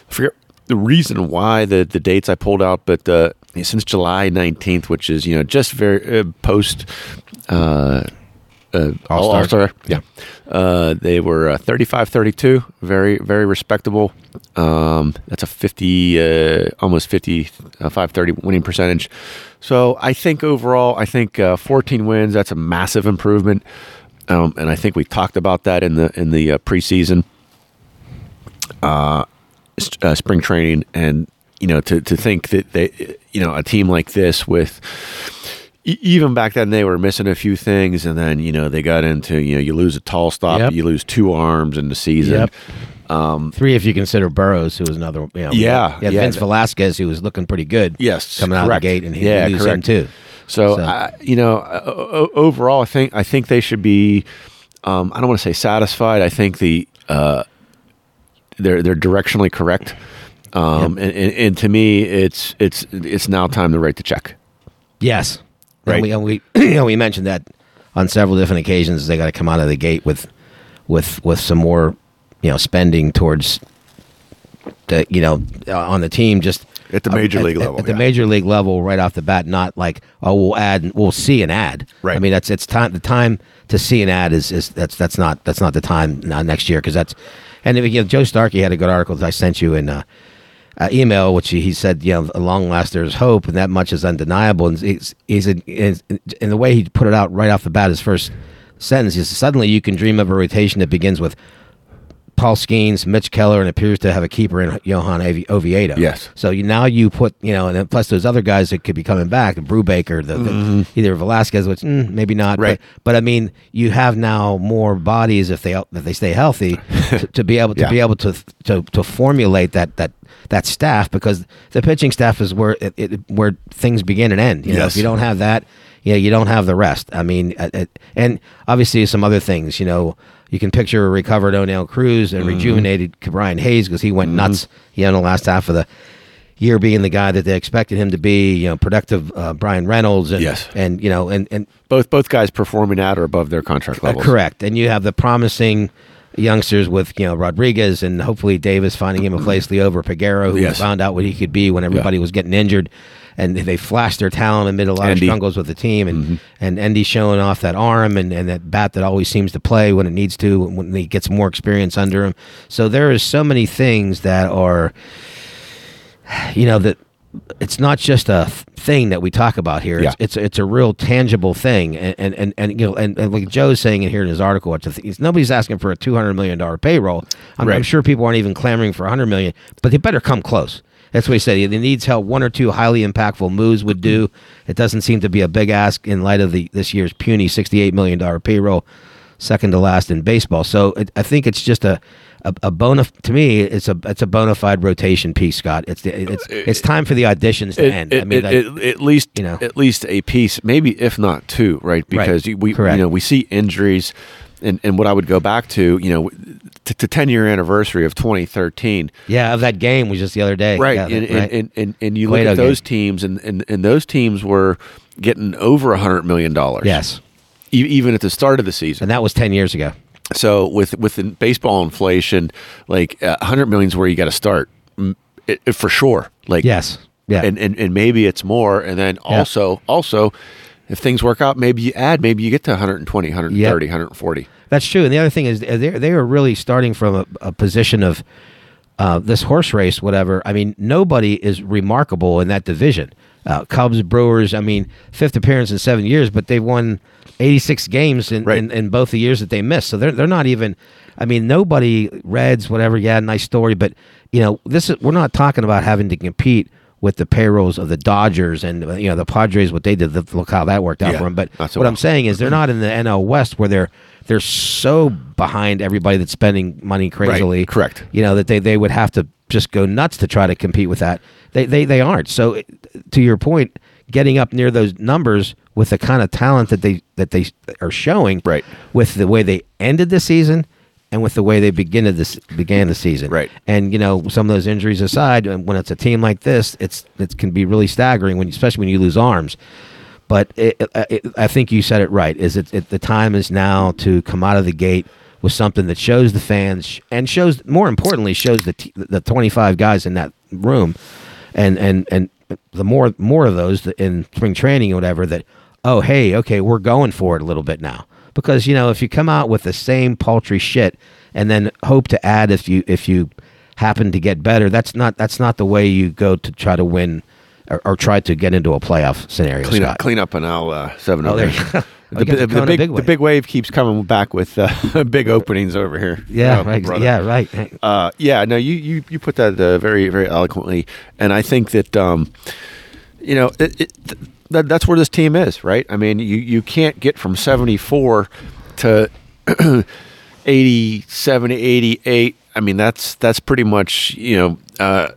Speaker 3: I forget the reason why the the dates I pulled out, but uh, since July nineteenth, which is you know just very uh, post. Uh, uh,
Speaker 2: All-Star.
Speaker 3: All-Star, yeah. Uh, they were uh, 35-32, very very respectable. Um, that's a 50 uh, almost 50 uh, 530 winning percentage. So I think overall I think uh, 14 wins that's a massive improvement. Um, and I think we talked about that in the in the uh, preseason st- uh, spring training and you know to, to think that they you know a team like this with e- even back then they were missing a few things and then you know they got into you know you lose a tall stop
Speaker 2: Yep.
Speaker 3: you lose two arms in the season
Speaker 2: Yep. Three, if you consider Burrows, who was another, you know,
Speaker 3: Yeah,
Speaker 2: Um, yeah,
Speaker 3: yeah.
Speaker 2: Vince Velasquez, who was looking pretty good,
Speaker 3: Yes,
Speaker 2: coming out
Speaker 3: correct.
Speaker 2: of the gate, and he yeah,
Speaker 3: Yeah,
Speaker 2: lose
Speaker 3: correct.
Speaker 2: him too.
Speaker 3: So,
Speaker 2: So-
Speaker 3: I, you know, o- o- overall, I think I think they should be. Um, I don't want to say satisfied. I think the uh, they're they're directionally correct, um, and, and, and to me, it's it's it's now time to write the check.
Speaker 2: Yes,
Speaker 3: Right.
Speaker 2: And we and we, and we mentioned that on several different occasions they got to come out of the gate with with with some more, you know, spending towards the you know uh, on the team just
Speaker 3: Um, At the major
Speaker 2: at-
Speaker 3: league
Speaker 2: at-
Speaker 3: level,
Speaker 2: at the
Speaker 3: yeah.
Speaker 2: major league level right off the bat. Not like oh we'll add we'll see an ad.
Speaker 3: Right.
Speaker 2: I mean that's it's time the time to see an ad is is that's that's not that's not the time not next year because that's and if, you know, Joe Starkey had a good article that I sent you in. Uh, uh, email, which he, he said, you know, long last there's hope, and that much is undeniable. And he's, he said, and and the way he put it out right off the bat, his first sentence is suddenly you can dream of a rotation that begins with Paul Skeens, Mitch Keller, and appears to have a keeper in Johan Avi- Oviedo.
Speaker 3: Yes.
Speaker 2: So you, now you put, you know, and then plus those other guys that could be coming back, Brubaker, the, the either Velasquez, which mm, maybe not,
Speaker 3: Mm-hmm. Right.
Speaker 2: But, but I mean, you have now more bodies if they if they stay healthy to, to be able to
Speaker 3: Yeah.
Speaker 2: be able to, to to formulate that that that staff because the pitching staff is where it, it where things begin and end. You know,
Speaker 3: Yes.
Speaker 2: if you don't have that, you know, you don't have the rest. I mean, uh, uh, and obviously some other things. You know, you can picture a recovered O'Neill Cruz and rejuvenated Brian Hayes because he went nuts. You know, in the last half of the year being the guy that they expected him to be, you know, productive uh, Brian Reynolds and
Speaker 3: Yes.
Speaker 2: and you know and and
Speaker 3: Both both guys performing at or above their contract
Speaker 2: uh,
Speaker 3: levels.
Speaker 2: correct. And you have the promising youngsters with you know Rodriguez and hopefully Davis finding him a place. Leover Piguero, who
Speaker 3: Yes.
Speaker 2: found out what he could be when everybody was getting injured, and they flashed their talent amid a lot
Speaker 3: Andy. Mm-hmm.
Speaker 2: of struggles with the team. And and Andy showing off that arm and, and that bat that always seems to play when it needs to when- when he gets more experience under him. So there is so many things that are, you know that. It's not just a th- thing that we talk about here.
Speaker 3: Yeah.
Speaker 2: It's, it's it's a real tangible thing, and and and, and you know, and, and like Joe's saying in here in his article, it's a th- it's- nobody's asking for a two hundred million dollar payroll. I'm, I'm
Speaker 3: Right.
Speaker 2: sure people aren't even clamoring for a hundred million, but they better come close. That's what he said. It needs help. One or two highly impactful moves would do. It doesn't seem to be a big ask in light of the this year's puny sixty-eight million dollar payroll, second to last in baseball. So it, I think it's just a a, a bona to me. It's a it's a bona fide rotation piece, Scott. It's the, it's it's time for the auditions to
Speaker 3: Uh, It-
Speaker 2: end.
Speaker 3: it-
Speaker 2: I mean,
Speaker 3: it-
Speaker 2: like-
Speaker 3: it- at least
Speaker 2: you know.
Speaker 3: at least a piece, maybe if not two, right? Because you- we
Speaker 2: Correct.
Speaker 3: you know we see injuries, and and what I would go back to, you know, to the ten year anniversary of 2013,
Speaker 2: yeah, of that game was just the other day.
Speaker 3: right?
Speaker 2: Yeah,
Speaker 3: and,
Speaker 2: right.
Speaker 3: And, and and and you look
Speaker 2: Guido
Speaker 3: at those
Speaker 2: game.
Speaker 3: teams, and and and those teams were getting over a hundred million dollars.
Speaker 2: yes,
Speaker 3: e- even at the start of the season.
Speaker 2: and that was ten years ago.
Speaker 3: So with with in- baseball inflation, like uh, 100 million is where you got to start mm, it, it- for sure. Like
Speaker 2: Yes. Yeah.
Speaker 3: and, and and maybe it's more. And then
Speaker 2: Yeah.
Speaker 3: also also, if things work out, maybe you add, maybe you get to 120, 130,
Speaker 2: Yeah.
Speaker 3: 140.
Speaker 2: That's true. And the other thing is they they are really starting from a, a position of uh, this horse race, whatever. I mean, nobody is remarkable in that division. Uh, Cubs, Brewers. I mean, fifth appearance in seven years, but they've won eighty six games in,
Speaker 3: Right.
Speaker 2: in, in both the years that they missed. So they're they're not even. I mean, nobody Reds, whatever. Yeah, nice story, but you know, this is we're not talking about having to compete with the payrolls of the Dodgers and uh, you know the Padres. What they did, the, look how that worked out
Speaker 3: Yeah,
Speaker 2: for them. But
Speaker 3: not
Speaker 2: what
Speaker 3: so
Speaker 2: I'm
Speaker 3: well.
Speaker 2: saying is they're not in the NL West where they're they're so behind everybody that's spending money crazily.
Speaker 3: correct.
Speaker 2: You know that they, they would have to just go nuts to try to compete with that. They they, they aren't. So it- to your point, getting up near those numbers with the kind of talent that they that they are showing,
Speaker 3: Right.
Speaker 2: With the way they ended the season. And with the way they begin to this began the season,
Speaker 3: Right.
Speaker 2: And you know some of those injuries aside, and when it's a team like this, it's it can be really staggering when, you- especially when you lose arms but it, uh, it, I think you said it right. Is it, it the time is now to come out of the gate with something that shows the fans and shows more importantly shows the t- the 25 guys in that room, and and and the more more of those that in spring training or whatever that oh hey okay we're going for it a little bit now because you know if you come out with the same paltry shit and then hope to add if you if you happen to get better that's not that's not the way you go to try to win. Or, or try to get into a playoff scenario.
Speaker 3: Clean
Speaker 2: Scott.
Speaker 3: up, clean up, and I'll uh, seven.
Speaker 2: Oh,
Speaker 3: over
Speaker 2: there
Speaker 3: here.
Speaker 2: you go. Oh,
Speaker 3: The,
Speaker 2: you got
Speaker 3: the,
Speaker 2: the Kona
Speaker 3: big,
Speaker 2: big
Speaker 3: the
Speaker 2: wave.
Speaker 3: big wave keeps coming back with uh, big openings over here.
Speaker 2: Yeah,
Speaker 3: Oh,
Speaker 2: right.
Speaker 3: brother.
Speaker 2: Yeah, right.
Speaker 3: Uh, yeah, no, you, you, you put that uh, very, very eloquently. And I think that, um, you know, it, it, th- that, that's where this team is, right? I mean, you, you can't get from 74 to 87, 88. I mean, that's, that's pretty much, you know, uh,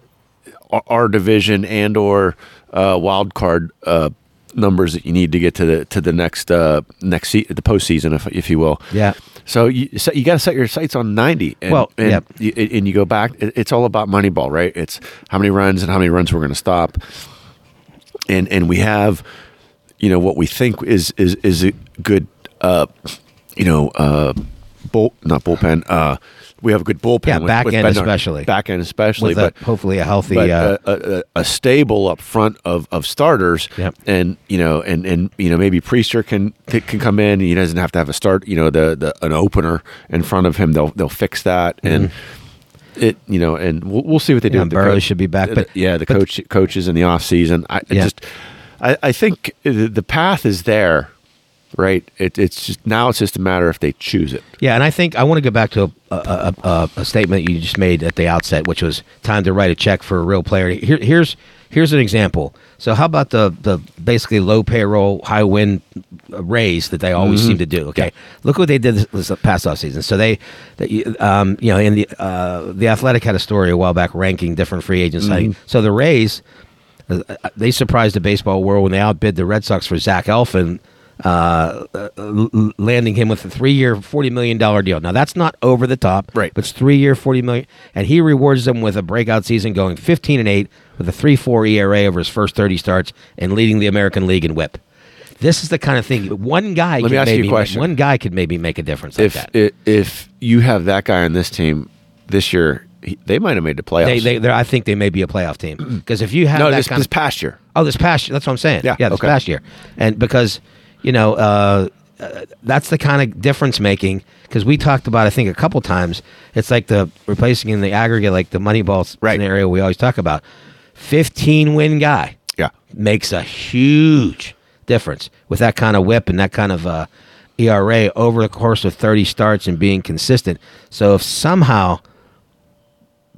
Speaker 3: our, our division and or uh, wild card uh, numbers that you need to get to the to the next uh, next se- the postseason, if if you will.
Speaker 2: Yeah.
Speaker 3: So you so you got to set your sights on ninety. And,
Speaker 2: Well,
Speaker 3: and
Speaker 2: yep.
Speaker 3: you, and you go back. it- It's all about Moneyball, right? It's how many runs and how many runs we're going to stop. And and we have, you know, what we think is is is a good, uh, you know, uh, bull not bullpen. Uh, we have a good bullpen.
Speaker 2: Yeah,
Speaker 3: with-
Speaker 2: back
Speaker 3: with
Speaker 2: end
Speaker 3: Bednar.
Speaker 2: especially.
Speaker 3: Back end especially,
Speaker 2: With
Speaker 3: but
Speaker 2: a, hopefully a healthy.
Speaker 3: but
Speaker 2: uh,
Speaker 3: a, a, a stable up front of, of starters,
Speaker 2: Yep.
Speaker 3: and you know, and and you know, maybe Priester can t- can come in. He doesn't have to have a start. You know, the, the an opener in front of him. They'll they'll fix that, and it you know, and we'll, we'll see what they do.
Speaker 2: Mm-hmm. Yeah,
Speaker 3: with the
Speaker 2: Burrow should be back,
Speaker 3: uh,
Speaker 2: but-
Speaker 3: yeah, the
Speaker 2: but-
Speaker 3: coach coaches in the off season. I, I
Speaker 2: Yeah.
Speaker 3: just I, I think the, the path is there, right? It, it's just now it's just a matter if they choose it.
Speaker 2: yeah, and I think I want to go back to a, a, a, a, a statement you just made at the outset, which was time to write a check for a real player. Here, here's here's an example. So how about the the basically low payroll, high win uh, raise that they always seem to do? Okay, look what they did this, this past off season. So they, they um, you know, in the uh, the Athletic had a story a while back ranking different free agents. signing. So the Rays. Uh, they surprised the baseball world when they outbid the Red Sox for Zach Elfin uh, uh, l- l- landing him with a three-year, forty million dollar deal. Now that's not over the top,
Speaker 3: Right.
Speaker 2: But it's three-year, forty million, and he rewards them with a breakout season, going fifteen and eight with a three-four ERA over his first thirty starts and leading the American League in WHIP. This is the kind of thing one guy.
Speaker 3: Let me
Speaker 2: could
Speaker 3: ask you a
Speaker 2: maybe-
Speaker 3: question.
Speaker 2: One guy could maybe make a difference like
Speaker 3: if
Speaker 2: that.
Speaker 3: i if you have that guy on this team this year, he, they might have made the playoffs.
Speaker 2: they, they, they're- I think they may be a playoff team because if you have
Speaker 3: no,
Speaker 2: that
Speaker 3: this,
Speaker 2: kind
Speaker 3: this
Speaker 2: of
Speaker 3: past year.
Speaker 2: Oh, this past year. That's what I'm saying.
Speaker 3: Yeah,
Speaker 2: yeah, this
Speaker 3: okay.
Speaker 2: past year, and because you know uh, uh, that's the kind of difference making. Because we talked about, I think, a couple times. It's like the replacing in the aggregate, like the Moneyball s-
Speaker 3: Right.
Speaker 2: scenario we always talk about. 15 win guy
Speaker 3: Yeah.
Speaker 2: makes a huge difference with that kind of whip and that kind of uh, ERA over the course of 30 starts and being consistent. So if somehow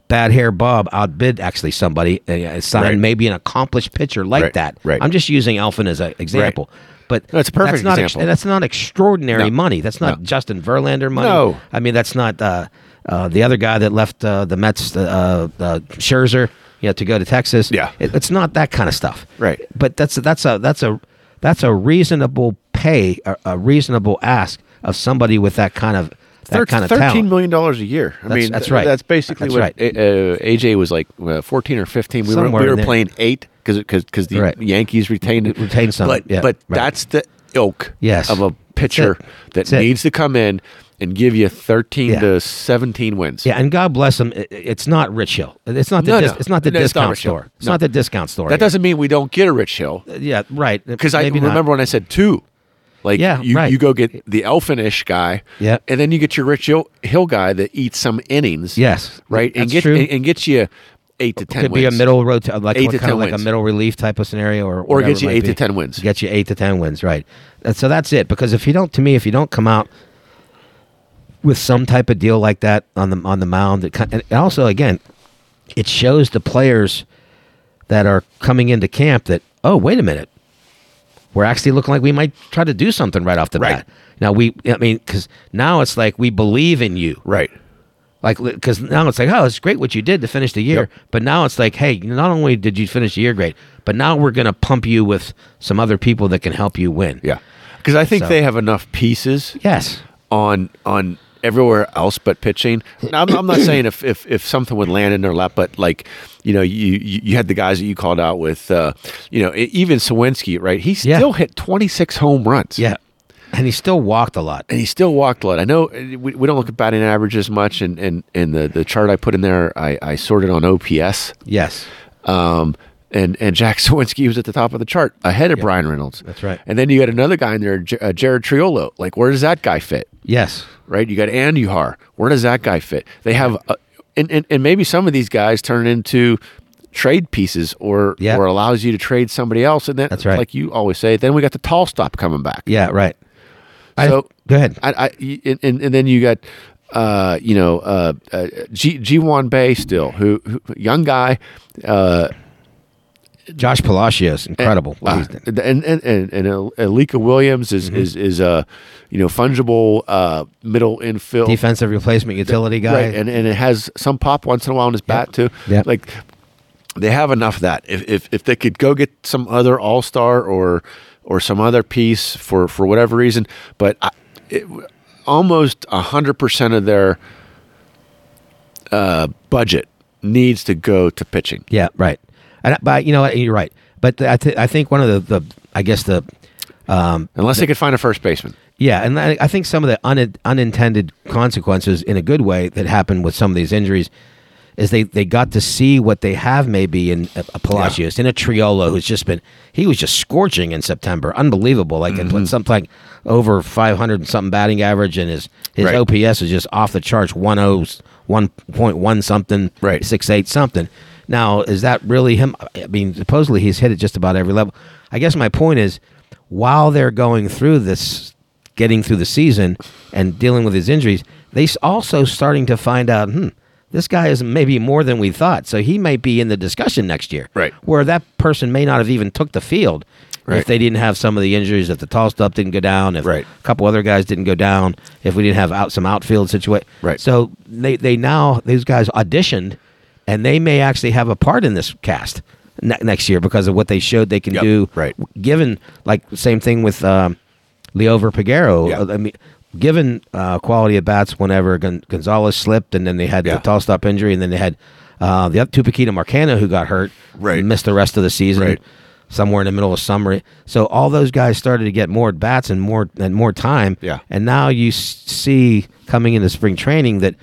Speaker 2: Bad Hair Bob outbid actually somebody, uh, signed
Speaker 3: Right.
Speaker 2: maybe an accomplished pitcher like
Speaker 3: Right,
Speaker 2: that.
Speaker 3: right.
Speaker 2: I'm just using Elfin as an example. But
Speaker 3: No, it's a
Speaker 2: that's
Speaker 3: perfect
Speaker 2: not
Speaker 3: example.
Speaker 2: that's not extraordinary
Speaker 3: No.
Speaker 2: money. That's not
Speaker 3: No.
Speaker 2: Justin Verlander money.
Speaker 3: No.
Speaker 2: I mean that's not uh, uh, the other guy that left uh, the Mets, uh, uh, Scherzer, you know, to go to Texas.
Speaker 3: Yeah.
Speaker 2: It- it's not that kind of stuff.
Speaker 3: Right.
Speaker 2: But that's that's a that's a that's a reasonable pay, a, a reasonable ask of somebody with that kind of that
Speaker 3: Thir-
Speaker 2: kind of
Speaker 3: Thirteen
Speaker 2: talent.
Speaker 3: million dollars a year. I
Speaker 2: That's-
Speaker 3: mean,
Speaker 2: that's
Speaker 3: th-
Speaker 2: right.
Speaker 3: That's basically
Speaker 2: That's
Speaker 3: what
Speaker 2: right.
Speaker 3: A- uh, AJ was like uh, fourteen or fifteen. We
Speaker 2: Somewhere
Speaker 3: were
Speaker 2: in
Speaker 3: we were
Speaker 2: there.
Speaker 3: playing eight because because the
Speaker 2: Right.
Speaker 3: Yankees retained it.
Speaker 2: Retained some,
Speaker 3: But
Speaker 2: yeah,
Speaker 3: but
Speaker 2: right.
Speaker 3: that's the ilk
Speaker 2: Yes.
Speaker 3: of a pitcher that
Speaker 2: That's it.
Speaker 3: needs to come in and give you thirteen
Speaker 2: Yeah.
Speaker 3: to seventeen wins.
Speaker 2: Yeah, and God bless him. i- It's not Rich Hill. It's not the
Speaker 3: No,
Speaker 2: dis-
Speaker 3: no.
Speaker 2: it's not the
Speaker 3: No, it's not
Speaker 2: discount
Speaker 3: Rich Hill.
Speaker 2: store. It's
Speaker 3: No.
Speaker 2: not the discount store.
Speaker 3: That doesn't mean we don't get a Rich Hill.
Speaker 2: Yeah, right.
Speaker 3: Because I
Speaker 2: Maybe not.
Speaker 3: remember when I said two. Like
Speaker 2: Yeah,
Speaker 3: you,
Speaker 2: right.
Speaker 3: you go get the elfinish guy,
Speaker 2: Yeah.
Speaker 3: and then you get your Rich Hill, Hill guy that eats some innings,
Speaker 2: Yes,
Speaker 3: right, and
Speaker 2: that's
Speaker 3: get
Speaker 2: true.
Speaker 3: And, and gets you eight to ten.
Speaker 2: could be a
Speaker 3: wins.
Speaker 2: middle road, uh, like
Speaker 3: Eight
Speaker 2: what-
Speaker 3: to
Speaker 2: kind
Speaker 3: 10
Speaker 2: of like
Speaker 3: wins.
Speaker 2: a middle relief type of scenario, or
Speaker 3: Or
Speaker 2: whatever
Speaker 3: get you
Speaker 2: it might
Speaker 3: eight to
Speaker 2: be.
Speaker 3: 10 wins.
Speaker 2: Get you eight to ten wins, right? And so that's it. Because if you don't, to me, if you don't come out with some type of deal like that on the on the mound, it, kind- and also again, it shows the players that are coming into camp that oh wait a minute, we're actually looking like we might try to do something right off the
Speaker 3: Right.
Speaker 2: bat. Now we, I mean, because now it's like we believe in you,
Speaker 3: right?
Speaker 2: like because now it's like oh it's great what you did to finish the year but now it's like hey not only did you finish the year great but now we're going to pump you with some other people that can help you win
Speaker 3: Yeah, because I think
Speaker 2: So-
Speaker 3: they have enough pieces
Speaker 2: yes
Speaker 3: on on everywhere else but pitching. Now, I'm, I'm not saying if, if if something would land in their lap, but like you know, you you, you had the guys that you called out with, uh, you know, e- even Sawinski, right? He
Speaker 2: Yeah.
Speaker 3: still hit 26 home runs.
Speaker 2: yeah and he still walked a lot
Speaker 3: and he still walked a lot. I know uh, we, we don't look at batting average as much, and and, and the, the chart I put in there, I, I sorted on OPS.
Speaker 2: yes
Speaker 3: Um, and and Jack Sawinski was at the top of the chart ahead of Brian Reynolds.
Speaker 2: That's right.
Speaker 3: And then you got another guy in there, J- uh, Jared Triolo. Like, where does that guy fit?
Speaker 2: yes
Speaker 3: Right? You got Andujar. Where does that guy fit? They have, uh, and, and and maybe some of these guys turn into trade pieces or
Speaker 2: Yeah.
Speaker 3: or allows you to trade somebody else. And then
Speaker 2: That's right.
Speaker 3: like you always say, then we got the tall stop coming back.
Speaker 2: yeah right I-
Speaker 3: So-
Speaker 2: go ahead
Speaker 3: I, I y- and, and and then you got uh you know uh, uh G G1 Bay still who, who young guy uh
Speaker 2: josh palacios incredible what he's done.
Speaker 3: Ah,
Speaker 2: Mm-hmm.
Speaker 3: and uh, and and, and El- Elika Williams is is is a you know fungible uh middle infield
Speaker 2: defensive replacement utility guy
Speaker 3: right and and it has some pop once in a while in his bat too
Speaker 2: Yep.
Speaker 3: like they have enough of that if if if they could go get some other all star or or some other piece for for whatever reason but I, it, almost hundred percent of their uh, budget needs to go to pitching.
Speaker 2: Yeah, right. And I- but you know what, you're right. But I, th- I think one of the, the I guess the
Speaker 3: Unless they could find a first baseman,
Speaker 2: Yeah, and I, I think some of the un, unintended consequences, in a good way, that happened with some of these injuries, is they, they got to see what they have maybe in a, a Palacios, in a Triolo, who's just been he was just scorching in September, unbelievable, like it was something like over five hundred and something batting average, and his his
Speaker 3: Right.
Speaker 2: OPS is just off the charts, oh, 1.0, 1.1 something,
Speaker 3: Right.
Speaker 2: six eight something. Now, is that really him? I mean, supposedly he's hit at just about every level. I guess my point is, while they're going through this, getting through the season and dealing with his injuries, they s- also starting to find out, hmm, this guy is maybe more than we thought. So he might be in the discussion next year,
Speaker 3: Right.
Speaker 2: Where that person may not have even took the field
Speaker 3: Right.
Speaker 2: if they didn't have some of the injuries, if the tall stuff didn't go down, if
Speaker 3: Right.
Speaker 2: a couple other guys didn't go down, if we didn't have out some outfield situation,
Speaker 3: Right.
Speaker 2: So so they they now these guys auditioned, and they may actually have a part in this cast ne- next year because of what they showed they can
Speaker 3: Yep,
Speaker 2: do.
Speaker 3: right.
Speaker 2: Given like same thing with um, Leover Piguero.
Speaker 3: Yeah.
Speaker 2: Uh, I mean, given uh, quality at bats, whenever Gon- Gonzalez slipped, and then they had
Speaker 3: Yeah.
Speaker 2: the tall stop injury, and then they had uh, the other two Paquita Marcano who got hurt,
Speaker 3: Right.
Speaker 2: missed the rest of the season.
Speaker 3: Right.
Speaker 2: Somewhere in the middle of summer, so all those guys started to get more at bats and more and more time.
Speaker 3: Yeah.
Speaker 2: and now you s- see coming into spring training that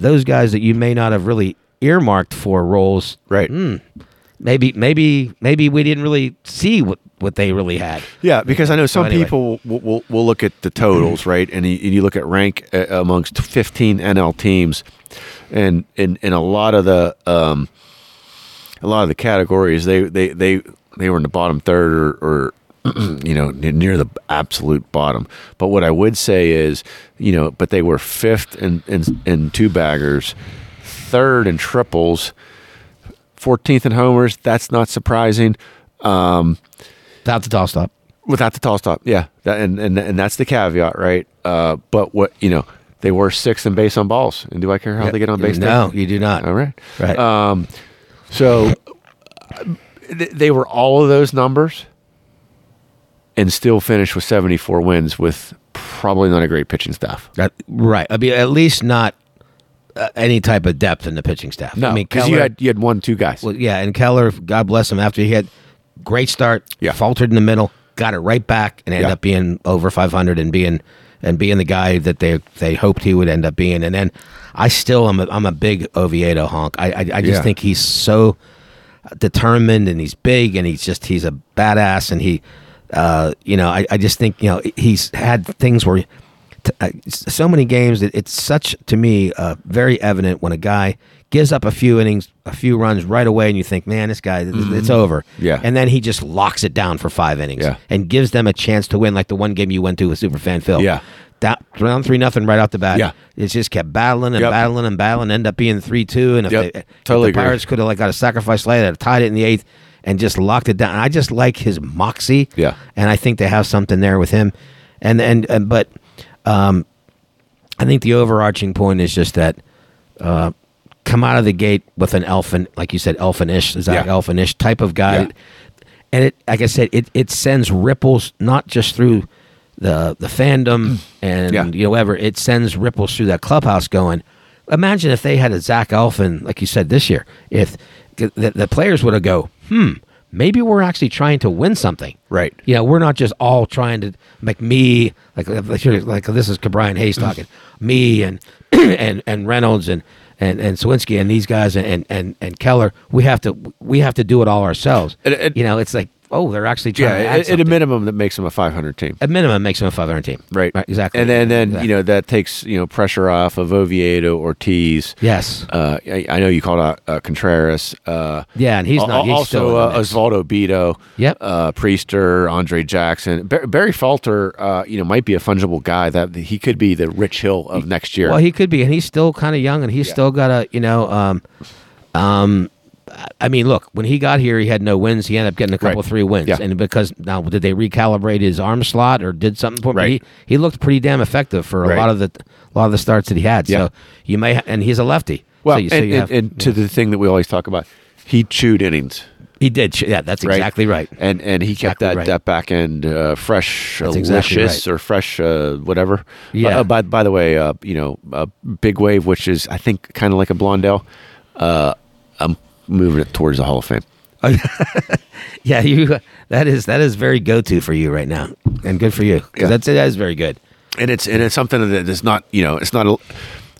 Speaker 2: those guys that you may not have really earmarked for roles,
Speaker 3: Right.
Speaker 2: maybe maybe maybe we didn't really see what, what they really had.
Speaker 3: Yeah, because I know some
Speaker 2: anyway.
Speaker 3: people will, will, will look at the totals, right? And you, and you look at rank uh, amongst 15 NL teams, and in in a lot of the um, a lot of the categories, they they they they were in the bottom third or. or you know, near near the absolute bottom. But what I would say is, you know, but they were fifth in in, in two baggers, third in triples, fourteenth in homers. That's not surprising. Um,
Speaker 2: Without the tall stop.
Speaker 3: without the tall stop. Yeah, that, and and and that's the caveat, right? Uh, but what you know, they were sixth in base on balls, and do I care how they get on base?
Speaker 2: No,
Speaker 3: now?
Speaker 2: you do not.
Speaker 3: all right,
Speaker 2: Right.
Speaker 3: Um, so uh, th- they were all of those numbers, and still finished with seventy four wins with probably not a great pitching staff.
Speaker 2: That- right. I mean, at least not uh, any type of depth in the pitching staff.
Speaker 3: No,
Speaker 2: I mean,
Speaker 3: because you
Speaker 2: Keller-
Speaker 3: had you had one two guys.
Speaker 2: well, yeah, and Keller, God bless him, after he had great start,
Speaker 3: Yeah.
Speaker 2: faltered in the middle, got it right back, and ended
Speaker 3: Yeah.
Speaker 2: up being over 500 and being and being the guy that they they hoped he would end up being. And then I still am a, I'm a big Oviedo honk. I I, I just
Speaker 3: Yeah.
Speaker 2: think he's so determined and he's big and he's just he's a badass and he uh you know I, I just think you know he's had things where t- uh, so many games that it's such to me uh, very evident when a guy gives up a few innings a few runs right away and you think man this guy th- it's over
Speaker 3: Mm-hmm. Yeah.
Speaker 2: and then he just locks it down for five innings
Speaker 3: Yeah.
Speaker 2: and gives them a chance to win like the one game you went to with superfan phil
Speaker 3: Yeah.
Speaker 2: that round three nothing right off the bat
Speaker 3: Yeah.
Speaker 2: it's just kept battling and
Speaker 3: Yep.
Speaker 2: battling and battling end up being three two and if
Speaker 3: Yep.
Speaker 2: they, if
Speaker 3: Totally
Speaker 2: the
Speaker 3: agree.
Speaker 2: pirates could have like got a sacrifice later, have tied it in the eighth, and just locked it down. I just like his moxie.
Speaker 3: Yeah.
Speaker 2: and I think they have something there with him, and and, and but, um, I think the overarching point is just that, uh, come out of the gate with an elfin, like you said, elfinish, is that
Speaker 3: Yeah.
Speaker 2: elfinish type of guy,
Speaker 3: Yeah.
Speaker 2: and it, like I said, it it sends ripples not just through. The, the fandom and
Speaker 3: Mm. Yeah.
Speaker 2: you know whatever it sends ripples through that clubhouse going imagine if they had a Zach Alfin, like you said this year, if the, the players would have go, hmm, maybe we're actually trying to win something.
Speaker 3: Right.
Speaker 2: You know, we're not just all trying to like me, like like, you're- like this is Brian Hayes talking, me and and and Reynolds and and and Swinsky and these guys and and and, and Keller. We have to we have to do it all ourselves.
Speaker 3: And- and-
Speaker 2: you know, it's like oh, they're actually trying to
Speaker 3: yeah,
Speaker 2: add
Speaker 3: at, at a
Speaker 2: something.
Speaker 3: minimum, that makes them a five hundred team.
Speaker 2: At minimum, makes them a 500 team.
Speaker 3: Right.
Speaker 2: exactly.
Speaker 3: And then, then
Speaker 2: Exactly.
Speaker 3: you know that takes you know pressure off of Oviedo, Ortiz.
Speaker 2: Yes.
Speaker 3: Uh, I, I know you called out uh, Contreras. Uh,
Speaker 2: Yeah, and he's
Speaker 3: al-
Speaker 2: not- he's
Speaker 3: also
Speaker 2: still in the
Speaker 3: uh,
Speaker 2: mix.
Speaker 3: Osvaldo Beto.
Speaker 2: Yep.
Speaker 3: Uh, Priester, Andre Jackson, Bar- Barry Falter. Uh, you know, might be a fungible guy that he could be the Rich Hill of next year.
Speaker 2: Well, he could be, and he's still kind of young, and he's
Speaker 3: Yeah.
Speaker 2: still got a you know, um, um, I mean, look, when he got here, he had no wins. He ended up getting a couple
Speaker 3: Right.
Speaker 2: three wins,
Speaker 3: Yeah.
Speaker 2: and because now did they recalibrate his arm slot or did something for him? But
Speaker 3: Right.
Speaker 2: He, he looked pretty damn effective for a
Speaker 3: Right.
Speaker 2: lot of the a lot of the starts that he had.
Speaker 3: Yeah.
Speaker 2: So you may, ha- and he's a lefty.
Speaker 3: well,
Speaker 2: so you, so
Speaker 3: and,
Speaker 2: you
Speaker 3: and,
Speaker 2: have-
Speaker 3: and to the thing that we always talk about, he chewed innings.
Speaker 2: he did, sh- yeah, that's
Speaker 3: Right.
Speaker 2: exactly right.
Speaker 3: And and he kept
Speaker 2: Exactly
Speaker 3: that,
Speaker 2: right.
Speaker 3: that back end uh, fresh,
Speaker 2: That's
Speaker 3: delicious,
Speaker 2: exactly right.
Speaker 3: or fresh, uh, whatever.
Speaker 2: Yeah.
Speaker 3: Uh, by by the way, uh, you know, uh, big wave, which is I think kind of like a Blondell. Uh, I'm moving it towards the Hall of Fame.
Speaker 2: Yeah, you that is that is very go to for you right now, and good for you 'cause
Speaker 3: Yeah.
Speaker 2: that's that is very good.
Speaker 3: and it's and it's something that is not you know it's not a,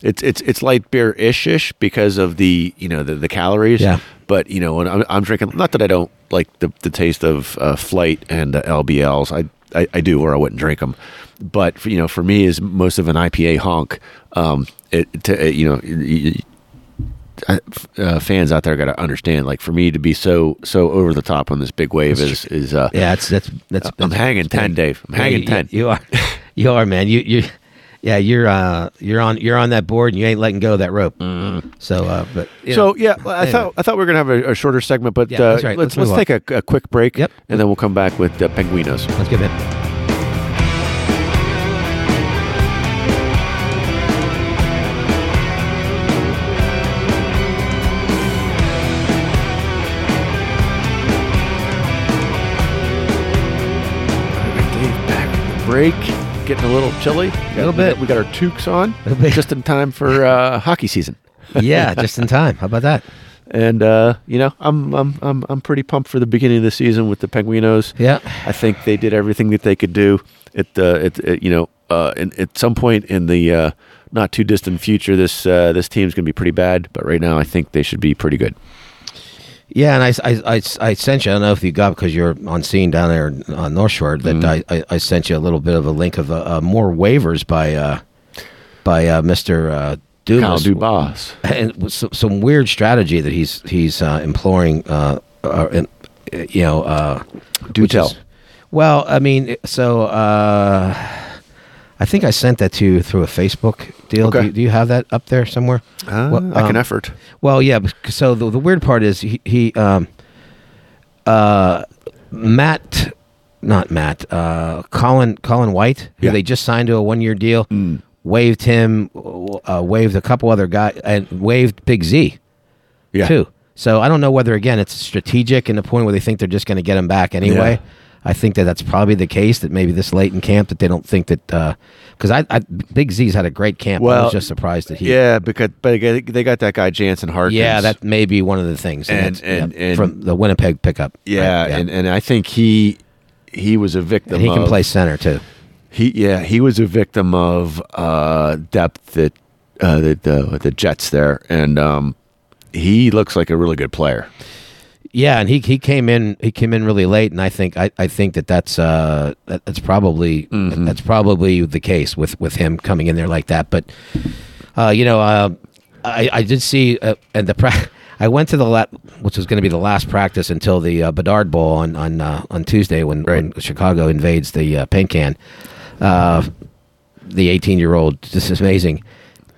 Speaker 3: it's it's it's light beer ish ish because of the you know the, the calories.
Speaker 2: Yeah.
Speaker 3: But you know when I'm, I'm drinking, not that I don't like the, the taste of uh, flight and uh, LBLs. I, I I do, or I wouldn't drink them. But for, you know, for me, is most of an IPA honk. Um, it, to, uh, you know, y- y- y- I- f- uh, fans out there got to understand. Like for me to be so so over the top on this big wave is is uh,
Speaker 2: Yeah, that's that's that's.
Speaker 3: I'm hanging 10, Dave. I'm
Speaker 2: Yeah,
Speaker 3: hanging
Speaker 2: you-
Speaker 3: 10.
Speaker 2: You, are, you are, man. You you, yeah. You're uh, you're on you're on that board, and you ain't letting go of that rope. So, uh, but you
Speaker 3: Mm-hmm. So
Speaker 2: know,
Speaker 3: yeah, well, I
Speaker 2: anyway.
Speaker 3: thought I thought we were gonna have a, a shorter segment, but
Speaker 2: Yeah,
Speaker 3: uh,
Speaker 2: that's right.
Speaker 3: let's
Speaker 2: Let's
Speaker 3: let's,
Speaker 2: move
Speaker 3: take a, a quick break,
Speaker 2: Yep.
Speaker 3: and then we'll come back with uh, Penguinos.
Speaker 2: let's get it.
Speaker 3: Dave back with the break. Getting a little chilly. A
Speaker 2: Little bit.
Speaker 3: We got our toques on
Speaker 2: Little bit.
Speaker 3: just in time for uh, hockey season.
Speaker 2: yeah, just in time. How about that?
Speaker 3: And uh, you know, I'm I'm I'm I'm pretty pumped for the beginning of the season with the Penguinos.
Speaker 2: Yeah.
Speaker 3: I think they did everything that they could do. At uh, at, at, you know, uh, in, at some point in the uh, not too distant future, this uh, this team's going to be pretty bad. But right now, I think they should be pretty good.
Speaker 2: Yeah, and I, I, I, I sent you. I don't know if you got because you're on scene down there on North Shore. That
Speaker 3: Mm-hmm.
Speaker 2: I, I, I sent you a little bit of a link of uh, uh, more waivers by uh, by uh, Mister uh,
Speaker 3: Kyle
Speaker 2: Dubas,
Speaker 3: Dubas.
Speaker 2: and with some, some weird strategy that he's he's uh, employing. Uh, uh, in- uh, you know, uh,
Speaker 3: Do
Speaker 2: which
Speaker 3: tell.
Speaker 2: is- well, I mean, so uh, I think I sent that to you through a Facebook deal.
Speaker 3: Okay.
Speaker 2: Do, you, do you have that up there somewhere?
Speaker 3: Uh,
Speaker 2: Well,
Speaker 3: like
Speaker 2: um,
Speaker 3: an effort.
Speaker 2: Well, yeah. bec- So the, the weird part is he, he um, uh, Matt, not Matt, uh, Colin Colin White, who
Speaker 3: Yeah. Mm.
Speaker 2: they just signed to a one year deal, waived him, uh, waived a couple other guys, and waived Big Z
Speaker 3: Yeah.
Speaker 2: too. So I don't know whether again it's strategic in the point where they think they're just going to get him back anyway.
Speaker 3: Yeah.
Speaker 2: I think that that's probably the case that maybe this late in camp that they don't think that because I, I Big Z's had a great camp. I
Speaker 3: Well,
Speaker 2: was just surprised that he
Speaker 3: Yeah, because but again, they got that guy Jansen Harkins.
Speaker 2: yeah, that may be one of the things.
Speaker 3: And-
Speaker 2: that's-
Speaker 3: and-
Speaker 2: yeah,
Speaker 3: and-
Speaker 2: from the Winnipeg pickup.
Speaker 3: yeah,
Speaker 2: Right,
Speaker 3: and and I think he he was a victim.
Speaker 2: And he can
Speaker 3: of-
Speaker 2: play center too.
Speaker 3: He yeah, he was a victim of uh, depth that uh, the, the the Jets there, and um, he looks like a really good player.
Speaker 2: Yeah, and he, he came in he came in really late, and I think I, I think that that's uh that, that's probably that's probably the case with with him coming in there like that. But uh, you know, uh, I I did see uh, and the pra- I went to the la- which was going to be the last practice until the uh, Bedard Bowl on on uh, on Tuesday when, when Chicago invades the uh, paint can. Uh, the 18 year old. This is amazing.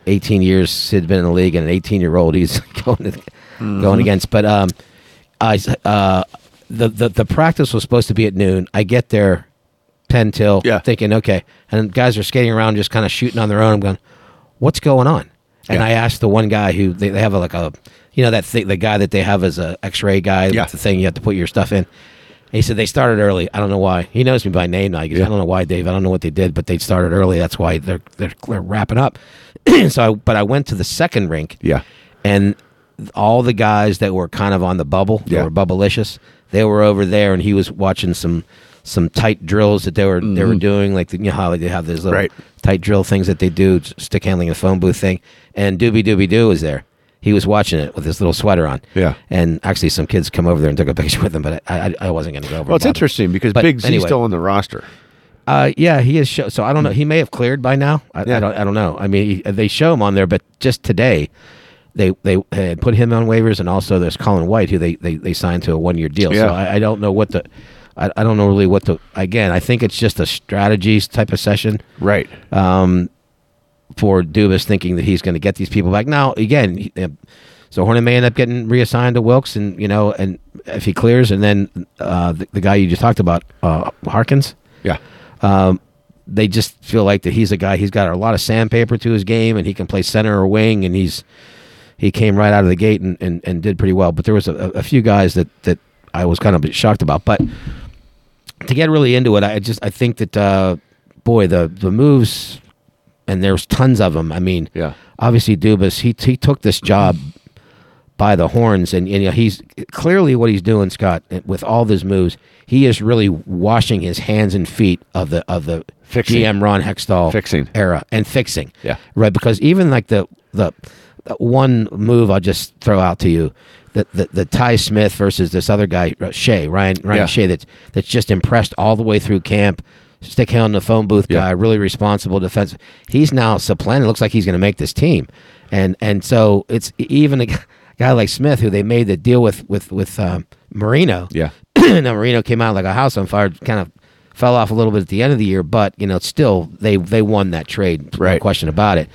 Speaker 2: 18 years Sid's been in the league, and an 18 year old he's going going against. But um, I s- uh, the, the the practice was supposed to be at noon. I get there 10 till,
Speaker 3: Yeah.
Speaker 2: thinking okay, and guys are skating around just kind of shooting on their own. I'm going, what's going on? And
Speaker 3: Yeah.
Speaker 2: I asked the one guy who they, they have like a you know that thing, the guy that they have as a X-ray guy.
Speaker 3: Yeah.
Speaker 2: with the thing you have to put your stuff in. He said they started early. I don't know why. He knows me by name. now. I guess I don't know why, Dave. I don't know what they did, but they started early. That's why they're they're, they're wrapping up. so, I, but I went to the second rink.
Speaker 3: Yeah.
Speaker 2: and all the guys that were kind of on the bubble, they
Speaker 3: Yeah.
Speaker 2: were bubblicious. They were over there, and he was watching some some tight drills that they were they were doing, like the, you know how they have those little
Speaker 3: Mm-hmm. Right.
Speaker 2: tight drill things that they do, s- stick handling the phone booth thing. And Doobie Doobie Doo was there. He was watching it with his little sweater on.
Speaker 3: Yeah.
Speaker 2: And actually, some kids come over there and took a picture with him, but I, I, I wasn't going to go over.
Speaker 3: Well, it's
Speaker 2: and bother.
Speaker 3: interesting because
Speaker 2: But
Speaker 3: Big Z's
Speaker 2: anyway.
Speaker 3: still on the roster.
Speaker 2: Uh, yeah, he is. Show, so I don't know. He may have cleared by now. I,
Speaker 3: Hmm. Yeah.
Speaker 2: I don't. I don't know. I mean, he- they show him on there, but just today, they they had put him on waivers, and also there's Colin White, who they they, they signed to a one year deal.
Speaker 3: Yeah.
Speaker 2: So I, I don't know what the. I, I don't know really what the. Again, I think it's just a strategies type of session
Speaker 3: Right.
Speaker 2: um, for Dubas, thinking that he's going to get these people back. Now, again, he- uh, so Hornet may end up getting reassigned to Wilkes, and you know, and if he clears, and then uh, the, the guy you just talked about, uh, Harkins
Speaker 3: Yeah.
Speaker 2: um, they just feel like that he's a guy. He's got a lot of sandpaper to his game, and he can play center or wing. And he's he came right out of the gate and, and, and did pretty well. But there was a, a few guys that that I was kind of shocked about. But to get really into it, I just I think that uh, boy the the moves and there's tons of them. I mean,
Speaker 3: Yeah.
Speaker 2: obviously Dubas he he took this job by the horns and, and you know, he's clearly what he's doing Scott with all these moves he is really washing his hands and feet of the of the
Speaker 3: Fixing.
Speaker 2: GM Ron Hextall
Speaker 3: Fixing.
Speaker 2: era and fixing
Speaker 3: Yeah.
Speaker 2: right because even like the the the one move I'll just throw out to you the the, the Ty Smith versus this other guy uh, Shea Ryan Ryan
Speaker 3: Yeah.
Speaker 2: Shea that's that's just impressed all the way through camp stick hand on the phone booth
Speaker 3: Yeah.
Speaker 2: guy really responsible defensive he's now supplanted it looks like he's going to make this team and and so it's e, even a g- guy like Smith who they made the deal with with with um, Marino
Speaker 3: Yeah.
Speaker 2: now Marino came out like a house on fire, kind of fell off a little bit at the end of the year, but you know, still they they won that trade, no
Speaker 3: Right.
Speaker 2: question about it.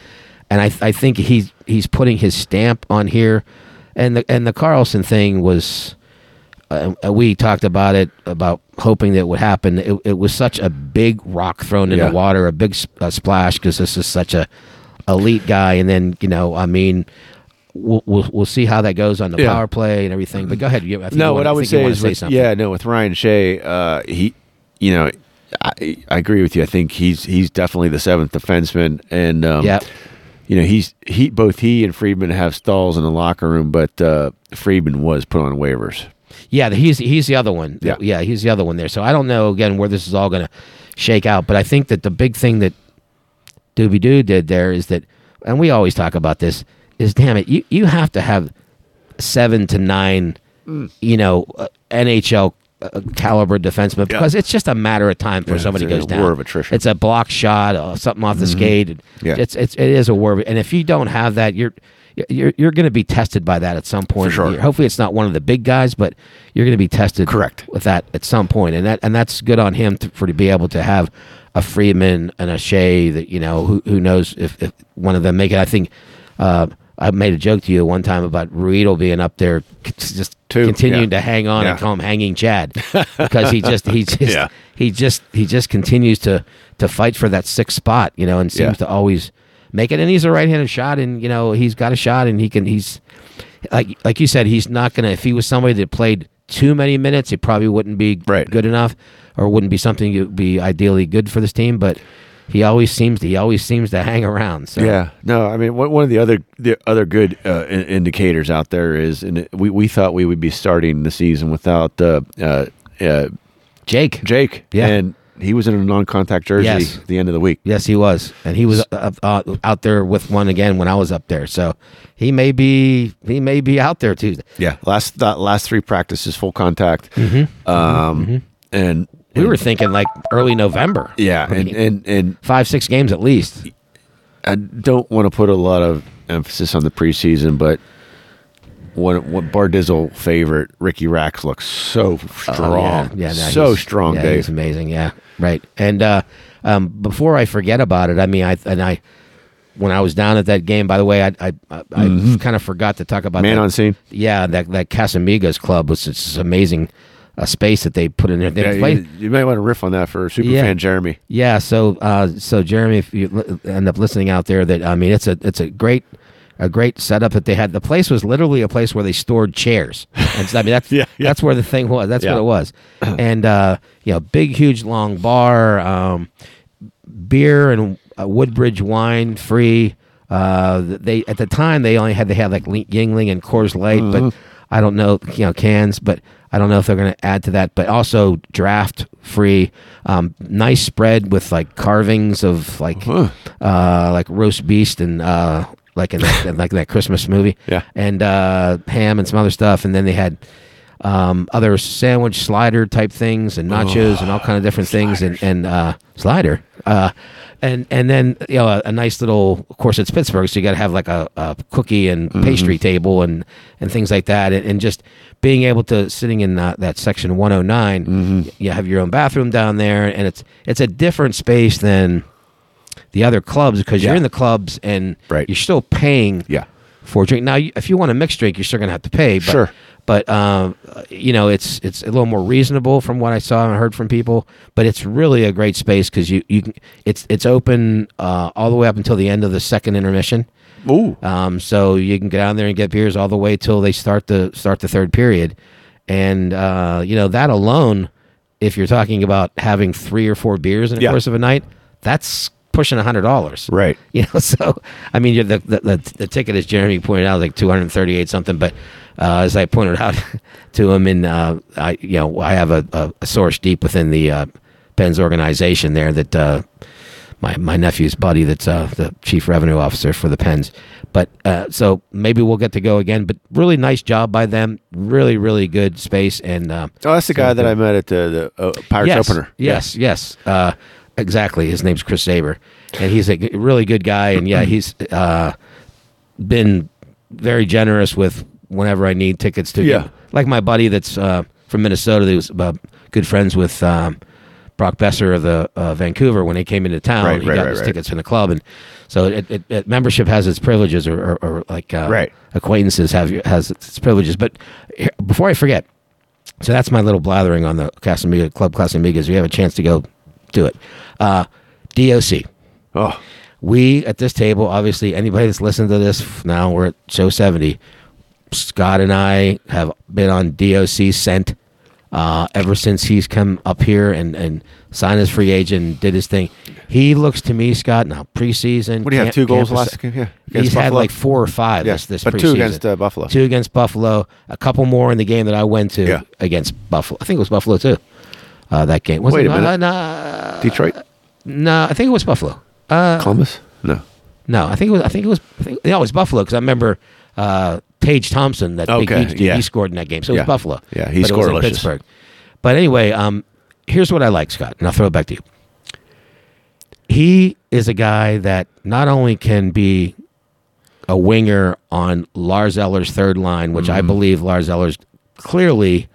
Speaker 2: And I I think he's he's putting his stamp on here, and the and the Carlson thing was. Uh, we talked about it about hoping that would happen. It, it was such a big rock thrown in
Speaker 3: Yeah.
Speaker 2: the water, a big sp- uh splash because this is such a elite guy. And then you know, I mean, we'll we'll, we'll see how that goes on the
Speaker 3: Yeah.
Speaker 2: power play and everything. But go ahead. You, I think you
Speaker 3: No,
Speaker 2: wanna-
Speaker 3: what I would
Speaker 2: think you
Speaker 3: say
Speaker 2: wanna
Speaker 3: is, with,
Speaker 2: something.
Speaker 3: yeah, no, with Ryan Shea, uh, he, you know, I, I agree with you. I think he's he's definitely the seventh defenseman, and um,
Speaker 2: Yep.
Speaker 3: you know he's he both he and Friedman have stalls in the locker room, but uh, Friedman was put on waivers.
Speaker 2: Yeah, he's he's the other one.
Speaker 3: Yeah.
Speaker 2: yeah, he's the other one there. So I don't know again where this is all going to shake out, but I think that the big thing that Doobie Doo did there is that, and we always talk about this, is damn it, you you have to have seven to nine,
Speaker 3: Mm.
Speaker 2: you know, uh, NHL uh, caliber defensemen because it's just a matter of time before
Speaker 3: Yeah,
Speaker 2: somebody
Speaker 3: it's a
Speaker 2: goes down.
Speaker 3: war of attrition. Mm-hmm.
Speaker 2: It's a block shot, or something off the skate.
Speaker 3: Yeah.
Speaker 2: It's it's it is a war, of- and if you don't have that, you're. You're, you're going to be tested by that at some point.
Speaker 3: sure.
Speaker 2: You're- hopefully it's not one of the big guys, but you're going to be tested
Speaker 3: Correct.
Speaker 2: with that at some point, and that and that's good on him to, for to be able to have a Freeman and a Shea that you know who who knows if, if one of them make it. I think uh, I made a joke to you one time about Ruedel being up there, c- just
Speaker 3: Two,
Speaker 2: continuing to
Speaker 3: yeah.
Speaker 2: hang on and
Speaker 3: Yeah.
Speaker 2: call him Hanging Chad because he just he just
Speaker 3: Yeah.
Speaker 2: he just he just continues to to fight for that sixth spot, you know, and seems
Speaker 3: Yeah.
Speaker 2: to always make it. And he's a right-handed shot, and you know he's got a shot, and he can he's like like you said, he's not gonna. If he was somebody that played too many minutes, he probably wouldn't be
Speaker 3: Right.
Speaker 2: good enough, or wouldn't be something that would be ideally good for this team. But he always seems he always seems to hang around. So
Speaker 3: Yeah, no, I mean one one of the other the other good uh, in- indicators out there is, and it- we we thought we would be starting the season without uh, uh, uh,
Speaker 2: Jake,
Speaker 3: Jake,
Speaker 2: Yeah.
Speaker 3: and he was in a non-contact jersey
Speaker 2: Yes.
Speaker 3: at the end of the week.
Speaker 2: yes, he was, and he was uh, uh, out there with one again when I was up there. So he may be he may be out there Tuesday.
Speaker 3: Yeah, last that last three practices, full contact, um, and
Speaker 2: We were thinking like early November.
Speaker 3: yeah, and and and
Speaker 2: Five six games at least.
Speaker 3: I don't want to put a lot of emphasis on the preseason, but what what Bardizzle favorite Ricky Rax looks so strong,
Speaker 2: Oh, yeah. Yeah, no,
Speaker 3: so
Speaker 2: he's-
Speaker 3: strong,
Speaker 2: yeah,
Speaker 3: Dave.
Speaker 2: He's amazing. Yeah, right. And uh, um, before I forget about it, I mean, I and I when I was down at that game. By the way, I I, I, I kind of forgot to talk about
Speaker 3: Mm-hmm. Man
Speaker 2: that-
Speaker 3: on scene.
Speaker 2: Yeah, that that Casamigos club was just amazing. A space that they put in there. They
Speaker 3: Yeah,
Speaker 2: play-
Speaker 3: you, you might want to riff on that for super
Speaker 2: Yeah.
Speaker 3: fan Jeremy.
Speaker 2: yeah, so uh, so Jeremy, if you li- end up listening out there, that I mean, it's a it's a great a great setup that they had. The place was literally a place where they stored chairs. And so, I mean, that's
Speaker 3: Yeah, yeah.
Speaker 2: that's where the thing was. That's
Speaker 3: Yeah.
Speaker 2: what it was. And uh, you know, big, huge, long bar, um, beer and uh, Woodbridge wine free. Uh, they at the time they only had they had like Le- Yingling and Coors Light, but I don't know you know cans, but I don't know if they're going to add to that. But also draft free, um, nice spread with like carvings of like uh, like roast beast and uh, like in that, like that Christmas movie,
Speaker 3: Yeah.
Speaker 2: and uh, ham and some other stuff, and then they had um, other sandwich slider type things and nachos and all
Speaker 3: Oh,
Speaker 2: kind of different things and and uh, slider uh, and and then you know a, a nice little of course it's Pittsburgh so you got to have like a, a cookie and
Speaker 3: Mm-hmm.
Speaker 2: pastry table and and things like that and, and just being able to sitting in uh, that section 109
Speaker 3: Mm-hmm.
Speaker 2: you have your own bathroom down there and it's it's a different space than the other clubs because you're
Speaker 3: Yeah.
Speaker 2: in the clubs and
Speaker 3: Right.
Speaker 2: you're still paying
Speaker 3: Yeah.
Speaker 2: for a drink. Now, you- if you want a mixed drink, you're still going to have to pay. But,
Speaker 3: Sure.
Speaker 2: But um, uh, you know, it's it's a little more reasonable from what I saw and heard from people. But it's really a great space because you you can, it's it's open uh, all the way up until the end of the second intermission.
Speaker 3: Ooh,
Speaker 2: Um, so you can get down there and get beers all the way till they start the start the third period, and uh, you know that alone, if you're talking about having three or four beers in the
Speaker 3: Yeah.
Speaker 2: course of a night, that's pushing a hundred dollars,
Speaker 3: Right.
Speaker 2: You know, so I mean, you're the, the the the ticket, as Jeremy pointed out, is like two hundred thirty eight something, but. Uh, as I pointed out to him, and uh, I, you know, I have a, a, a source deep within the uh, Penn's organization there that uh, my, my nephew's buddy that's uh, the chief revenue officer for the Pens. But uh, so maybe we'll get to go again. But really nice job by them. Really, really good space. And uh,
Speaker 3: oh, that's the guy that I met at the, the uh, Pirates
Speaker 2: yes,
Speaker 3: opener.
Speaker 2: Yes, yes, uh, exactly. His name's Chris Saber, and he's a g- really good guy. And yeah, he's uh, been very generous with whenever I need tickets to.
Speaker 3: Yeah.
Speaker 2: like my buddy that's uh, from Minnesota, that was uh, good friends with. Um, Brock Besser of the uh, Vancouver when he came into town,
Speaker 3: Right,
Speaker 2: he
Speaker 3: right,
Speaker 2: got
Speaker 3: right,
Speaker 2: his
Speaker 3: right.
Speaker 2: tickets in the club, and so it, it, it, membership has its privileges, or, or, or like uh,
Speaker 3: Right.
Speaker 2: acquaintances have your- has its privileges. But here- before I forget, so that's my little blathering on the Casamiga Club Casamigas. If you have a chance to go, do it. Uh, DOC.
Speaker 3: Oh,
Speaker 2: We at this table, obviously, anybody that's listened to this f- now, we're at show 70. Scott and I have been on DOC scent Uh, ever since he's come up here and, and signed as free agent and did his thing, he looks to me, Scott, now preseason.
Speaker 3: What do you have,
Speaker 2: camp-
Speaker 3: two goals
Speaker 2: campus-
Speaker 3: last game? Yeah, against
Speaker 2: He's had
Speaker 3: Buffalo?
Speaker 2: like four or five
Speaker 3: Yeah,
Speaker 2: this, this
Speaker 3: but
Speaker 2: preseason.
Speaker 3: two against, uh, Buffalo.
Speaker 2: Two against Buffalo, a couple more in the game that I went to
Speaker 3: Yeah.
Speaker 2: against Buffalo. I think it was Buffalo, too, uh, that game. Was
Speaker 3: Wait
Speaker 2: it,
Speaker 3: a minute.
Speaker 2: No, no,
Speaker 3: Detroit,
Speaker 2: no, I think it was Buffalo.
Speaker 3: Columbus. No,
Speaker 2: No, I think it was. I think it was. I think, no, it was Buffalo because I remember uh, Tage Thompson that
Speaker 3: Okay,
Speaker 2: big, he,
Speaker 3: yeah.
Speaker 2: he scored in that game. So it
Speaker 3: Yeah.
Speaker 2: was Buffalo.
Speaker 3: Yeah, he
Speaker 2: But it was in
Speaker 3: scoreless.
Speaker 2: Pittsburgh. But anyway, um, here's what I like, Scott, and I'll throw it back to you. He is a guy that not only can be a winger on Lars Eller's third line, which
Speaker 3: Mm-hmm.
Speaker 2: I believe Lars Eller's clearly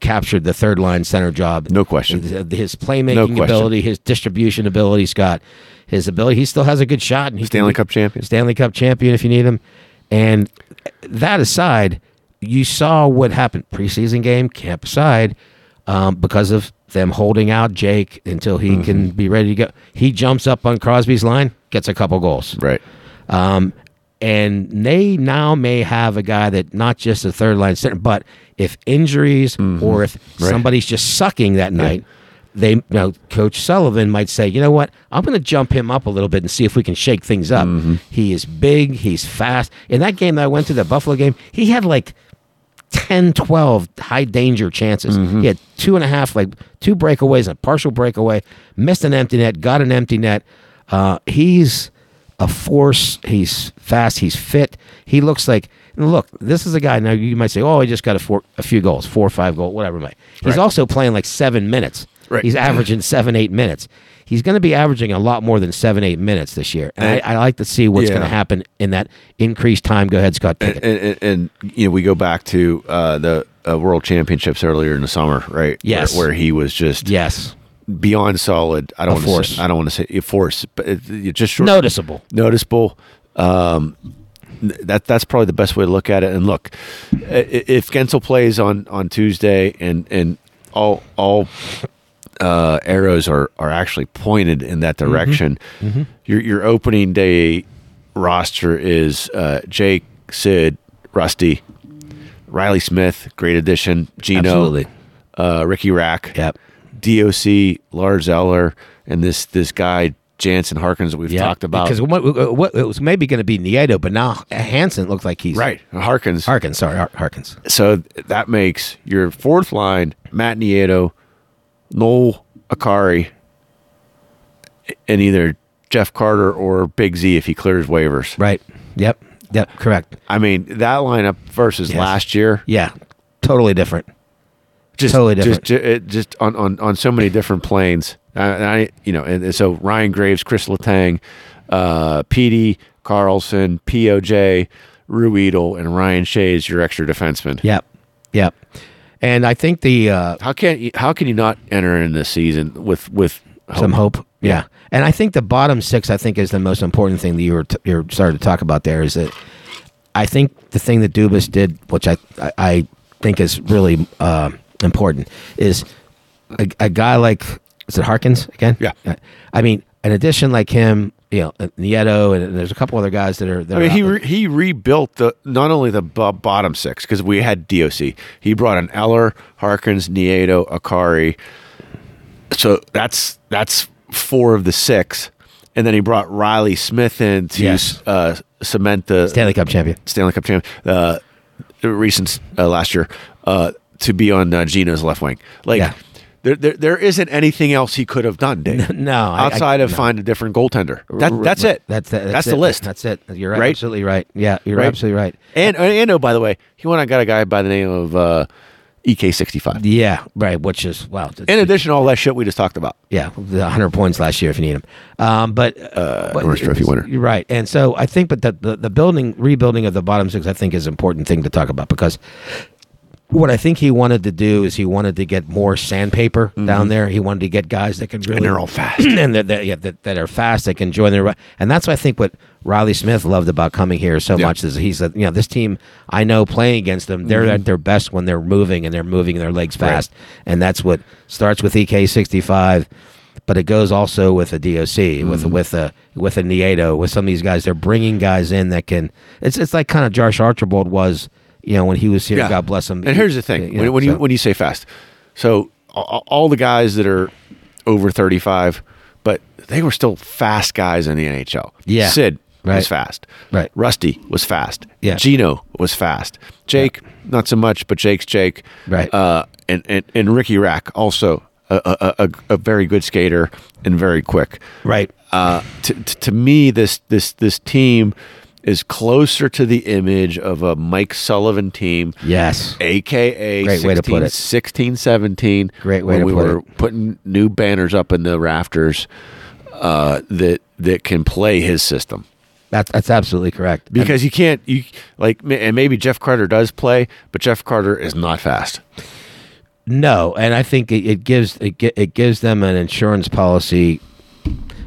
Speaker 2: captured the third line center job.
Speaker 3: No question.
Speaker 2: His, uh, his playmaking
Speaker 3: No question.
Speaker 2: ability, his distribution ability, Scott, his ability. He still has a good shot. And he can
Speaker 3: Stanley
Speaker 2: be-
Speaker 3: Cup champion.
Speaker 2: Stanley Cup champion if you need him. And that aside, you saw what happened preseason game, camp aside, um, because of them holding out Jake until he can
Speaker 3: Mm-hmm.
Speaker 2: be ready to go. He jumps up on Crosby's line, gets a couple goals.
Speaker 3: Right.
Speaker 2: Um, and they now may have a guy that not just a third line center, but if injuries or if
Speaker 3: Right.
Speaker 2: somebody's just sucking that night, they you know, Coach Sullivan might say, you know what, I'm going to jump him up a little bit and see if we can shake things up. He is big, he's fast. In that game that I went to, the Buffalo game, he had like 10, 12 high danger chances.
Speaker 3: Mm-hmm.
Speaker 2: He had two and a half, like two breakaways, and a partial breakaway, missed an empty net, got an empty net. Uh, he's a force. He's fast. He's fit. He looks like, and look, this is a guy. Now you might say, oh, he just got a, four, a few goals, four or five goals, whatever it might. He's
Speaker 3: Right.
Speaker 2: also playing like seven minutes.
Speaker 3: Right.
Speaker 2: He's averaging seven, eight minutes. He's going to be averaging a lot more than seven, eight minutes this year. And,
Speaker 3: And-
Speaker 2: I, I like to see what's
Speaker 3: Yeah.
Speaker 2: going to happen in that increased time. Go ahead, Scott. Pick it.
Speaker 3: and, and, and you know we go back to uh, the uh, world championships earlier in the summer, right?
Speaker 2: Yes.
Speaker 3: where, where he was just
Speaker 2: yes.
Speaker 3: beyond solid. I
Speaker 2: A
Speaker 3: don't want to
Speaker 2: force.
Speaker 3: say I don't want to say a force, but it, it just short,
Speaker 2: Noticeable.
Speaker 3: noticeable. Um, n- that that's probably the best way to look at it. And look, i- i- if Gensel plays on on Tuesday, and and all all uh, arrows are are actually pointed in that
Speaker 2: Mm-hmm.
Speaker 3: direction, your your opening day roster is uh, Jake, Sid, Rusty, Riley Smith, great addition, Gino,
Speaker 2: Absolutely.
Speaker 3: uh, Ricky Rack,
Speaker 2: Yep.
Speaker 3: DOC, Lars Eller, and this this guy Jansen Harkins that we've talked about.
Speaker 2: because what, what, what- it was maybe going to be Nieto, but now Hansen looks like he's
Speaker 3: right, Harkins.
Speaker 2: Harkins, sorry, Har- Harkins.
Speaker 3: so that makes your fourth line Matt Nieto, Noel Akari, and either Jeff Carter or Big Z if he clears waivers.
Speaker 2: Right. Yep. Yep. Correct.
Speaker 3: I mean that lineup versus
Speaker 2: Yes.
Speaker 3: last year,
Speaker 2: Yeah. Totally different.
Speaker 3: just
Speaker 2: totally different.
Speaker 3: just it, just on, on on so many different planes. Uh, and I you know and, and so Ryan Graves, Chris Letang, uh, Petey Carlson, Poj, Rue Edel, and Ryan Shays, your extra defenseman.
Speaker 2: Yep. Yep. And I think the uh,
Speaker 3: How can you, how can you not enter in this season with with
Speaker 2: some hope. Yeah. And I think the bottom six, I think, is the most important thing that you were t- you're starting to talk about there is that I think the thing that Dubas did, which I I, I think is really uh, important, is a, a guy like is it Harkins again?
Speaker 3: Yeah.
Speaker 2: I mean, an addition like him, you know, uh, Nieto, and there's a couple other guys that are. That
Speaker 3: I mean,
Speaker 2: are out
Speaker 3: he
Speaker 2: there.
Speaker 3: re- he rebuilt the not only the bo- bottom six because we had DOC. He brought in Eller, Harkins, Nieto, Akari. So that's that's four of the six, and then he brought Riley Smith in to
Speaker 2: Yes.
Speaker 3: uh, cement the
Speaker 2: Stanley Cup champion.
Speaker 3: Stanley Cup champion uh, recent uh, last year uh, to be on uh, Gino's left wing. Like
Speaker 2: Yeah.
Speaker 3: there, there there isn't anything else he could have done, Dave.
Speaker 2: No, I- I-
Speaker 3: outside of
Speaker 2: no.
Speaker 3: find a different goaltender. That, that's it.
Speaker 2: That's that's,
Speaker 3: that's
Speaker 2: it.
Speaker 3: the list.
Speaker 2: That's it. You're right,
Speaker 3: Right?
Speaker 2: absolutely right. Yeah, you're
Speaker 3: Right?
Speaker 2: absolutely right.
Speaker 3: And and oh, by the way, he went and got a guy by the name of uh, EK65.
Speaker 2: Yeah, right. Which is wow.
Speaker 3: In addition to all that shit we just talked about,
Speaker 2: Yeah, the 100 points last year if you need them. Um, but, uh, but
Speaker 3: Norris Trophy winner.
Speaker 2: You're right. And so I think, but the, the, the building, rebuilding of the bottom six, I think is an important thing to talk about because what I think he wanted to do is he wanted to get more sandpaper down there. He wanted to get guys that can really.
Speaker 3: Mm-hmm. they're all fast.
Speaker 2: and that, that, yeah, that, that are fast, that can join their. ri- And that's, what I think, what Riley Smith loved about coming here so
Speaker 3: Yeah.
Speaker 2: much is he's, a, you know, this team, I know playing against them, they're at their best when they're moving and they're moving their legs
Speaker 3: Mm-hmm. Right.
Speaker 2: fast. And that's what starts with EK65, but it goes also with a DOC, with
Speaker 3: Mm-hmm.
Speaker 2: with a with a Nieto, with some of these guys. They're bringing guys in that can. It's it's like kind of Josh Archibald was, you know, when he was here. God bless him.
Speaker 3: And here's the thing:
Speaker 2: You
Speaker 3: when,
Speaker 2: know,
Speaker 3: when you
Speaker 2: so-
Speaker 3: when you say fast, So a- a- all the guys that are over 35, but they were still fast guys in the NHL.
Speaker 2: Yeah.
Speaker 3: Sid
Speaker 2: Right.
Speaker 3: was fast.
Speaker 2: Right.
Speaker 3: Rusty was fast.
Speaker 2: Yeah.
Speaker 3: Gino was fast. Jake, not so much, but Jake's Jake.
Speaker 2: Right.
Speaker 3: Uh, and, and, and Ricky Rack, also a, a, a, a very good skater and very quick.
Speaker 2: Right.
Speaker 3: Uh, to, to, to me, this this this team is closer to the image of a Mike Sullivan team
Speaker 2: Yes.
Speaker 3: aka
Speaker 2: Great
Speaker 3: 16,
Speaker 2: way to put it.
Speaker 3: 16 17
Speaker 2: Great way
Speaker 3: when
Speaker 2: to
Speaker 3: we
Speaker 2: put
Speaker 3: were putting new banners up in the rafters uh, that that can play his system
Speaker 2: That, that's absolutely correct. And-
Speaker 3: because you can't you like ma- and maybe Jeff Carter does play but Jeff Carter is not fast
Speaker 2: No, and I think it, it gives it, gi- it gives them an insurance policy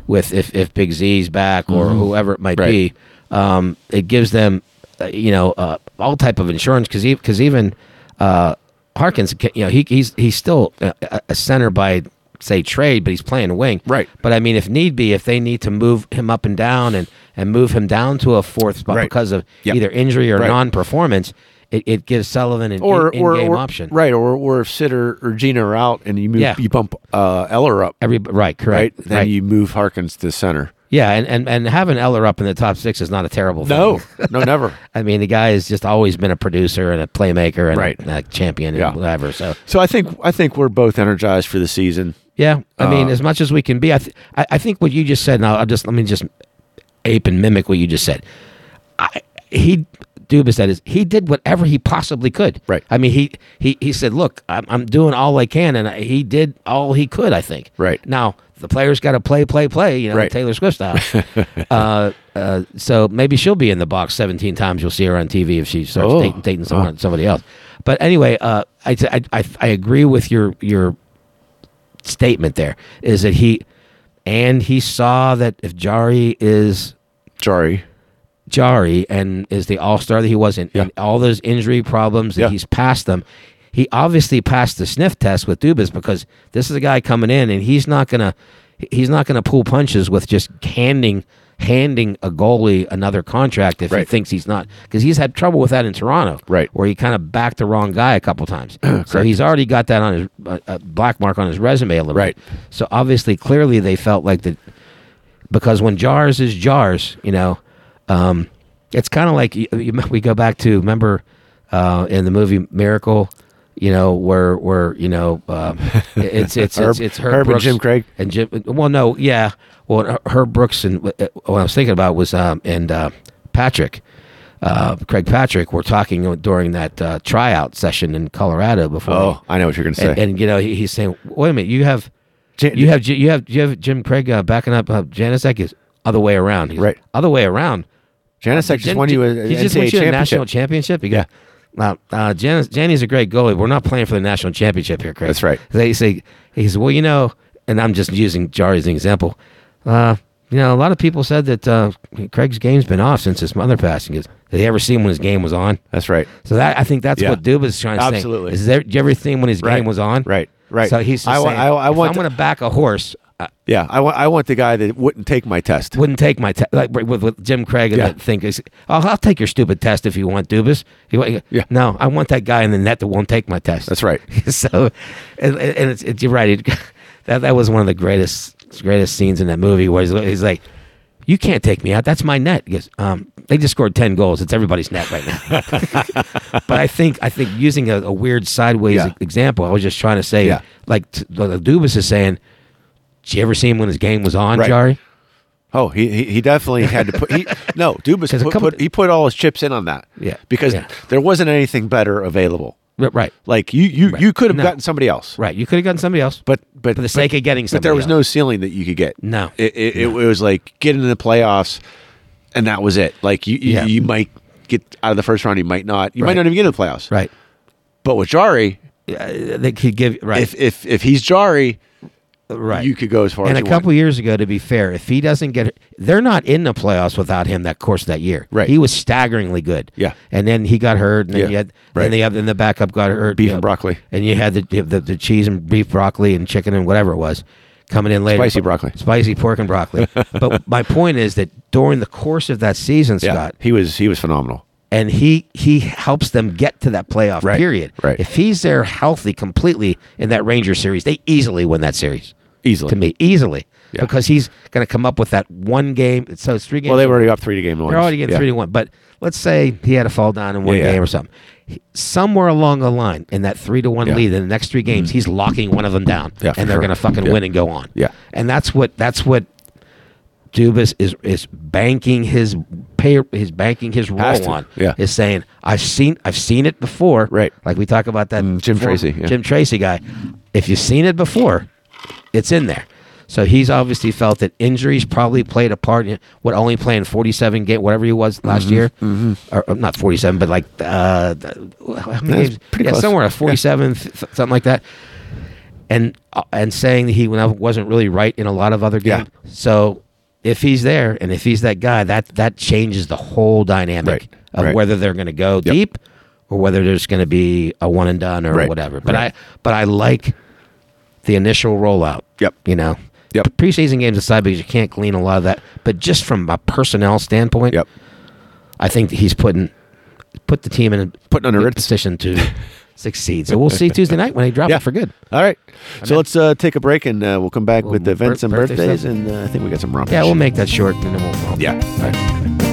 Speaker 2: with if if Big Z's back or whoever it might
Speaker 3: Mm-hmm.
Speaker 2: be.
Speaker 3: Right.
Speaker 2: Um, it gives them, uh, you know, uh, all type of insurance because because even uh, Harkins, ca- you know, he he's he's still a, a- a center by say trade, but he's playing wing.
Speaker 3: Right.
Speaker 2: But I mean, if need be, if they need to move him up and down and and move him down to a fourth spot
Speaker 3: Right.
Speaker 2: because of
Speaker 3: Yep.
Speaker 2: either injury or
Speaker 3: Right.
Speaker 2: non-performance. It, it gives Sullivan an
Speaker 3: or
Speaker 2: in,
Speaker 3: or,
Speaker 2: game
Speaker 3: or
Speaker 2: option,
Speaker 3: right or or if Sitter or Gina are out and you move
Speaker 2: Yeah.
Speaker 3: you bump uh, Eller up
Speaker 2: Every right,
Speaker 3: right
Speaker 2: correct. Right.
Speaker 3: then you move Harkins to center
Speaker 2: yeah, and, and and having Eller up in the top six is not a terrible thing.
Speaker 3: no no never
Speaker 2: I mean the guy has just always been a producer and a playmaker and
Speaker 3: Right.
Speaker 2: a, a champion
Speaker 3: Yeah.
Speaker 2: and whatever. So
Speaker 3: so I think I think we're both energized for the season
Speaker 2: yeah, I mean
Speaker 3: Uh,
Speaker 2: as much as we can be, I th- I, I think what you just said. Now I'll just let me just ape and mimic what you just said. I, he Dubas that is he did whatever he possibly could.
Speaker 3: Right.
Speaker 2: I mean he he he said, look, I'm, I'm doing all I can, and I, he did all he could. I think.
Speaker 3: Right.
Speaker 2: now the players got to play, play, play. You know,
Speaker 3: Right.
Speaker 2: Taylor Swift style. uh, uh, so maybe she'll be in the box 17 times. You'll see her on TV if she starts
Speaker 3: Oh.
Speaker 2: dating, dating someone, somebody else. But anyway, uh, I, I, I, I agree with your your statement. There is that he and he saw that if Jari is
Speaker 3: Jari
Speaker 2: Jari and is the all star that he was in, and all those injury problems that
Speaker 3: Yeah.
Speaker 2: he's passed them. He obviously passed the sniff test with Dubas because this is a guy coming in and he's not gonna he's not gonna pull punches with just handing handing a goalie another contract if he
Speaker 3: Right.
Speaker 2: thinks he's not because he's had trouble with that in Toronto
Speaker 3: Right.
Speaker 2: where he kind of backed the wrong guy a couple times so he's already got that on his uh, uh, black mark on his resume a little
Speaker 3: Right.
Speaker 2: bit so obviously clearly they felt like that because when jars is jars, you know, um, it's kind of like you, you, we go back to remember uh, in the movie Miracle, you know, where where you know um, it's it's it's, it's Herb,
Speaker 3: Herb and
Speaker 2: Brooks
Speaker 3: Jim Craig?
Speaker 2: and Jim. Well, no, yeah, well Her- Herb Brooks and uh, what I was thinking about was um, and uh, Patrick. Uh, Craig Patrick were talking during that uh, tryout session in Colorado before.
Speaker 3: oh I know what you're gonna say
Speaker 2: and, and you know he, he's saying, "Wait a minute, you have
Speaker 3: Jan-
Speaker 2: you have Ji- you have you have Jim Craig uh, backing up uh, Janicek is other way around. He's
Speaker 3: Right.
Speaker 2: other way around.
Speaker 3: Janicek just
Speaker 2: Jan-
Speaker 3: won you a,
Speaker 2: he just
Speaker 3: NCAA
Speaker 2: won you a
Speaker 3: championship.
Speaker 2: national championship. He
Speaker 3: Yeah.
Speaker 2: goes, "Well, uh, Jan- Janny's a great goalie. We're not playing for the national championship here, Craig.
Speaker 3: That's right.
Speaker 2: They say he says, well, you know, and I'm just using Jari as an example. Uh, you know, a lot of people said that uh, Craig's game's been off since his mother passed. He goes, did they ever see him when his game was on?
Speaker 3: That's right.
Speaker 2: So that I think that's
Speaker 3: Yeah.
Speaker 2: what Duba's trying to
Speaker 3: Absolutely.
Speaker 2: say. Is there did you ever see him when his
Speaker 3: Right.
Speaker 2: game was on?
Speaker 3: Right. Right.
Speaker 2: So he's just
Speaker 3: I wa-
Speaker 2: saying,
Speaker 3: I wa- I
Speaker 2: if
Speaker 3: want
Speaker 2: I'm
Speaker 3: to-
Speaker 2: going to back a horse. I
Speaker 3: Yeah, I want I want the guy that wouldn't take my test.
Speaker 2: wouldn't take my test like with, with Jim Craig and
Speaker 3: Yeah.
Speaker 2: that thing. is, I'll, I'll take your stupid test if you want, Dubas. You want-
Speaker 3: Yeah.
Speaker 2: No, I want that guy in the net that won't take my test.
Speaker 3: That's right.
Speaker 2: so, and, and it's, it, you're right. It, that that was one of the greatest greatest scenes in that movie where he's, he's like, "You can't take me out. That's my net." He goes, um, "They just scored ten goals. It's everybody's net right now." but I think I think using a, a weird sideways
Speaker 3: Yeah.
Speaker 2: example, I was just trying to say,
Speaker 3: Yeah.
Speaker 2: like t- like Dubas is saying, "Did you ever see him when his game was on,
Speaker 3: Right.
Speaker 2: Jari?"
Speaker 3: Oh, he he, he definitely had to put he, no Dubas
Speaker 2: 'Cause a
Speaker 3: put,
Speaker 2: couple-
Speaker 3: put- he put all his chips in on that.
Speaker 2: Yeah.
Speaker 3: because
Speaker 2: Yeah.
Speaker 3: there wasn't anything better available.
Speaker 2: R- Right.
Speaker 3: Like you you you could have
Speaker 2: No.
Speaker 3: gotten somebody else.
Speaker 2: Right. You could have gotten somebody else.
Speaker 3: But but
Speaker 2: For the sake
Speaker 3: but-
Speaker 2: of getting
Speaker 3: but there
Speaker 2: somebody
Speaker 3: was
Speaker 2: else.
Speaker 3: no ceiling that you could get.
Speaker 2: No.
Speaker 3: it it, it, it was like get into the playoffs, and that was it. Like you you,
Speaker 2: Yeah.
Speaker 3: you might get out of the first round, you might not, you
Speaker 2: Right.
Speaker 3: might not even get into the playoffs.
Speaker 2: right.
Speaker 3: But with Jari,
Speaker 2: Uh, they could give right.
Speaker 3: if if if he's Jari,
Speaker 2: right.
Speaker 3: you could go as far
Speaker 2: and
Speaker 3: as
Speaker 2: a
Speaker 3: you
Speaker 2: couple
Speaker 3: want.
Speaker 2: years ago, to be fair, if he doesn't get, they're not in the playoffs without him. That course that year,
Speaker 3: Right.
Speaker 2: He was staggeringly good.
Speaker 3: Yeah.
Speaker 2: and then he got hurt, and then
Speaker 3: Yeah.
Speaker 2: you had,
Speaker 3: Right.
Speaker 2: then the other, then the backup got hurt,
Speaker 3: Beef
Speaker 2: you
Speaker 3: and broccoli.
Speaker 2: and you had the, the the cheese and beef broccoli and chicken and whatever it was coming in later,
Speaker 3: Spicy
Speaker 2: But-
Speaker 3: broccoli.
Speaker 2: spicy pork and broccoli. but my point is that during the course of that season,
Speaker 3: Yeah,
Speaker 2: Scott,
Speaker 3: he was he was phenomenal.
Speaker 2: and he he helps them get to that playoff
Speaker 3: Right,
Speaker 2: period.
Speaker 3: right.
Speaker 2: If he's there healthy completely in that Ranger series, they easily win that series.
Speaker 3: Easily.
Speaker 2: to me, easily
Speaker 3: Yeah.
Speaker 2: because he's going to come up with that one game. So it's three games.
Speaker 3: Well, they were already up three to game one.
Speaker 2: They're already getting
Speaker 3: yeah.
Speaker 2: three to one. But let's say he had a fall down in one
Speaker 3: Yeah, yeah.
Speaker 2: game or something. He- Somewhere along the line in that three to one
Speaker 3: Yeah. Mm.
Speaker 2: lead in the next three games, he's locking one of them down,
Speaker 3: Yeah, for
Speaker 2: and they're
Speaker 3: sure.
Speaker 2: going to fucking
Speaker 3: Yeah.
Speaker 2: win and go on.
Speaker 3: Yeah.
Speaker 2: and that's what that's what Dubas is is banking his pay his banking his
Speaker 3: Has
Speaker 2: role
Speaker 3: to,
Speaker 2: on.
Speaker 3: yeah.
Speaker 2: is saying I've seen I've seen it before.
Speaker 3: Right.
Speaker 2: like we talk about that
Speaker 3: Mm, Jim
Speaker 2: former-
Speaker 3: Tracy, yeah.
Speaker 2: Jim Tracy guy. If you've seen it before, it's in there. So he's obviously felt that injuries probably played a part in what only playing 47 game, whatever he was last
Speaker 3: Mm-hmm,
Speaker 2: year, or, or not 47, but like uh, th- how many
Speaker 3: That's
Speaker 2: games?
Speaker 3: pretty
Speaker 2: yeah,
Speaker 3: close.
Speaker 2: somewhere 47, th- th- something like that, and uh, and saying that he wasn't really right in a lot of other
Speaker 3: Yeah.
Speaker 2: games. So if he's there and if he's that guy, that that changes the whole dynamic
Speaker 3: Right,
Speaker 2: of
Speaker 3: right.
Speaker 2: whether they're going to go deep or whether there's going to be a one and done or
Speaker 3: Right,
Speaker 2: whatever. But
Speaker 3: right.
Speaker 2: I but I like the initial rollout.
Speaker 3: Yep.
Speaker 2: You know.
Speaker 3: Yep.
Speaker 2: P- Preseason games aside, because you can't glean a lot of that. But just from a personnel standpoint,
Speaker 3: Yep.
Speaker 2: I think that he's putting put the team in a
Speaker 3: Putting under
Speaker 2: good
Speaker 3: it.
Speaker 2: position to succeed. So we'll see Tuesday night when they drop
Speaker 3: Yeah.
Speaker 2: it for good.
Speaker 3: All right. So let's uh, take a break and uh, we'll come back with the events and
Speaker 2: birth- birthday
Speaker 3: birthdays.
Speaker 2: stuff.
Speaker 3: And uh, I think we got some rompers.
Speaker 2: Yeah, we'll make that short and then we'll roll.
Speaker 3: Yeah. All right.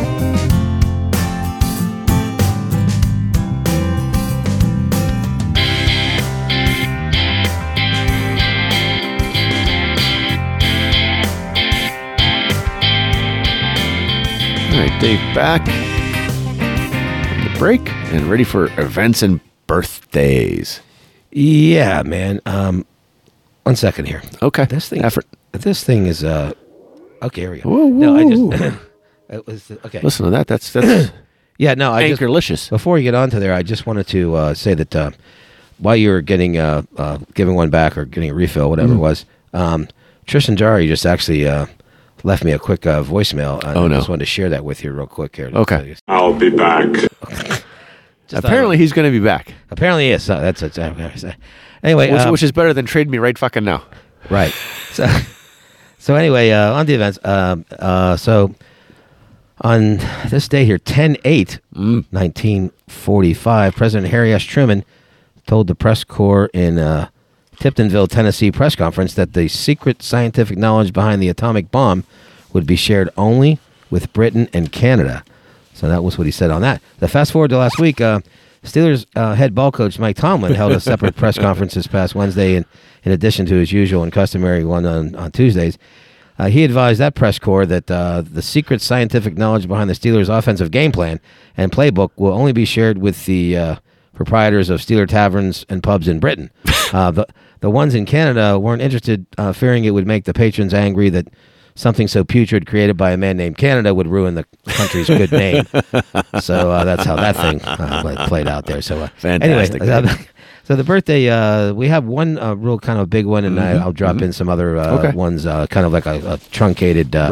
Speaker 3: All right, Dave back. from The break and ready for events and birthdays.
Speaker 2: Yeah, man. Um, one second here.
Speaker 3: Okay.
Speaker 2: This thing.
Speaker 3: Effort.
Speaker 2: This thing is uh. Okay, here we go.
Speaker 3: Whoa,
Speaker 2: no,
Speaker 3: whoa,
Speaker 2: I just. it was okay.
Speaker 3: Listen to that. That's that's
Speaker 2: Yeah, no, I just
Speaker 3: anchorlicious.
Speaker 2: before we get on to there, I just wanted to uh, say that uh, while you were getting uh, uh, giving one back or getting a refill, whatever
Speaker 3: Mm-hmm.
Speaker 2: it was, um, Tristan Jari just actually uh, left me a quick uh, voicemail. and
Speaker 3: Oh, no.
Speaker 2: I just wanted to share that with you real quick here.
Speaker 3: Okay.
Speaker 5: I'll be back.
Speaker 2: Just thought-
Speaker 3: Apparently, he's going to be back,
Speaker 2: apparently, yes. Uh, that's it. Uh, anyway,
Speaker 3: which,
Speaker 2: um,
Speaker 3: which is better than trade me right fucking now.
Speaker 2: Right. So, so anyway, uh, on the events. Um, uh, so on this day here, 10 8, 1945, President Harry S. Truman told the press corps in uh, Tiptonville, Tennessee press conference that the secret scientific knowledge behind the atomic bomb would be shared only with Britain and Canada. So that was what he said on that. The fast forward to last week, uh, Steelers uh, head ball coach Mike Tomlin held a separate press conference this past Wednesday, in, in addition to his usual and customary one on, on Tuesdays. Uh, he advised that press corps that uh, the secret scientific knowledge behind the Steelers' offensive game plan and playbook will only be shared with the uh, proprietors of Steeler taverns and pubs in Britain. uh, the, the ones in Canada weren't interested, uh, fearing it would make the patrons angry that something so putrid created by a man named Canada would ruin the country's good name. so uh, that's how that thing uh, like, played out there. So uh,
Speaker 3: Fantastic.
Speaker 2: Anyway, uh, so the birthday, uh, we have one uh, real kind of big one, and I, I'll drop in some other uh,
Speaker 3: Mm-hmm. Okay.
Speaker 2: ones, uh, kind of like a, a truncated uh,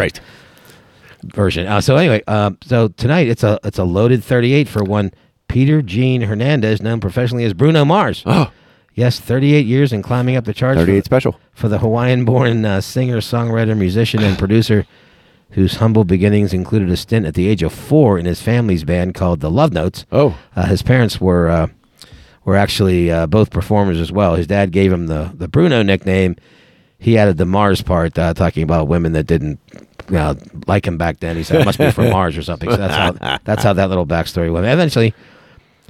Speaker 2: version. Uh, so anyway, um, so tonight it's a it's a loaded 38 for one Peter Gene Hernandez, known professionally as Bruno Mars.
Speaker 3: Oh,
Speaker 2: Yes, 38 years and climbing up the charts. for
Speaker 3: 38
Speaker 2: the-
Speaker 3: special.
Speaker 2: for the Hawaiian-born uh, singer, songwriter, musician, and producer, whose humble beginnings included a stint at the age of four in his family's band called the Love Notes.
Speaker 3: Oh.
Speaker 2: uh, his parents were uh, were actually uh, both performers as well. His dad gave him the the Bruno nickname. He added the Mars part, uh, talking about women that didn't uh, like him back then. He said, "I must be from Mars or something." So that's how that's how that little backstory went. Eventually,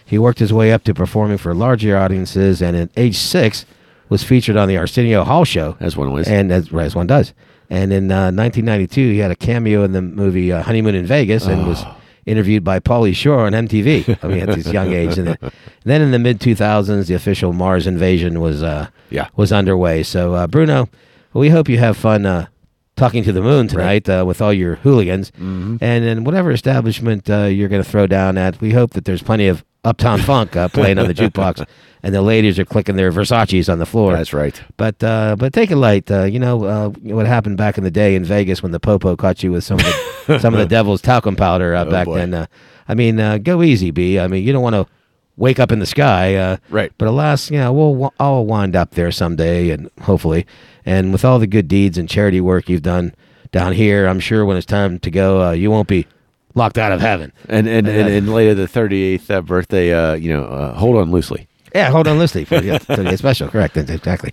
Speaker 2: he worked his way up to performing for larger audiences, and at age six, was featured on the Arsenio Hall show.
Speaker 3: As one was.
Speaker 2: and as, right, as one does. And in uh, 1992, he had a cameo in the movie uh, Honeymoon in Vegas, and was
Speaker 3: Ah.
Speaker 2: interviewed by Pauly Shore on MTV. I mean, at this young age, and then, then in the mid 2000s, the official Mars invasion was uh,
Speaker 3: Yeah.
Speaker 2: was underway. So, uh, Bruno, we hope you have fun uh, talking to the moon tonight uh, with all your hooligans. And in whatever establishment uh, you're going to throw down at, we hope that there's plenty of Uptown Funk uh, playing on the jukebox and the ladies are clicking their Versace's on the floor.
Speaker 3: That's right.
Speaker 2: But uh, but take it light. Uh, you know uh, what happened back in the day in Vegas when the popo caught you with some of the, some of the devil's talcum powder uh, back
Speaker 3: Oh, boy.
Speaker 2: then. Uh, I mean, uh, go easy, B. I mean, you don't want to wake up in the sky, uh,
Speaker 3: Right.
Speaker 2: But alas, you know, we'll w- all wind up there someday, and hopefully, and with all the good deeds and charity work you've done down here, I'm sure when it's time to go, uh, you won't be locked out of heaven.
Speaker 3: And and, and, and later the 38th uh, birthday, uh, you know, uh, hold on loosely.
Speaker 2: Yeah, hold on, loosely for the 38 special. Correct, that's exactly.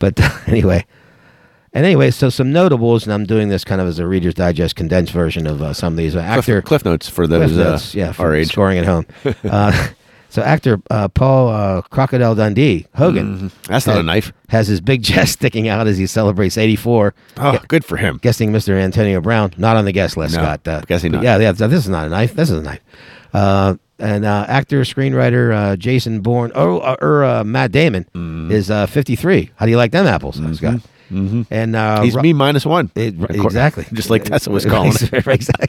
Speaker 2: But anyway, and anyway, so some notables, and I'm doing this kind of as a Reader's Digest condensed version of uh, some of these. Uh,
Speaker 3: Cliff,
Speaker 2: actor,
Speaker 3: Cliff Notes for those
Speaker 2: Cliff Notes,
Speaker 3: uh,
Speaker 2: yeah, for
Speaker 3: our age.
Speaker 2: scoring at home. uh, so actor uh, Paul uh, Crocodile Dundee Hogan.
Speaker 3: That's not
Speaker 2: had-
Speaker 3: a Mm-hmm. knife.
Speaker 2: Has his big chest sticking out as he celebrates 84.
Speaker 3: Oh, good for him.
Speaker 2: guessing Mr. Antonio Brown, not on the guest list,
Speaker 3: No,
Speaker 2: Scott. Uh,
Speaker 3: guessing
Speaker 2: but
Speaker 3: not.
Speaker 2: Yeah, yeah, th- this is not a knife. This is a knife. Uh, and uh, actor, screenwriter uh, Jason Bourne, or uh, or, uh, Matt Damon,
Speaker 3: Mm-hmm.
Speaker 2: is uh, 53. How do you like them apples, Scott? Mm-hmm. And uh,
Speaker 3: He's
Speaker 2: Ro-
Speaker 3: me minus one.
Speaker 2: it-
Speaker 3: Of course.
Speaker 2: exactly.
Speaker 3: Just like Tessa was calling. it.
Speaker 2: exactly.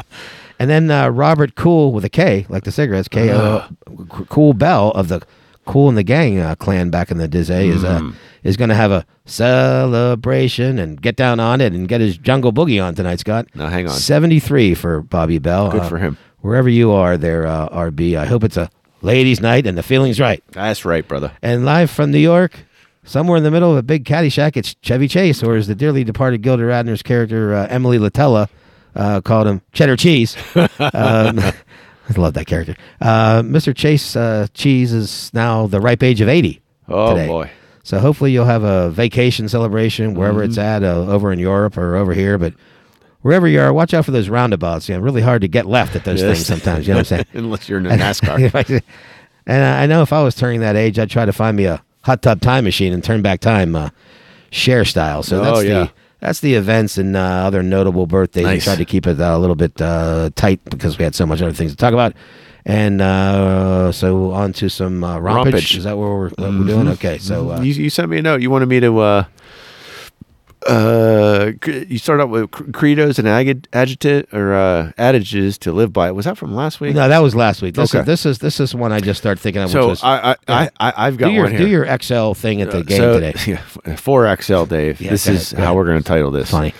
Speaker 2: and then uh, Robert Cool with a K, like the cigarettes, K
Speaker 3: Uh.
Speaker 2: O Cool Bell of the Cool and the Gang uh, clan back in the day is
Speaker 3: Hmm.
Speaker 2: uh, is going to have a celebration and get down on it and get his jungle boogie on tonight, Scott.
Speaker 3: Now, hang on.
Speaker 2: 73 for Bobby Bell.
Speaker 3: Good
Speaker 2: Uh,
Speaker 3: for him.
Speaker 2: Wherever you are there, uh, RB, I hope it's a ladies' night and the feeling's right.
Speaker 3: That's right, brother.
Speaker 2: And live from New York, somewhere in the middle of a big Caddyshack, it's Chevy Chase, or as the dearly departed Gilda Radner's character, uh, Emily Latella, uh, called him Cheddar Cheese. um, I love that character. Uh, Mr. Chase uh, Cheese is now the ripe age of 80.
Speaker 3: Oh,
Speaker 2: today.
Speaker 3: boy.
Speaker 2: So hopefully you'll have a vacation celebration wherever it's at,
Speaker 3: Mm-hmm.
Speaker 2: uh, over in Europe or over here. But wherever you are, watch out for those roundabouts. You know, really hard to get left at those
Speaker 3: Yes.
Speaker 2: things sometimes. You know what I'm saying?
Speaker 3: Unless you're in a NASCAR.
Speaker 2: If I did- and I I know if I was turning that age, I'd try to find me a hot tub time machine and turn back time, uh, share style. So
Speaker 3: Oh,
Speaker 2: that's
Speaker 3: yeah.
Speaker 2: the that's the events and uh, other notable birthdays. We
Speaker 3: Nice.
Speaker 2: tried to keep it uh, a little bit uh, tight because we had so much other things to talk about. And uh, so on to some uh, rompage.
Speaker 3: Rompage.
Speaker 2: Is that what we're, what we're doing? Okay, so uh,
Speaker 3: Mm-hmm. you, you sent me a note. You wanted me to. Uh, uh, cre- you start out with cre- credos and ag- adjective or uh, adages to live by. Was that from last week?
Speaker 2: no, that was last week. This is
Speaker 3: Okay.
Speaker 2: this is this is one I just started thinking of. which
Speaker 3: so
Speaker 2: was,
Speaker 3: I, I, I, I, I've got
Speaker 2: do your
Speaker 3: one here.
Speaker 2: do your XL thing at the game
Speaker 3: so,
Speaker 2: today.
Speaker 3: Yeah, four XL, Dave.
Speaker 2: Yeah,
Speaker 3: this
Speaker 2: go ahead,
Speaker 3: is
Speaker 2: go
Speaker 3: how
Speaker 2: ahead.
Speaker 3: we're going to title this.
Speaker 2: Funny.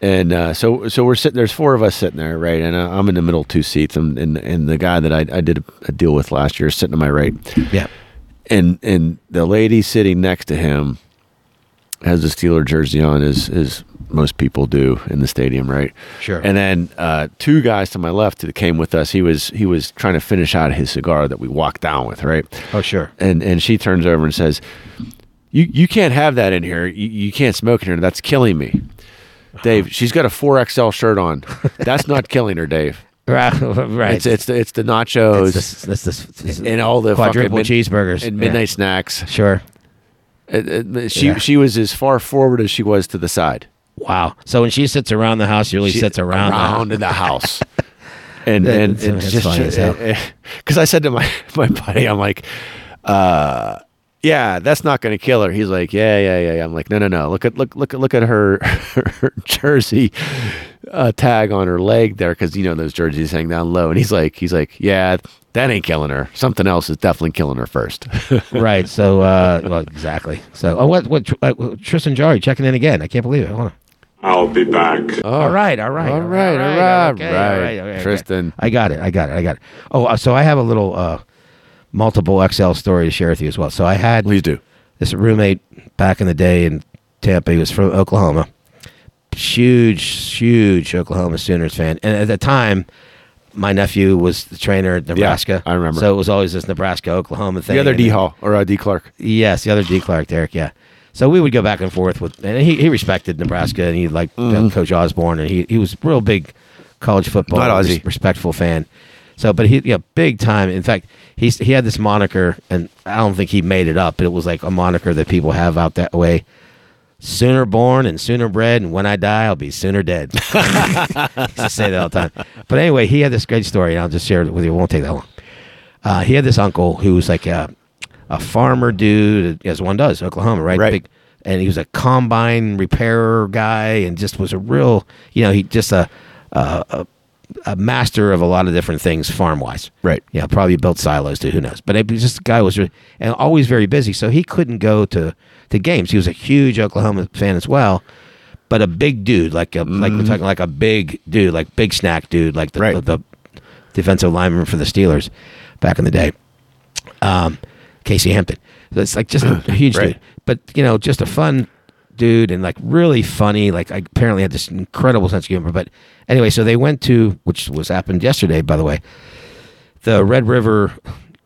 Speaker 3: And uh, so, so we're sitting. There's four of us sitting there, right? And uh, I'm in the middle two seats, and and, and the guy that I, I did a, a deal with last year is sitting to my right,
Speaker 2: Yeah.
Speaker 3: and and the lady sitting next to him has a Steeler jersey on, as as most people do in the stadium, right?
Speaker 2: Sure.
Speaker 3: And then uh, two guys to my left that came with us. He was he was trying to finish out his cigar that we walked down with, right?
Speaker 2: Oh sure.
Speaker 3: and and she turns over and says, "You you can't have that in here. You, you can't smoke in here. That's killing me." Dave, she's got a four XL shirt on. That's not killing her, Dave.
Speaker 2: Right. right.
Speaker 3: It's it's the, it's the nachos
Speaker 2: It's this, this, this, this-
Speaker 3: and all the fucking
Speaker 2: quadruple
Speaker 3: mid-
Speaker 2: cheeseburgers
Speaker 3: and
Speaker 2: Yeah.
Speaker 3: midnight snacks.
Speaker 2: Sure.
Speaker 3: It- it- she
Speaker 2: Yeah.
Speaker 3: she was as far forward as she was to the side.
Speaker 2: Wow. So when she sits around the house, she really
Speaker 3: She-
Speaker 2: sits around. the house.
Speaker 3: in the house. And
Speaker 2: That-
Speaker 3: and,
Speaker 2: that's-
Speaker 3: and
Speaker 2: that's
Speaker 3: just
Speaker 2: funny as hell.
Speaker 3: because I said to my my buddy, I'm like, uh, yeah, that's not going to kill her. He's like, yeah, yeah, yeah, yeah. I'm like, no, no, no. Look at look look at- look at her, her jersey uh, tag on her leg there because you know those jerseys hang down low. And he's like, he's like, yeah, that ain't killing her. Something else is definitely killing her first.
Speaker 2: right. So uh, well, exactly. So oh, what what Tr- uh, Tristan Jari checking in again? I can't believe it. Hold on.
Speaker 5: I'll be back.
Speaker 2: All right. All right.
Speaker 3: Oh. All right, all
Speaker 2: okay,
Speaker 3: right, right.
Speaker 2: all right, all right, okay.
Speaker 3: Tristan.
Speaker 2: I got it. I got it. I got it. Oh, uh, so I have a little uh, multiple XL story to share with you as well. So I had
Speaker 3: Please do.
Speaker 2: this roommate back in the day in Tampa. He was from Oklahoma. Huge, huge Oklahoma Sooners fan. And at the time, my nephew was the trainer at Nebraska.
Speaker 3: I remember.
Speaker 2: So it was always this Nebraska Oklahoma thing.
Speaker 3: The other
Speaker 2: And-
Speaker 3: D Hall or uh, D Clark.
Speaker 2: Yes, the other D Clark, Derek. Yeah. So we would go back and forth with, and he, he respected Nebraska and he liked
Speaker 3: Mm-hmm.
Speaker 2: uh, Coach Osborne and he, he was a real big college football
Speaker 3: Not Ozzie.
Speaker 2: respectful fan. So, but he, yeah, big time. In fact, he's, he had this moniker, and I don't think he made it up, but it was like a moniker that people have out that way. Sooner born and sooner bred, and when I die, I'll be sooner dead. I used to say that all the time. But anyway, he had this great story, and I'll just share it with you. It won't take that long uh, he had this uncle who was like a, a farmer dude, as one does, Oklahoma, right?
Speaker 3: Right.
Speaker 2: and he was a combine repairer guy, and just was a real, you know, he just a a, a, a master of a lot of different things farm wise.
Speaker 3: Right.
Speaker 2: Yeah, probably built silos too. Who knows? But it was just the guy was re- and always very busy, so he couldn't go to to games. He was a huge Oklahoma fan as well. But a big dude, like a like we're talking like a big dude, like big snack dude, like the,
Speaker 3: Right.
Speaker 2: the, the defensive lineman for the Steelers back in the day, um, Casey Hampton. So it's like just a huge
Speaker 3: Right.
Speaker 2: dude, but you know, just a fun dude and like really funny. Like I apparently had this incredible sense of humor. But anyway, so they went to which was happened yesterday, by the way. The Red River.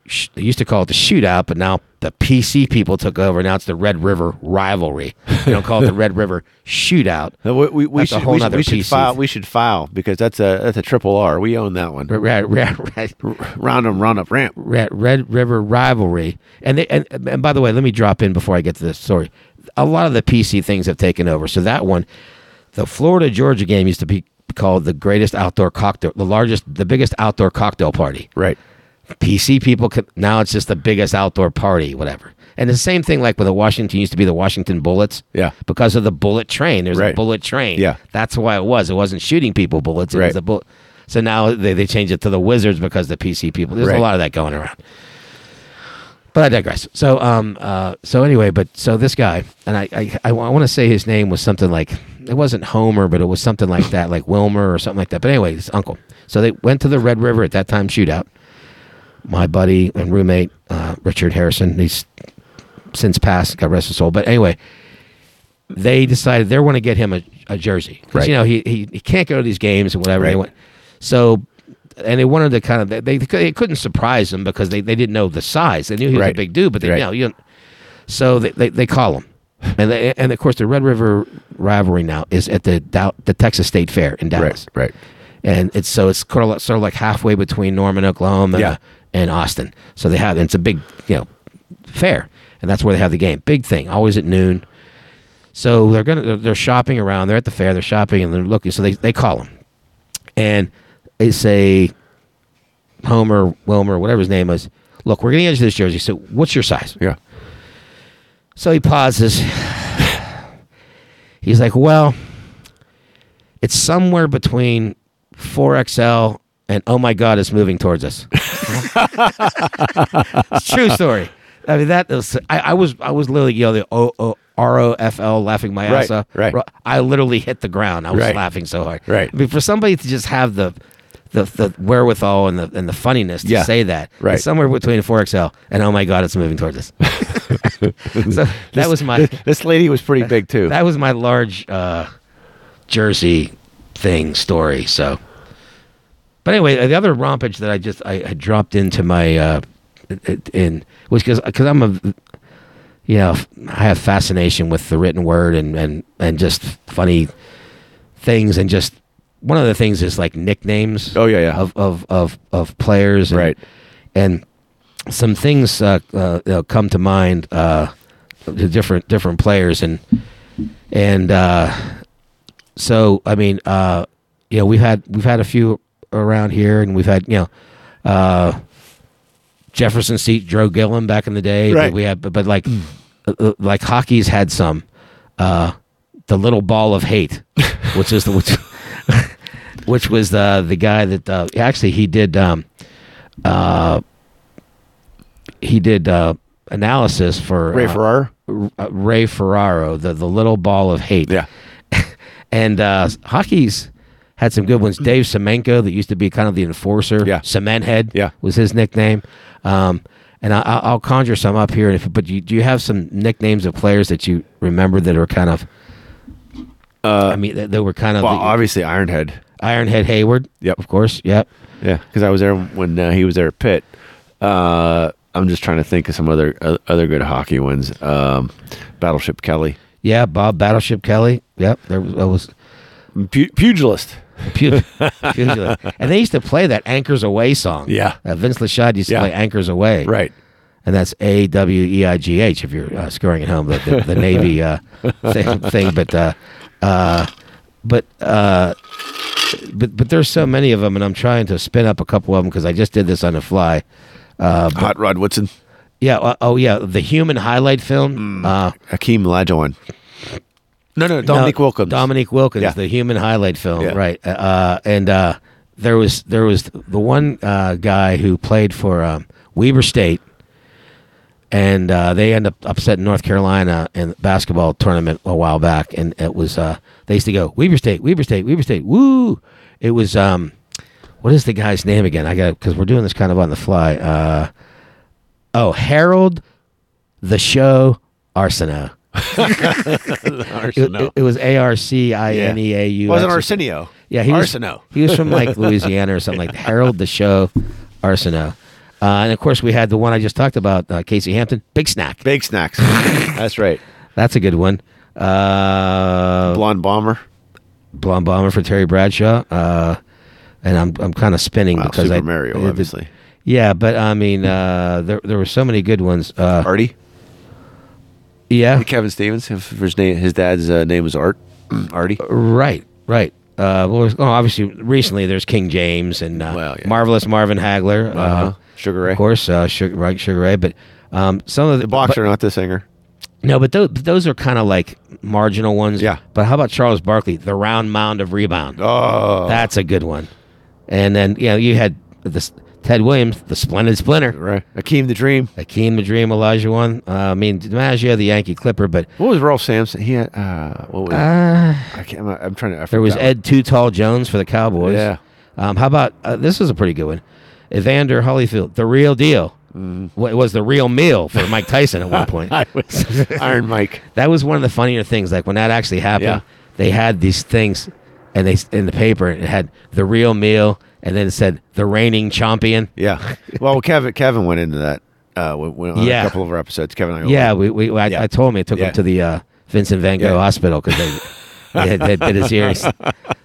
Speaker 2: sh- They used to call it the shootout, but now the PC people took over. Now it's the Red River rivalry. They don't call it the Red River shootout.
Speaker 3: No, we, we, we
Speaker 2: That's a
Speaker 3: should,
Speaker 2: whole
Speaker 3: we should,
Speaker 2: nother
Speaker 3: we should
Speaker 2: piece
Speaker 3: file.
Speaker 2: of-
Speaker 3: We should file because that's a that's a triple R. We own that one.
Speaker 2: Red, red, red,
Speaker 3: Round 'em, round up, ramp.
Speaker 2: Red, Red River rivalry. And, they, and and by the way, let me drop in before I get to this story. A lot of the PC things have taken over. So that one, the Florida Georgia game used to be called the greatest outdoor cocktail, the largest, the biggest outdoor cocktail party.
Speaker 3: Right.
Speaker 2: PC people could, now it's just the biggest outdoor party, whatever. And the same thing like with the Washington used to be the Washington Bullets.
Speaker 3: Yeah.
Speaker 2: Because of the bullet train. There's
Speaker 3: Right.
Speaker 2: a bullet train.
Speaker 3: Yeah.
Speaker 2: That's why it was. It wasn't shooting people bullets. It
Speaker 3: Right.
Speaker 2: was the bullet. So now they, they changed it to the Wizards because the PC people. There's
Speaker 3: Right.
Speaker 2: a lot of that going around. But I digress. So um uh so anyway, but so this guy and I I, I want to say his name was something like it wasn't Homer, but it was something like that, like Wilmer or something like that. But anyway, his uncle. So they went to the Red River at that time shootout. My buddy and roommate uh, Richard Harrison, he's since passed, got rest his soul. But anyway, they decided they want to get him a, a jersey 'Cause,
Speaker 3: Right.
Speaker 2: you know he, he he can't go to these games and whatever. They
Speaker 3: Right.
Speaker 2: want. So and they wanted to kind of they, they, they couldn't surprise him because they, they didn't know the size. They knew he was
Speaker 3: Right.
Speaker 2: a big dude, but they
Speaker 3: Right.
Speaker 2: you know you. Don't, so they, they, they call him, and they, and of course the Red River rivalry now is at the Dow, the Texas State Fair in Dallas,
Speaker 3: Right.
Speaker 2: and it's so it's sort of like, sort of like halfway between Norman, Oklahoma,
Speaker 3: Yeah.
Speaker 2: and Austin. So they have it's a big you know fair, and that's where they have the game. Big thing, always at noon. So they're gonna they're, they're shopping around. They're at the fair. They're shopping and they're looking. So they they call him, and they say, Homer, Wilmer, whatever his name is. Look, we're gonna get you this jersey. So what's your size?
Speaker 3: Yeah.
Speaker 2: So he pauses. He's like, "Well, it's somewhere between 4XL and oh my god, it's moving towards us." it's a true story. I mean, that was, I, I was I was literally yelling O O R O F L, laughing my ass
Speaker 3: Right,
Speaker 2: off.
Speaker 3: right.
Speaker 2: I literally hit the ground. I was
Speaker 3: Right.
Speaker 2: laughing so hard.
Speaker 3: Right.
Speaker 2: I mean, for somebody to just have the the, the wherewithal and the and the funniness to
Speaker 3: Yeah,
Speaker 2: say that
Speaker 3: right.
Speaker 2: it's somewhere between 4XL and oh my god, it's moving towards us. so that was my
Speaker 3: This lady was pretty big too.
Speaker 2: that was my large uh, Jersey thing story. So, but anyway, the other rompage that I just I, I dropped into my uh, in was because because I'm a you know I have fascination with the written word and and and just funny things and just one of the things is like nicknames.
Speaker 3: Oh, yeah, yeah.
Speaker 2: Of of of of players. And,
Speaker 3: Right.
Speaker 2: And some things uh, uh, you know, come to mind. Uh, the different different players and and uh, so I mean uh, you know we've had we've had a few around here and we've had you know uh, Jefferson seat Joe Gillen back in the day
Speaker 3: Right.
Speaker 2: we had but, but like uh, uh, like hockey's had some uh, the little ball of hate which is the which which was the the guy that uh, actually he did um, uh, he did uh, analysis for
Speaker 3: Ray
Speaker 2: uh,
Speaker 3: Ferrara.
Speaker 2: uh, Ray Ferraro, the the little ball of hate.
Speaker 3: Yeah.
Speaker 2: And uh, hockey's had some good ones. Dave Semenko, that used to be kind of the enforcer.
Speaker 3: Yeah.
Speaker 2: Cement Head.
Speaker 3: Yeah.
Speaker 2: Was his nickname. Um, and I, I'll I'll conjure some up here. If, but you, do you have some nicknames of players that you remember that are kind of? I mean, that, that were kind of
Speaker 3: Uh, Well,
Speaker 2: the,
Speaker 3: obviously Ironhead.
Speaker 2: Ironhead Hayward.
Speaker 3: Yep.
Speaker 2: Of course. Yep.
Speaker 3: Yeah, because I was there when uh, he was there at Pitt. Uh, I'm just trying to think of some other uh, other good hockey ones. Um, Battleship Kelly,
Speaker 2: Yeah. Bob Battleship Kelly. Yep. There was. That was
Speaker 3: Pu- pugilist.
Speaker 2: Pu- Pugilist. And they used to play that Anchors Away song.
Speaker 3: Yeah.
Speaker 2: Uh, Vince Lashad used to
Speaker 3: Yeah.
Speaker 2: play Anchors Away.
Speaker 3: Right.
Speaker 2: And that's A W E I G H if you're uh, scoring at home, the, the, the Navy uh, thing, thing. But, uh, uh, but, uh, but, but there's so many of them, and I'm trying to spin up a couple of them because I just did this on the fly.
Speaker 3: Hot Rod Woodson,
Speaker 2: Yeah. Uh, oh, yeah. The Human Highlight film. Uh,
Speaker 3: Hakeem Olajuwon. No, no, Dominic
Speaker 2: No,
Speaker 3: Wilkins.
Speaker 2: Dominic Wilkins,
Speaker 3: Yeah.
Speaker 2: the human highlight film,
Speaker 3: Yeah.
Speaker 2: right? Uh, and uh, there was there was the one uh, guy who played for um, Weber State, and uh, they end up upsetting North Carolina in the basketball tournament a while back, and it was uh, they used to go Weber State, Weber State, Weber State, woo! It was um, what is the guy's name again? I got because we're doing this kind of on the fly. Uh, oh, Harold, the show Arsenault. It,
Speaker 3: Arsenault.
Speaker 2: it- it was A R C I N E A U.
Speaker 3: Wasn't
Speaker 2: X.
Speaker 3: Oh, Arsenio.
Speaker 2: Yeah, he was,
Speaker 3: Arsenault.
Speaker 2: he was from like Louisiana or something like that. Harold the Show, Arsenault. Uh, and of course, we had the one I just talked about, uh, Casey Hampton, Big Snack.
Speaker 3: Big snacks. That's right.
Speaker 2: That's a good one. Uh,
Speaker 3: Blonde bomber.
Speaker 2: Blonde Bomber for Terry Bradshaw. Uh, and I'm I'm kind of spinning
Speaker 3: Wow,
Speaker 2: because
Speaker 3: Super
Speaker 2: I
Speaker 3: Mario,
Speaker 2: I did-
Speaker 3: obviously.
Speaker 2: Yeah, but I mean, uh, there there were so many good ones. Uh,
Speaker 3: Artie.
Speaker 2: yeah,
Speaker 3: Kevin Stevens. If his name, his dad's uh, name was Art. Artie.
Speaker 2: right, right. Uh, well, there's- oh, obviously, recently there's King James and uh,
Speaker 3: Well, yeah.
Speaker 2: marvelous Marvin Hagler, uh,
Speaker 3: Uh-huh. Sugar Ray.
Speaker 2: of course, uh, Sugar, right, Sugar Ray. But um, some of the
Speaker 3: The boxer, not the singer.
Speaker 2: No, but those, but those are kind of like marginal ones.
Speaker 3: Yeah.
Speaker 2: But how about Charles Barkley, the round mound of rebound?
Speaker 3: Oh,
Speaker 2: That's a good one. And then, you know, you had this Ted Williams, the splendid splinter.
Speaker 3: right. Akeem the Dream.
Speaker 2: Akeem Madream, Elijah one. Uh, I mean, DiMaggio, the Yankee Clipper, but
Speaker 3: What was Rolf Sampson? He had. Uh, what was?
Speaker 2: uh,
Speaker 3: I can't, I'm, I'm trying to. I
Speaker 2: there was
Speaker 3: forgot.
Speaker 2: Ed Too Tall Jones for the Cowboys.
Speaker 3: Yeah.
Speaker 2: Um, how about uh, this is a pretty good one, Evander Holyfield, the real deal.
Speaker 3: Mm.
Speaker 2: Wa- It was the real meal for Mike Tyson at one point.
Speaker 3: I was Iron Mike.
Speaker 2: That was one of the funnier things. Like when that actually happened,
Speaker 3: Yeah.
Speaker 2: they had these things, and they in the paper and it had the real meal, and then it said the reigning champion.
Speaker 3: Yeah. Well, Kevin Kevin went into that. Uh, we- we- on
Speaker 2: Yeah.
Speaker 3: a couple of our episodes. Kevin. And I
Speaker 2: Yeah, we, we I,
Speaker 3: Oh, Yeah.
Speaker 2: I told him I took
Speaker 3: Yeah.
Speaker 2: him to the uh, Vincent Van Gogh
Speaker 3: Yeah.
Speaker 2: Hospital because they, they, had- they did his ears.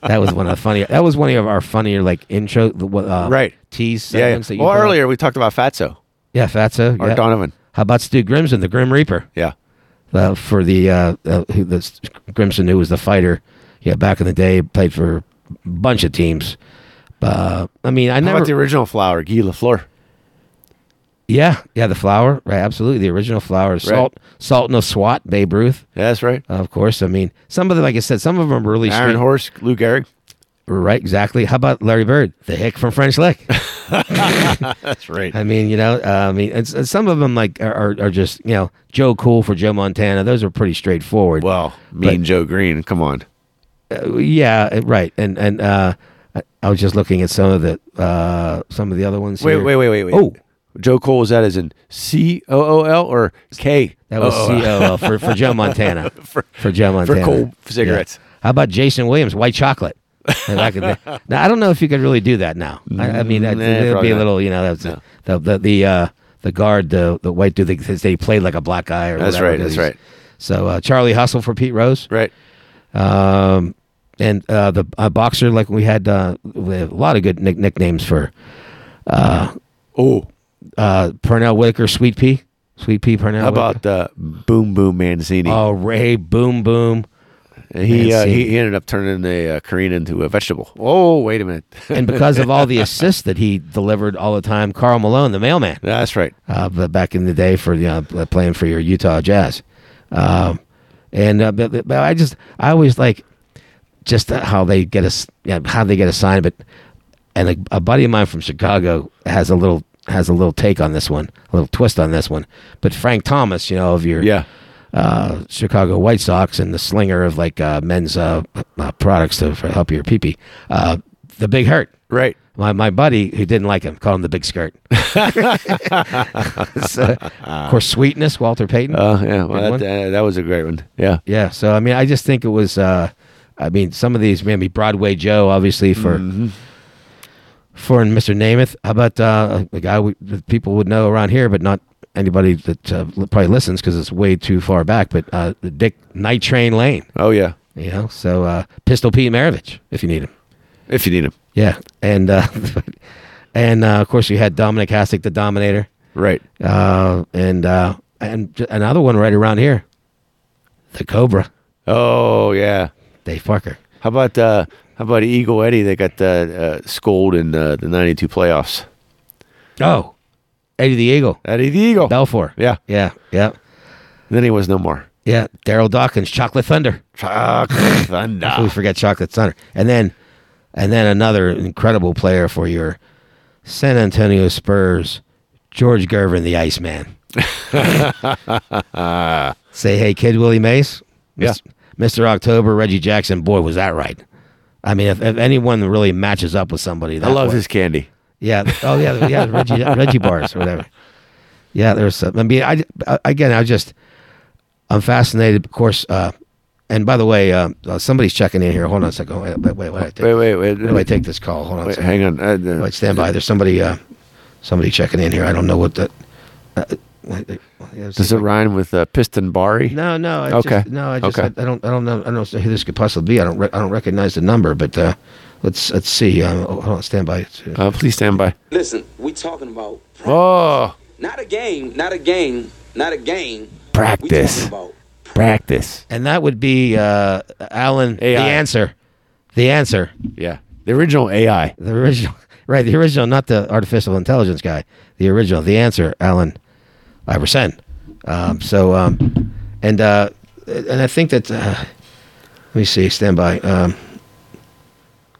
Speaker 2: That was one of the funnier. That was one of our funnier like intro the, what, uh,
Speaker 3: Right.
Speaker 2: tease
Speaker 3: Yeah. yeah.
Speaker 2: segments that you
Speaker 3: Well,
Speaker 2: put up.
Speaker 3: earlier we talked about Fatso
Speaker 2: Yeah, Fatso.
Speaker 3: or
Speaker 2: yeah.
Speaker 3: Donovan.
Speaker 2: How about Stu Grimson, the Grim Reaper?
Speaker 3: Yeah.
Speaker 2: uh, for the uh, uh, who the Grimson, who was the fighter. Yeah, back in the day, played for a bunch of teams. Uh, I mean, I
Speaker 3: How
Speaker 2: never.
Speaker 3: about the original flower, Guy Lafleur?
Speaker 2: yeah, yeah, the flower, right? Absolutely, the original flower, salt, salt no SWAT, Babe Ruth,
Speaker 3: Yeah, that's right.
Speaker 2: uh, of course. I mean, some of them, like I said, some of them are really
Speaker 3: Iron
Speaker 2: strange.
Speaker 3: Horse, Lou Gehrig.
Speaker 2: right? Exactly. How about Larry Bird, the hick from French Lick?
Speaker 3: That's right.
Speaker 2: I mean, you know, uh, I mean, and, s- and some of them like are, are are just you know Joe Cool for Joe Montana. Those are pretty straightforward.
Speaker 3: Well, Mean Joe Green. Come on.
Speaker 2: Yeah, uh, right. And and uh, I- I was just looking at some of the uh, some of the other ones.
Speaker 3: Wait,
Speaker 2: here.
Speaker 3: wait, wait, wait, wait.
Speaker 2: Oh,
Speaker 3: Joe Cole was that as in C O O L or K? Uh,
Speaker 2: that was
Speaker 3: O O
Speaker 2: COL
Speaker 3: L?
Speaker 2: for for Joe Montana for, Joe Montana
Speaker 3: Cole
Speaker 2: Yeah.
Speaker 3: cigarettes.
Speaker 2: How about Jason Williams, White Chocolate? And back in the- now I don't know if you could really do that now. I, I mean, that,
Speaker 3: Mm, Nah,
Speaker 2: it'd
Speaker 3: probably
Speaker 2: be a
Speaker 3: not.
Speaker 2: little, you know, that's the the the uh, the guard, the the white dude, they, they played like a black guy or
Speaker 3: That's
Speaker 2: whatever
Speaker 3: right,
Speaker 2: it
Speaker 3: that's
Speaker 2: is.
Speaker 3: right.
Speaker 2: So uh, Charlie Hustle for Pete Rose,
Speaker 3: Right.
Speaker 2: Um, and uh, the uh, boxer, like we had uh, we have a lot of good nick- nicknames for
Speaker 3: Oh,
Speaker 2: uh, Pernell Whitaker, Sweet Pea, Sweet Pea Pernell.
Speaker 3: how about uh, Boom Boom Mancini?
Speaker 2: oh Ray Boom Boom?
Speaker 3: he, uh,
Speaker 2: Mancini.
Speaker 3: he he ended up turning a uh, Korean into a vegetable. Oh, wait a minute.
Speaker 2: And because of all the assists that he delivered all the time, Carl Malone, the mailman,
Speaker 3: that's right.
Speaker 2: uh, but back in the day for you know, pl- playing for your Utah Jazz. Um, and uh, but, but I just I always like just uh, how they get a s- you know, how they get assigned, but and a, a buddy of mine from Chicago has a little has a little take on this one, a little twist on this one. But Frank Thomas, you know, of your
Speaker 3: Yeah.
Speaker 2: uh, Chicago White Sox and the slinger of like uh, men's uh, uh, products to for help your pee pee. Uh, the Big Hurt.
Speaker 3: Right.
Speaker 2: My, my buddy who didn't like him called him the Big Skirt. So, of course, Sweetness, Walter Payton.
Speaker 3: Uh, yeah. Well,
Speaker 2: Good
Speaker 3: that, uh, that was a great one. Yeah.
Speaker 2: yeah. So, I mean, I just think it was, uh, I mean, some of these, maybe Broadway Joe, obviously, for. For Mr. Namath, how about uh, a guy we, that people would know around here, but not anybody that uh, li- probably listens because it's way too far back. But uh, Dick Night Train Lane,
Speaker 3: Oh yeah.
Speaker 2: you know. So uh, Pistol Pete Maravich, if you need him.
Speaker 3: If you need him.
Speaker 2: Yeah, and uh, and uh, of course you had Dominic Hasek, the Dominator,
Speaker 3: Right.
Speaker 2: uh, and uh, and j- another one right around here, the Cobra,
Speaker 3: Oh yeah.
Speaker 2: Dave Parker.
Speaker 3: How about uh, how about Eagle Eddie? They got uh, uh, scolded in uh, the '92 playoffs.
Speaker 2: Oh, Eddie the Eagle,
Speaker 3: Eddie the Eagle.
Speaker 2: Balfour.
Speaker 3: Yeah.
Speaker 2: yeah, yeah,
Speaker 3: Then he was no more.
Speaker 2: yeah. Daryl Dawkins, Chocolate Thunder.
Speaker 3: Chuck
Speaker 2: How could We
Speaker 3: Thunder.
Speaker 2: forget Chocolate Thunder, and then and then another incredible player for your San Antonio Spurs, George Gervin, the Iceman. Say hey, kid, Willie Mays.
Speaker 3: Yeah.
Speaker 2: Mis- Mr. October, Reggie Jackson. Boy, was that right. I mean, if, if anyone really matches up with somebody,
Speaker 3: I
Speaker 2: that
Speaker 3: love
Speaker 2: way-
Speaker 3: his candy.
Speaker 2: Yeah. Oh yeah. Yeah. the Reggie Reggie bars or whatever. Yeah. There's. some- I mean, I I- again, I just I'm fascinated, of course. Uh, and by the way, uh, uh, somebody's checking in here. Hold on a second. Wait, wait, wait. wait, I take,
Speaker 3: Wait, wait, wait.
Speaker 2: wait, I take this call. Hold on. a
Speaker 3: Wait,
Speaker 2: second.
Speaker 3: hang on. Uh, the-
Speaker 2: Wait, stand by. There's somebody, uh, somebody checking in here. I don't know what that. Uh,
Speaker 3: does it rhyme with uh, Piston Bari?
Speaker 2: No, no. I
Speaker 3: Okay.
Speaker 2: Just, no, I just.
Speaker 3: Okay.
Speaker 2: I, I don't. I don't know. I don't know who this could possibly be. I don't. Re- I don't recognize the number. But uh, let's let's see. Uh, hold on. Stand by.
Speaker 3: Uh, please stand by.
Speaker 5: Listen, we talking about
Speaker 3: Oh,
Speaker 5: not a game, not a game, not a game.
Speaker 3: Practice.
Speaker 5: We talking about
Speaker 3: practice.
Speaker 2: and that would be uh, Alan.
Speaker 3: AI.
Speaker 2: The answer. The answer.
Speaker 3: Yeah, the original AI.
Speaker 2: The original. Right. The original, not the artificial intelligence guy. The original. The answer. Alan Iverson. Um, so, um, and uh, and I think that. Uh, let me see. Stand by. Um,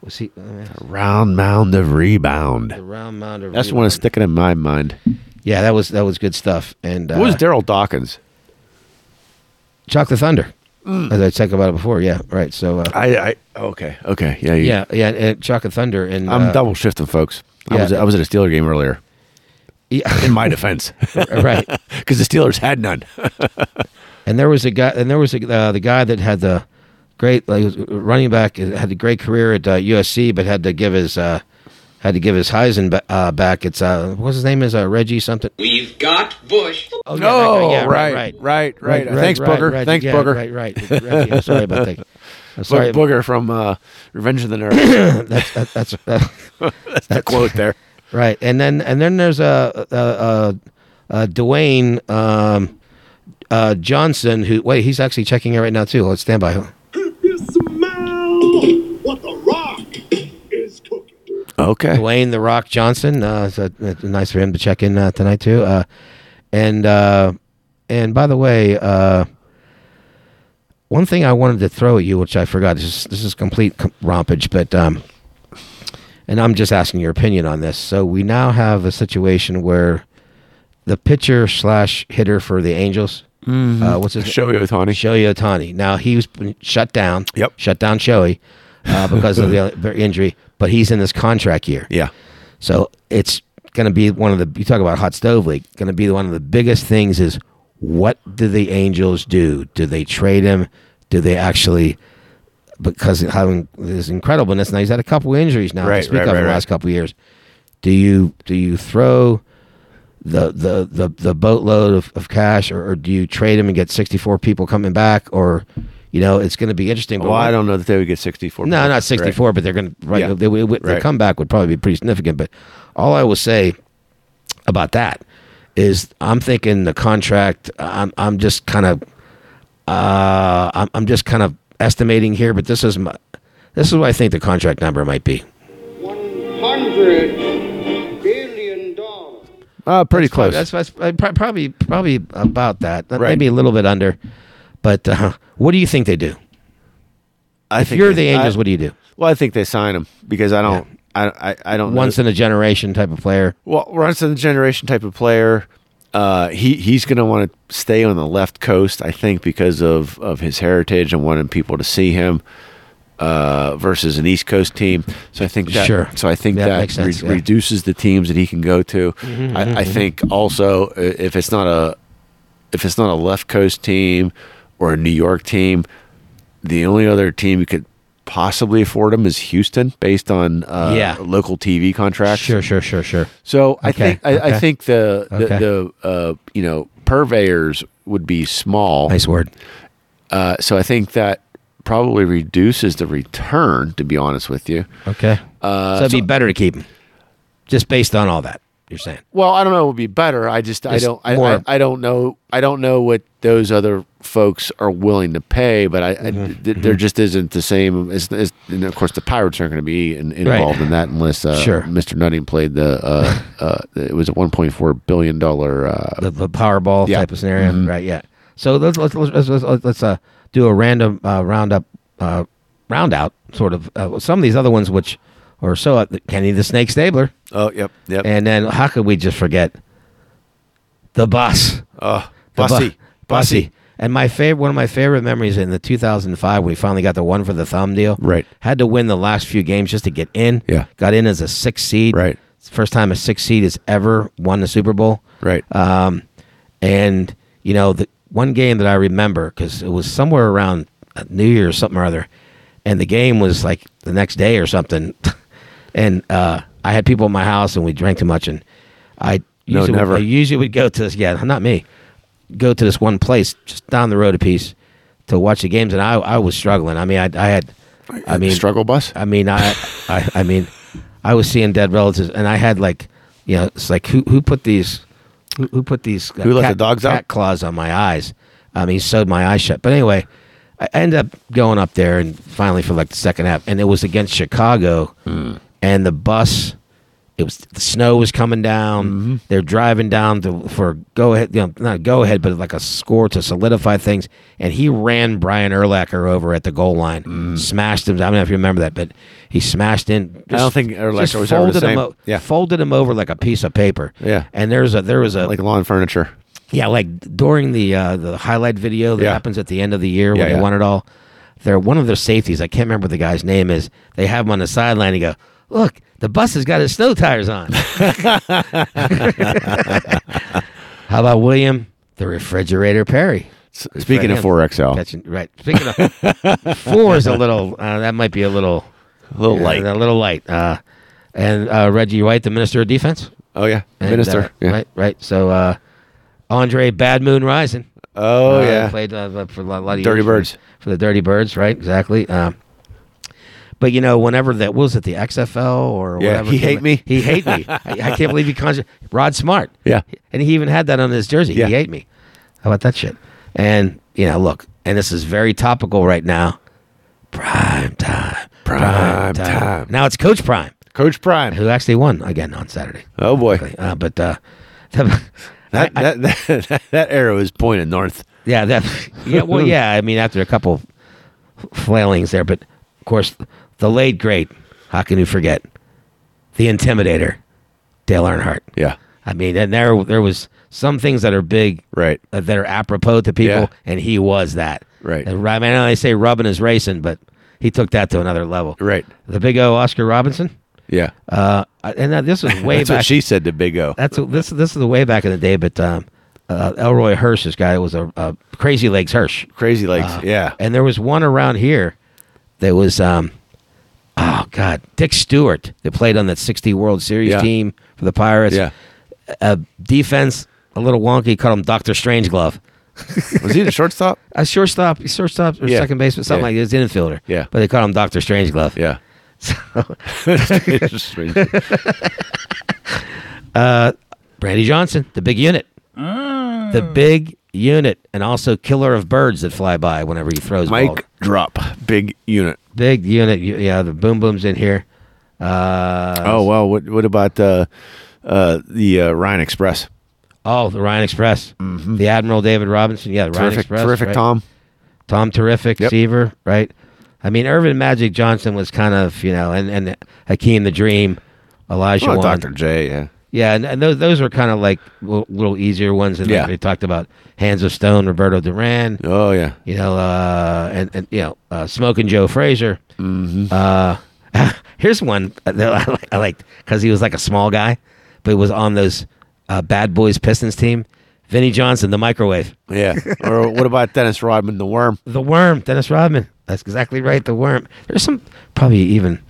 Speaker 2: was he uh,
Speaker 3: Round mound of rebound.
Speaker 2: the round mound? or
Speaker 3: That's the one that's
Speaker 2: rebound?
Speaker 3: sticking in my mind.
Speaker 2: Yeah, that was that was good stuff. And uh,
Speaker 3: What was Daryl Dawkins?
Speaker 2: Chocolate Thunder? As I talked about it before, yeah, right. So uh,
Speaker 3: Mm. I, I okay, okay, yeah, you-
Speaker 2: yeah, yeah, and Chocolate Thunder, and
Speaker 3: I'm
Speaker 2: uh,
Speaker 3: double shifting, folks. I
Speaker 2: yeah.
Speaker 3: was I was at a Steeler game earlier.
Speaker 2: yeah,
Speaker 3: In my defense,
Speaker 2: right.
Speaker 3: because the Steelers had none.
Speaker 2: And there was a guy, and there was a, uh, the guy that had the great like, he was a running back, had a great career at uh, USC, but had to give his uh, had to give his Heisen ba- uh, back. It's uh, what's his name is uh, Reggie something.
Speaker 6: We've got Bush.
Speaker 2: Oh, yeah, that guy, yeah,
Speaker 3: right, right.
Speaker 2: right,
Speaker 3: Thanks,
Speaker 2: right,
Speaker 3: Booger.
Speaker 2: right,
Speaker 3: Thanks,
Speaker 2: yeah,
Speaker 3: Booger.
Speaker 2: Right, right. Reggie, I'm sorry about that. I'm
Speaker 3: Bo-
Speaker 2: sorry.
Speaker 3: Booger from uh, Revenge of the Nerds.
Speaker 2: That's that, that's that,
Speaker 3: That's the quote there.
Speaker 2: Right, and then and then there's a uh, uh, uh, Dwayne um, uh, Johnson who wait he's actually checking in right now too. Let's stand by.
Speaker 7: what the rock is cooking.
Speaker 3: Okay.
Speaker 2: Dwayne the Rock Johnson. Uh, it's, uh, it's nice for him to check in uh, tonight too. Uh, and uh, and by the way, uh, one thing I wanted to throw at you, which I forgot. This is this is complete com- rompage, but um, and I'm just asking your opinion on this. So we now have a situation where the pitcher slash hitter for the Angels. Uh, what's his
Speaker 3: Shohei Ohtani.
Speaker 2: Shohei Otani. Now he's been shut down.
Speaker 3: Yep.
Speaker 2: Shut down Shohei uh, because of the injury, but he's in this contract year.
Speaker 3: Yeah.
Speaker 2: So it's going to be one of the you talk about hot stove league. Going to be one of the biggest things is what do the Angels do? Do they trade him? Do they actually? Because of having this incredibleness now, he's had a couple injuries now
Speaker 3: Right,
Speaker 2: to speak
Speaker 3: right,
Speaker 2: of
Speaker 3: right,
Speaker 2: in the
Speaker 3: right.
Speaker 2: last couple years. Do you do you throw the the the, the boatload of, of cash, or, or do you trade him and get sixty four people coming back, or you know it's going to be interesting.
Speaker 3: Well, I don't know that they would get 64.
Speaker 2: No,
Speaker 3: Right.
Speaker 2: not 64, but they're going to right.
Speaker 3: Yeah.
Speaker 2: They, they, their
Speaker 3: Right.
Speaker 2: comeback would probably be pretty significant. But all I will say about that is, I'm thinking the contract. I'm I'm just kind of, uh, I'm I'm just kind of estimating here. But this is my, this is what I think the contract number might be.
Speaker 8: 100 billion dollars.
Speaker 3: Uh, pretty close.
Speaker 2: That's, that's prob- probably probably about that. uh,
Speaker 3: Right.
Speaker 2: Maybe a little bit under. But uh, what do you think they do?
Speaker 3: I
Speaker 2: If you're the
Speaker 3: they- I-
Speaker 2: Angels, what do you do?
Speaker 3: Well, I think they sign him because I don't. I, I, I don't. know-
Speaker 2: Once in a generation type of player.
Speaker 3: Well, once in a generation type of player. Uh, he he's going to want to stay on the left coast, I think, because of of his heritage and wanting people to see him. Uh, versus an East Coast team, so I think that
Speaker 2: Sure.
Speaker 3: so I think
Speaker 2: That
Speaker 3: that,
Speaker 2: makes sense,
Speaker 3: re-
Speaker 2: yeah.
Speaker 3: reduces the teams that he can go to. I, I think also uh, if it's not a if it's not a left coast team or a New York team, the only other team who could possibly afford him is Houston, based on uh,
Speaker 2: Yeah.
Speaker 3: local TV contracts.
Speaker 2: Sure, sure, sure, sure.
Speaker 3: So I
Speaker 2: Okay,
Speaker 3: think I,
Speaker 2: okay.
Speaker 3: I think the the,
Speaker 2: Okay.
Speaker 3: the uh, you know purveyors would be small.
Speaker 2: Nice word.
Speaker 3: Uh, so I think that probably reduces the return. To be honest with you,
Speaker 2: Okay. Uh, so it'd be better to keep him, just based on all that you're saying.
Speaker 3: well, I don't know. It would be better. I just I
Speaker 2: Just
Speaker 3: don't I,
Speaker 2: more-
Speaker 3: I, I don't know I don't know what those other folks are willing to pay. But I,
Speaker 2: Mm-hmm.
Speaker 3: I- th- there just isn't the same. As, as, and of course, the pirates aren't going to be in, involved in that unless uh,
Speaker 2: Sure.
Speaker 3: Mr. Nutting played the uh, uh, it was a one point four billion dollar uh,
Speaker 2: The, the Powerball
Speaker 3: Yeah.
Speaker 2: type of scenario, right? Yeah. So let's let's let's let's, let's, let's uh, do a random uh, roundup, uh, round out sort of uh, some of these other ones which are so uh, Kenny the Snake Stabler,
Speaker 3: oh yep yep
Speaker 2: and then how could we just forget the boss?
Speaker 3: uh,
Speaker 2: The bu-
Speaker 3: Bussy
Speaker 2: Bussy. And my favorite, one of my favorite memories in the 2005, we finally got the one for the thumb deal.
Speaker 3: Right.
Speaker 2: Had to win the last few games just to get in.
Speaker 3: Yeah.
Speaker 2: Got in as a six seed.
Speaker 3: Right.
Speaker 2: It's the first time a six seed has ever won the Super Bowl.
Speaker 3: Right.
Speaker 2: Um, and you know the one game that I remember because it was somewhere around uh, New Year or something or other, and the game was like the next day or something, and uh, I had people in my house and we drank too much and I
Speaker 3: No,
Speaker 2: usually
Speaker 3: never.
Speaker 2: Would, I usually would go to this yeah not me go to this one place just down the road a piece to watch the games and I I was struggling I mean I I had I mean
Speaker 3: struggle bus.
Speaker 2: I mean, I, I, I mean, I was seeing dead relatives, and I had like, you know, it's like who who put these, who, who put these uh,
Speaker 3: Who let the
Speaker 2: cat-
Speaker 3: dogs out?
Speaker 2: cat claws on my eyes. I mean, sewed my eyes shut. But anyway, I ended up going up there and finally for like the second half, and it was against Chicago,
Speaker 3: Hmm.
Speaker 2: and the bus. It was the snow was coming down.
Speaker 3: Mm-hmm.
Speaker 2: They're driving down to for go ahead, you know, not a go ahead, but like a score to solidify things. And he ran Brian Erlacher over at the goal line, smashed him. I don't know if you remember that, but he smashed in.
Speaker 3: Mm. I don't think Urlacher was ever
Speaker 2: folded
Speaker 3: the
Speaker 2: him
Speaker 3: same.
Speaker 2: o-
Speaker 3: Yeah.
Speaker 2: folded him over like a piece of paper.
Speaker 3: Yeah.
Speaker 2: and there's a there was a
Speaker 3: Like lawn furniture.
Speaker 2: yeah, like during the uh, the highlight video that
Speaker 3: Yeah.
Speaker 2: happens at the end of the year when
Speaker 3: Yeah,
Speaker 2: they
Speaker 3: yeah.
Speaker 2: won it all. They're one of their safeties. I can't remember what the guy's name is. They have him on the sideline. and go, look, the bus has got his snow tires on. How about William, the refrigerator Perry?
Speaker 3: S- Speaking of
Speaker 2: Right.
Speaker 3: 4XL,
Speaker 2: Catching, right. Speaking of four is a little. Uh, that might be a little
Speaker 3: a little
Speaker 2: uh,
Speaker 3: light.
Speaker 2: A little light. Uh, and uh, Reggie White, the minister of defense.
Speaker 3: oh yeah,
Speaker 2: And,
Speaker 3: minister.
Speaker 2: uh,
Speaker 3: yeah.
Speaker 2: Right. Right. So uh, Andre Bad Moon Rising.
Speaker 3: Oh
Speaker 2: Uh,
Speaker 3: yeah.
Speaker 2: played uh, for a lot lot of
Speaker 3: Dirty
Speaker 2: years for-
Speaker 3: Birds.
Speaker 2: for, the Dirty Birds, right? Exactly. Um, but you know, whenever that what was it the XFL or
Speaker 3: Yeah,
Speaker 2: whatever
Speaker 3: He
Speaker 2: came-
Speaker 3: Hate Me.
Speaker 2: he hate me. I, I can't believe he conjured Rod Smart.
Speaker 3: Yeah.
Speaker 2: and he even had that on his jersey.
Speaker 3: Yeah.
Speaker 2: He hate me. How about that shit? And you know, look, and this is very topical right now. Prime time.
Speaker 3: Prime time.
Speaker 2: Now it's Coach Prime
Speaker 3: Coach Prime.
Speaker 2: who actually won again on Saturday.
Speaker 3: Oh boy,
Speaker 2: Uh, but uh,
Speaker 3: that, that, that that arrow is pointed north.
Speaker 2: Yeah, that. Yeah, well, yeah. I mean, after a couple flailings there, but of course, the late great. How can you forget the Intimidator, Dale Earnhardt?
Speaker 3: Yeah.
Speaker 2: I mean, and there there was some things that are big,
Speaker 3: Right.
Speaker 2: uh, that are apropos to people,
Speaker 3: Yeah.
Speaker 2: and he was that.
Speaker 3: Right.
Speaker 2: And, I mean, I know they say rubbing is racing, but he took that to another level.
Speaker 3: Right.
Speaker 2: The big O, Oscar Robinson.
Speaker 3: Yeah.
Speaker 2: Uh, and that, this was way
Speaker 3: That's
Speaker 2: back Uh,
Speaker 3: what she said to Big O.
Speaker 2: that's this. This is the way back in the day, but um, uh, Elroy Hirsch, this guy was a, a Crazy Legs Hirsch,
Speaker 3: Crazy legs. yeah.
Speaker 2: uh, and there was one around here that was um, oh god, Dick Stewart that played on that '60 World Series
Speaker 3: Yeah.
Speaker 2: team for the Pirates.
Speaker 3: yeah.
Speaker 2: uh, defense a little wonky. Called him Doctor Strangeglove.
Speaker 3: Was he the shortstop?
Speaker 2: A shortstop, shortstop or
Speaker 3: Yeah.
Speaker 2: second baseman, something
Speaker 3: Yeah.
Speaker 2: like this, infielder.
Speaker 3: Yeah.
Speaker 2: but they called him Doctor Strangeglove.
Speaker 3: Yeah.
Speaker 2: So,
Speaker 3: It's just strange.
Speaker 2: Brandy Johnson, the big unit. The big unit, and also killer of birds that fly by whenever he throws ball.
Speaker 3: Mike drop big unit.
Speaker 2: Big unit. y- Yeah, the boom boom's in here. Uh,
Speaker 3: Oh well, what what about uh, uh, the uh, Ryan Express?
Speaker 2: oh, the Ryan Express. The Admiral David Robinson. Yeah, the Ryan
Speaker 3: Mm-hmm. Terrific,
Speaker 2: Express.
Speaker 3: terrific,
Speaker 2: right?
Speaker 3: Tom.
Speaker 2: Tom Terrific,
Speaker 3: Yep.
Speaker 2: Seaver, right? I mean, Irvin Magic Johnson was kind of, you know, and, and Hakeem the Dream, Elijah
Speaker 3: Oh,
Speaker 2: Wan.
Speaker 3: Doctor J. Yeah.
Speaker 2: Yeah, and, and those those are kind of like little, little easier ones. And
Speaker 3: Yeah.
Speaker 2: they talked about Hands of Stone, Roberto Duran.
Speaker 3: Oh yeah.
Speaker 2: you know, uh, and, and you know, uh, smoking Joe Frazier.
Speaker 3: Mm-hmm.
Speaker 2: Uh, here's one that I, li- I liked because he was like a small guy, but he was on those uh, Bad Boys Pistons team. Vinny Johnson, the microwave,
Speaker 3: Yeah. or what about Dennis Rodman, the worm?
Speaker 2: the worm, Dennis Rodman. That's exactly right, the worm. There's some probably even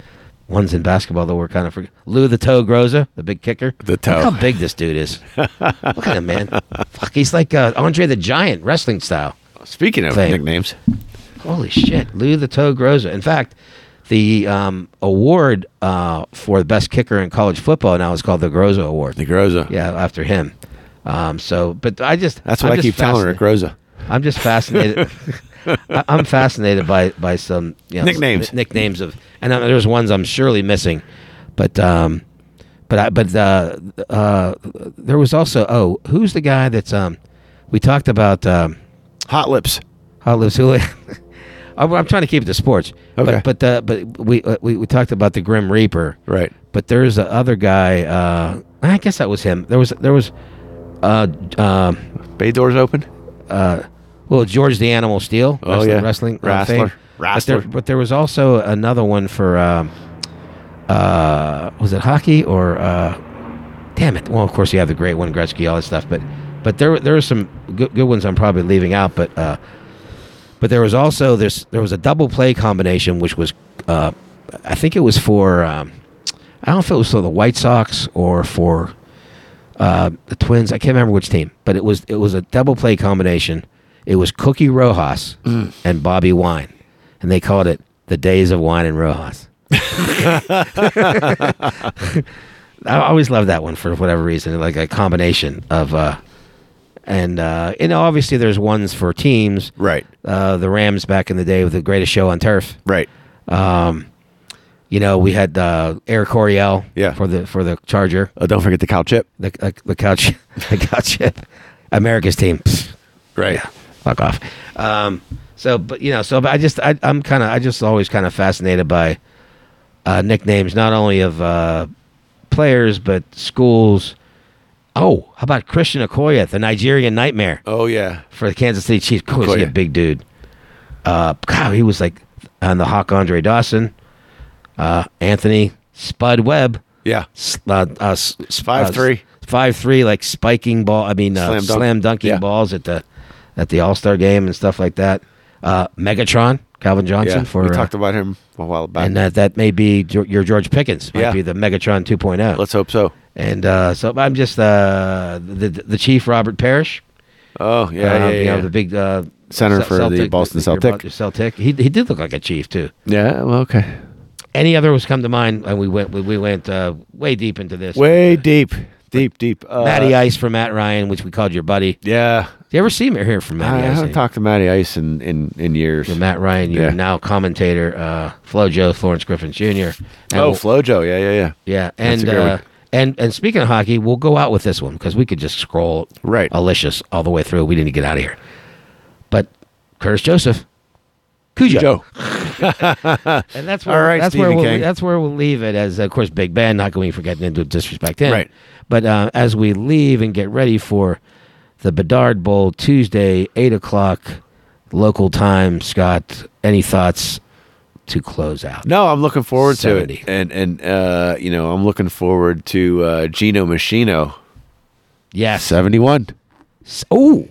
Speaker 2: ones in basketball that were kind of forget. Lou the Toe Groza, the big kicker.
Speaker 3: The toe.
Speaker 2: Look how big this dude is. Look at him, man. Fuck, he's like uh, Andre the Giant, wrestling style.
Speaker 3: Speaking of
Speaker 2: Clay.
Speaker 3: nicknames,
Speaker 2: Holy shit, Lou the Toe Groza. In fact, the um, award uh, for the best kicker in college football now is called the Groza Award.
Speaker 3: the Groza.
Speaker 2: yeah, after him. Um, so, but I just
Speaker 3: That's what
Speaker 2: I'm
Speaker 3: i
Speaker 2: just
Speaker 3: keep telling her.
Speaker 2: fascinated-
Speaker 3: Groza.
Speaker 2: I'm just fascinated. I, I'm fascinated by by some you know,
Speaker 3: Nicknames.
Speaker 2: n- nicknames of, and I, there's ones I'm surely missing, but um, but I but uh, uh, there was also oh who's the guy that's um, we talked about um.
Speaker 3: Hot lips.
Speaker 2: Hot Lips Hula. I'm, I'm trying to keep it to sports.
Speaker 3: Okay.
Speaker 2: But but, uh, but we, uh, we we talked about the Grim Reaper.
Speaker 3: Right.
Speaker 2: But there's the other guy. Uh, I guess that was him. There was there was, uh, um
Speaker 3: Bay doors open.
Speaker 2: well George the Animal Steel.
Speaker 3: Oh,
Speaker 2: wrestling, wrestling
Speaker 3: yeah.
Speaker 2: uh,
Speaker 3: Wrestler.
Speaker 2: fame. But there,
Speaker 3: Wrestler.
Speaker 2: but there was also another one for, um, uh, was it hockey or? Uh, damn it. Well, of course you have the great one Gretzky, all that stuff. But but But there, were- there are some good, good ones. I'm probably leaving out, but uh, but there was also this. There was a double play combination, which was, uh, I think it was for, um, I don't know if it was for the White Sox or for uh, the Twins. I can't remember which team, but it was it was a double play combination. It was Cookie Rojas and Bobby Wine, and they called it the Days of Wine and Rojas. I always loved that one for whatever reason, like a combination of, uh, and uh, you know, obviously there's ones for teams,
Speaker 3: Right.
Speaker 2: Uh, the Rams back in the day with the greatest show on turf,
Speaker 3: Right.
Speaker 2: Um, You know, we had uh, Eric Coryell,
Speaker 3: Yeah.
Speaker 2: for the for the Charger,
Speaker 3: Uh, don't forget the cow chip.
Speaker 2: the uh, the couch, the couch chip, America's team. Pfft,
Speaker 3: Right.
Speaker 2: fuck off. Um, so, but you know, so but I just I, I'm kind of I just always kind of fascinated by uh, nicknames, not only of uh, players but schools. Oh, how about Christian Okoye, the Nigerian nightmare
Speaker 3: Oh yeah.
Speaker 2: for the Kansas City Chiefs? Of course, he a
Speaker 3: Okoye.
Speaker 2: big dude. Uh, God, he was like on the Hawk Andre Dawson, uh, Anthony Spud Webb
Speaker 3: Yeah.
Speaker 2: s- uh, uh, s- s-
Speaker 3: Five
Speaker 2: uh,
Speaker 3: three.
Speaker 2: five three, like spiking ball. I mean, uh,
Speaker 3: Slam
Speaker 2: slam,
Speaker 3: dunk.
Speaker 2: dunking
Speaker 3: Yeah.
Speaker 2: balls at the at the All Star game and stuff like that. Uh, Megatron, Calvin Johnson
Speaker 3: Yeah.
Speaker 2: for,
Speaker 3: we
Speaker 2: uh,
Speaker 3: talked about him a while back.
Speaker 2: and uh, that that may be Ge- your George Pickens, might
Speaker 3: Yeah.
Speaker 2: be the Megatron 2.0.
Speaker 3: Let's hope so.
Speaker 2: and uh, so I'm just uh, the the chief Robert Parrish,
Speaker 3: Oh yeah.
Speaker 2: uh,
Speaker 3: yeah,
Speaker 2: you
Speaker 3: yeah.
Speaker 2: know the big uh,
Speaker 3: Center
Speaker 2: Ce-
Speaker 3: for the Boston Celtic.
Speaker 2: Boston Celtic. He he did look like a chief too.
Speaker 3: yeah. Well, okay.
Speaker 2: Any other was come to mind, and we went we, we went uh, way deep into this.
Speaker 3: Way deep, deep, deep. Uh,
Speaker 2: Matty Ice for Matt Ryan, which we called your buddy.
Speaker 3: Yeah.
Speaker 2: Do you ever see him or hear from Matty
Speaker 3: I
Speaker 2: Ice?
Speaker 3: haven't talked to Matty Ice in, in, in years.
Speaker 2: With Matt Ryan, you're
Speaker 3: Yeah.
Speaker 2: now commentator, uh, Flo Joe, Florence Griffin Jr. And
Speaker 3: oh,
Speaker 2: we'll-
Speaker 3: Flojo. Yeah, yeah, yeah.
Speaker 2: yeah,
Speaker 3: That's a
Speaker 2: and
Speaker 3: good
Speaker 2: uh,
Speaker 3: one.
Speaker 2: and and speaking of hockey, we'll go out with this one because we could just scroll
Speaker 3: Right.
Speaker 2: alicious all the way through. We need to get out of here, but Curtis Joseph, Cujo,
Speaker 3: Joe.
Speaker 2: and that's
Speaker 3: All
Speaker 2: where
Speaker 3: right,
Speaker 2: that's
Speaker 3: Stephen
Speaker 2: where we'll,
Speaker 3: King.
Speaker 2: that's where we'll leave it. As of course, Big Ben. Not going to forget into disrespect him,
Speaker 3: Right.
Speaker 2: But uh, as we leave and get ready for the Bedard Bowl Tuesday, eight o'clock local time. Scott, any thoughts to close out?
Speaker 3: No, I'm looking forward
Speaker 2: 70.
Speaker 3: to it. And, and uh, you know, I'm looking forward to uh, Gino Machino,
Speaker 2: Yes.
Speaker 3: 71.
Speaker 2: Oh,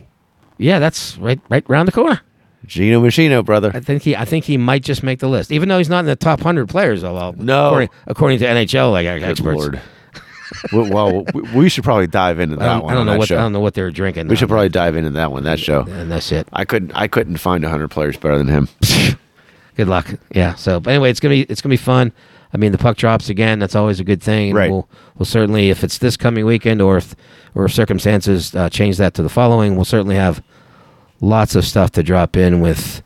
Speaker 2: yeah. That's right. Right round the corner.
Speaker 3: Gino Machino,
Speaker 2: I
Speaker 3: brother.
Speaker 2: think he. I think he might just make the list, even though he's not in the top hundred players. Although,
Speaker 3: No.
Speaker 2: according, according to NHL like
Speaker 3: Good
Speaker 2: experts.
Speaker 3: Lord. well, well, we, we should probably dive into
Speaker 2: I
Speaker 3: that
Speaker 2: don't,
Speaker 3: one.
Speaker 2: I don't
Speaker 3: on
Speaker 2: know
Speaker 3: that
Speaker 2: what
Speaker 3: show.
Speaker 2: I don't know what they're drinking.
Speaker 3: we should
Speaker 2: now.
Speaker 3: probably dive into that one, that show.
Speaker 2: and that's it.
Speaker 3: I couldn't I couldn't find 100 players better than him.
Speaker 2: Good luck. Yeah. So, but anyway, it's gonna be it's gonna be fun. I mean, the puck drops again. That's always a good thing.
Speaker 3: Right.
Speaker 2: We'll, we'll certainly, if it's this coming weekend, or if or if circumstances uh, change that to the following, we'll certainly have lots of stuff to drop in with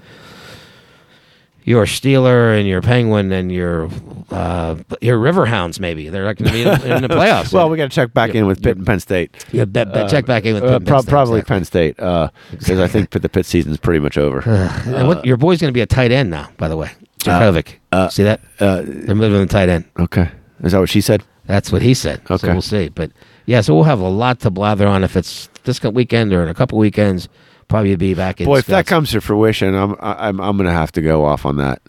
Speaker 2: your Steeler and your Penguin and your uh, your Riverhounds. Maybe they're not going to be in, in the playoffs.
Speaker 3: well, we got to check back in with
Speaker 2: yeah.
Speaker 3: Pitt and Penn State.
Speaker 2: yeah, bet, bet, check back in with
Speaker 3: Uh,
Speaker 2: Pitt,
Speaker 3: prob-
Speaker 2: Penn State,
Speaker 3: probably
Speaker 2: exactly.
Speaker 3: Penn State, because I think the Pitt season's pretty much over.
Speaker 2: And what, your boy's going to be a tight end now. By the way,
Speaker 3: Uh,
Speaker 2: Djokovic. See that? they're moving the tight end.
Speaker 3: okay, is that what she said?
Speaker 2: That's what he said. So
Speaker 3: Okay.
Speaker 2: we'll see. But yeah, so we'll have a lot to blather on if it's this co- weekend or in a couple weekends. Probably be back in.
Speaker 3: Boy, if that
Speaker 2: Scotts-
Speaker 3: comes to fruition, I'm I- I'm I'm gonna have to go off on that.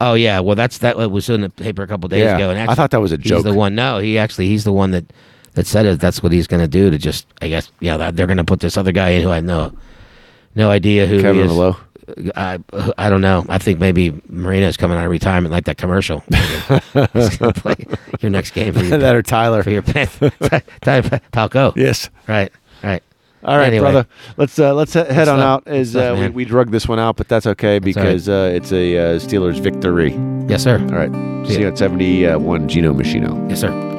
Speaker 2: Oh yeah, well that's that was in the paper a couple days
Speaker 3: Yeah,
Speaker 2: ago. And
Speaker 3: I
Speaker 2: actually,
Speaker 3: thought that was a
Speaker 2: He's
Speaker 3: joke.
Speaker 2: the one. No, he actually he's the one that that said it. That's what he's going to do to just. I guess yeah, that- they're going to put this other guy in who I know. No idea who he
Speaker 3: Kevin
Speaker 2: is.
Speaker 3: Lowe.
Speaker 2: I, I don't know. I think maybe Marina's coming out of retirement like that commercial. He's gonna play your next game for your,
Speaker 3: that or Tyler.
Speaker 2: for your Palco.
Speaker 3: Yes.
Speaker 2: Right. Right.
Speaker 3: All right,
Speaker 2: Anyway.
Speaker 3: brother. Let's uh, let's he- head on
Speaker 2: up?
Speaker 3: out. As
Speaker 2: What's up,
Speaker 3: uh, we,
Speaker 2: man?
Speaker 3: we drug this one out, but that's okay
Speaker 2: all right.
Speaker 3: because uh, it's a uh, Steelers victory.
Speaker 2: Yes, sir.
Speaker 3: All right. See,
Speaker 2: ya.
Speaker 3: you at seventy-one, Gino Machino.
Speaker 2: Yes, sir.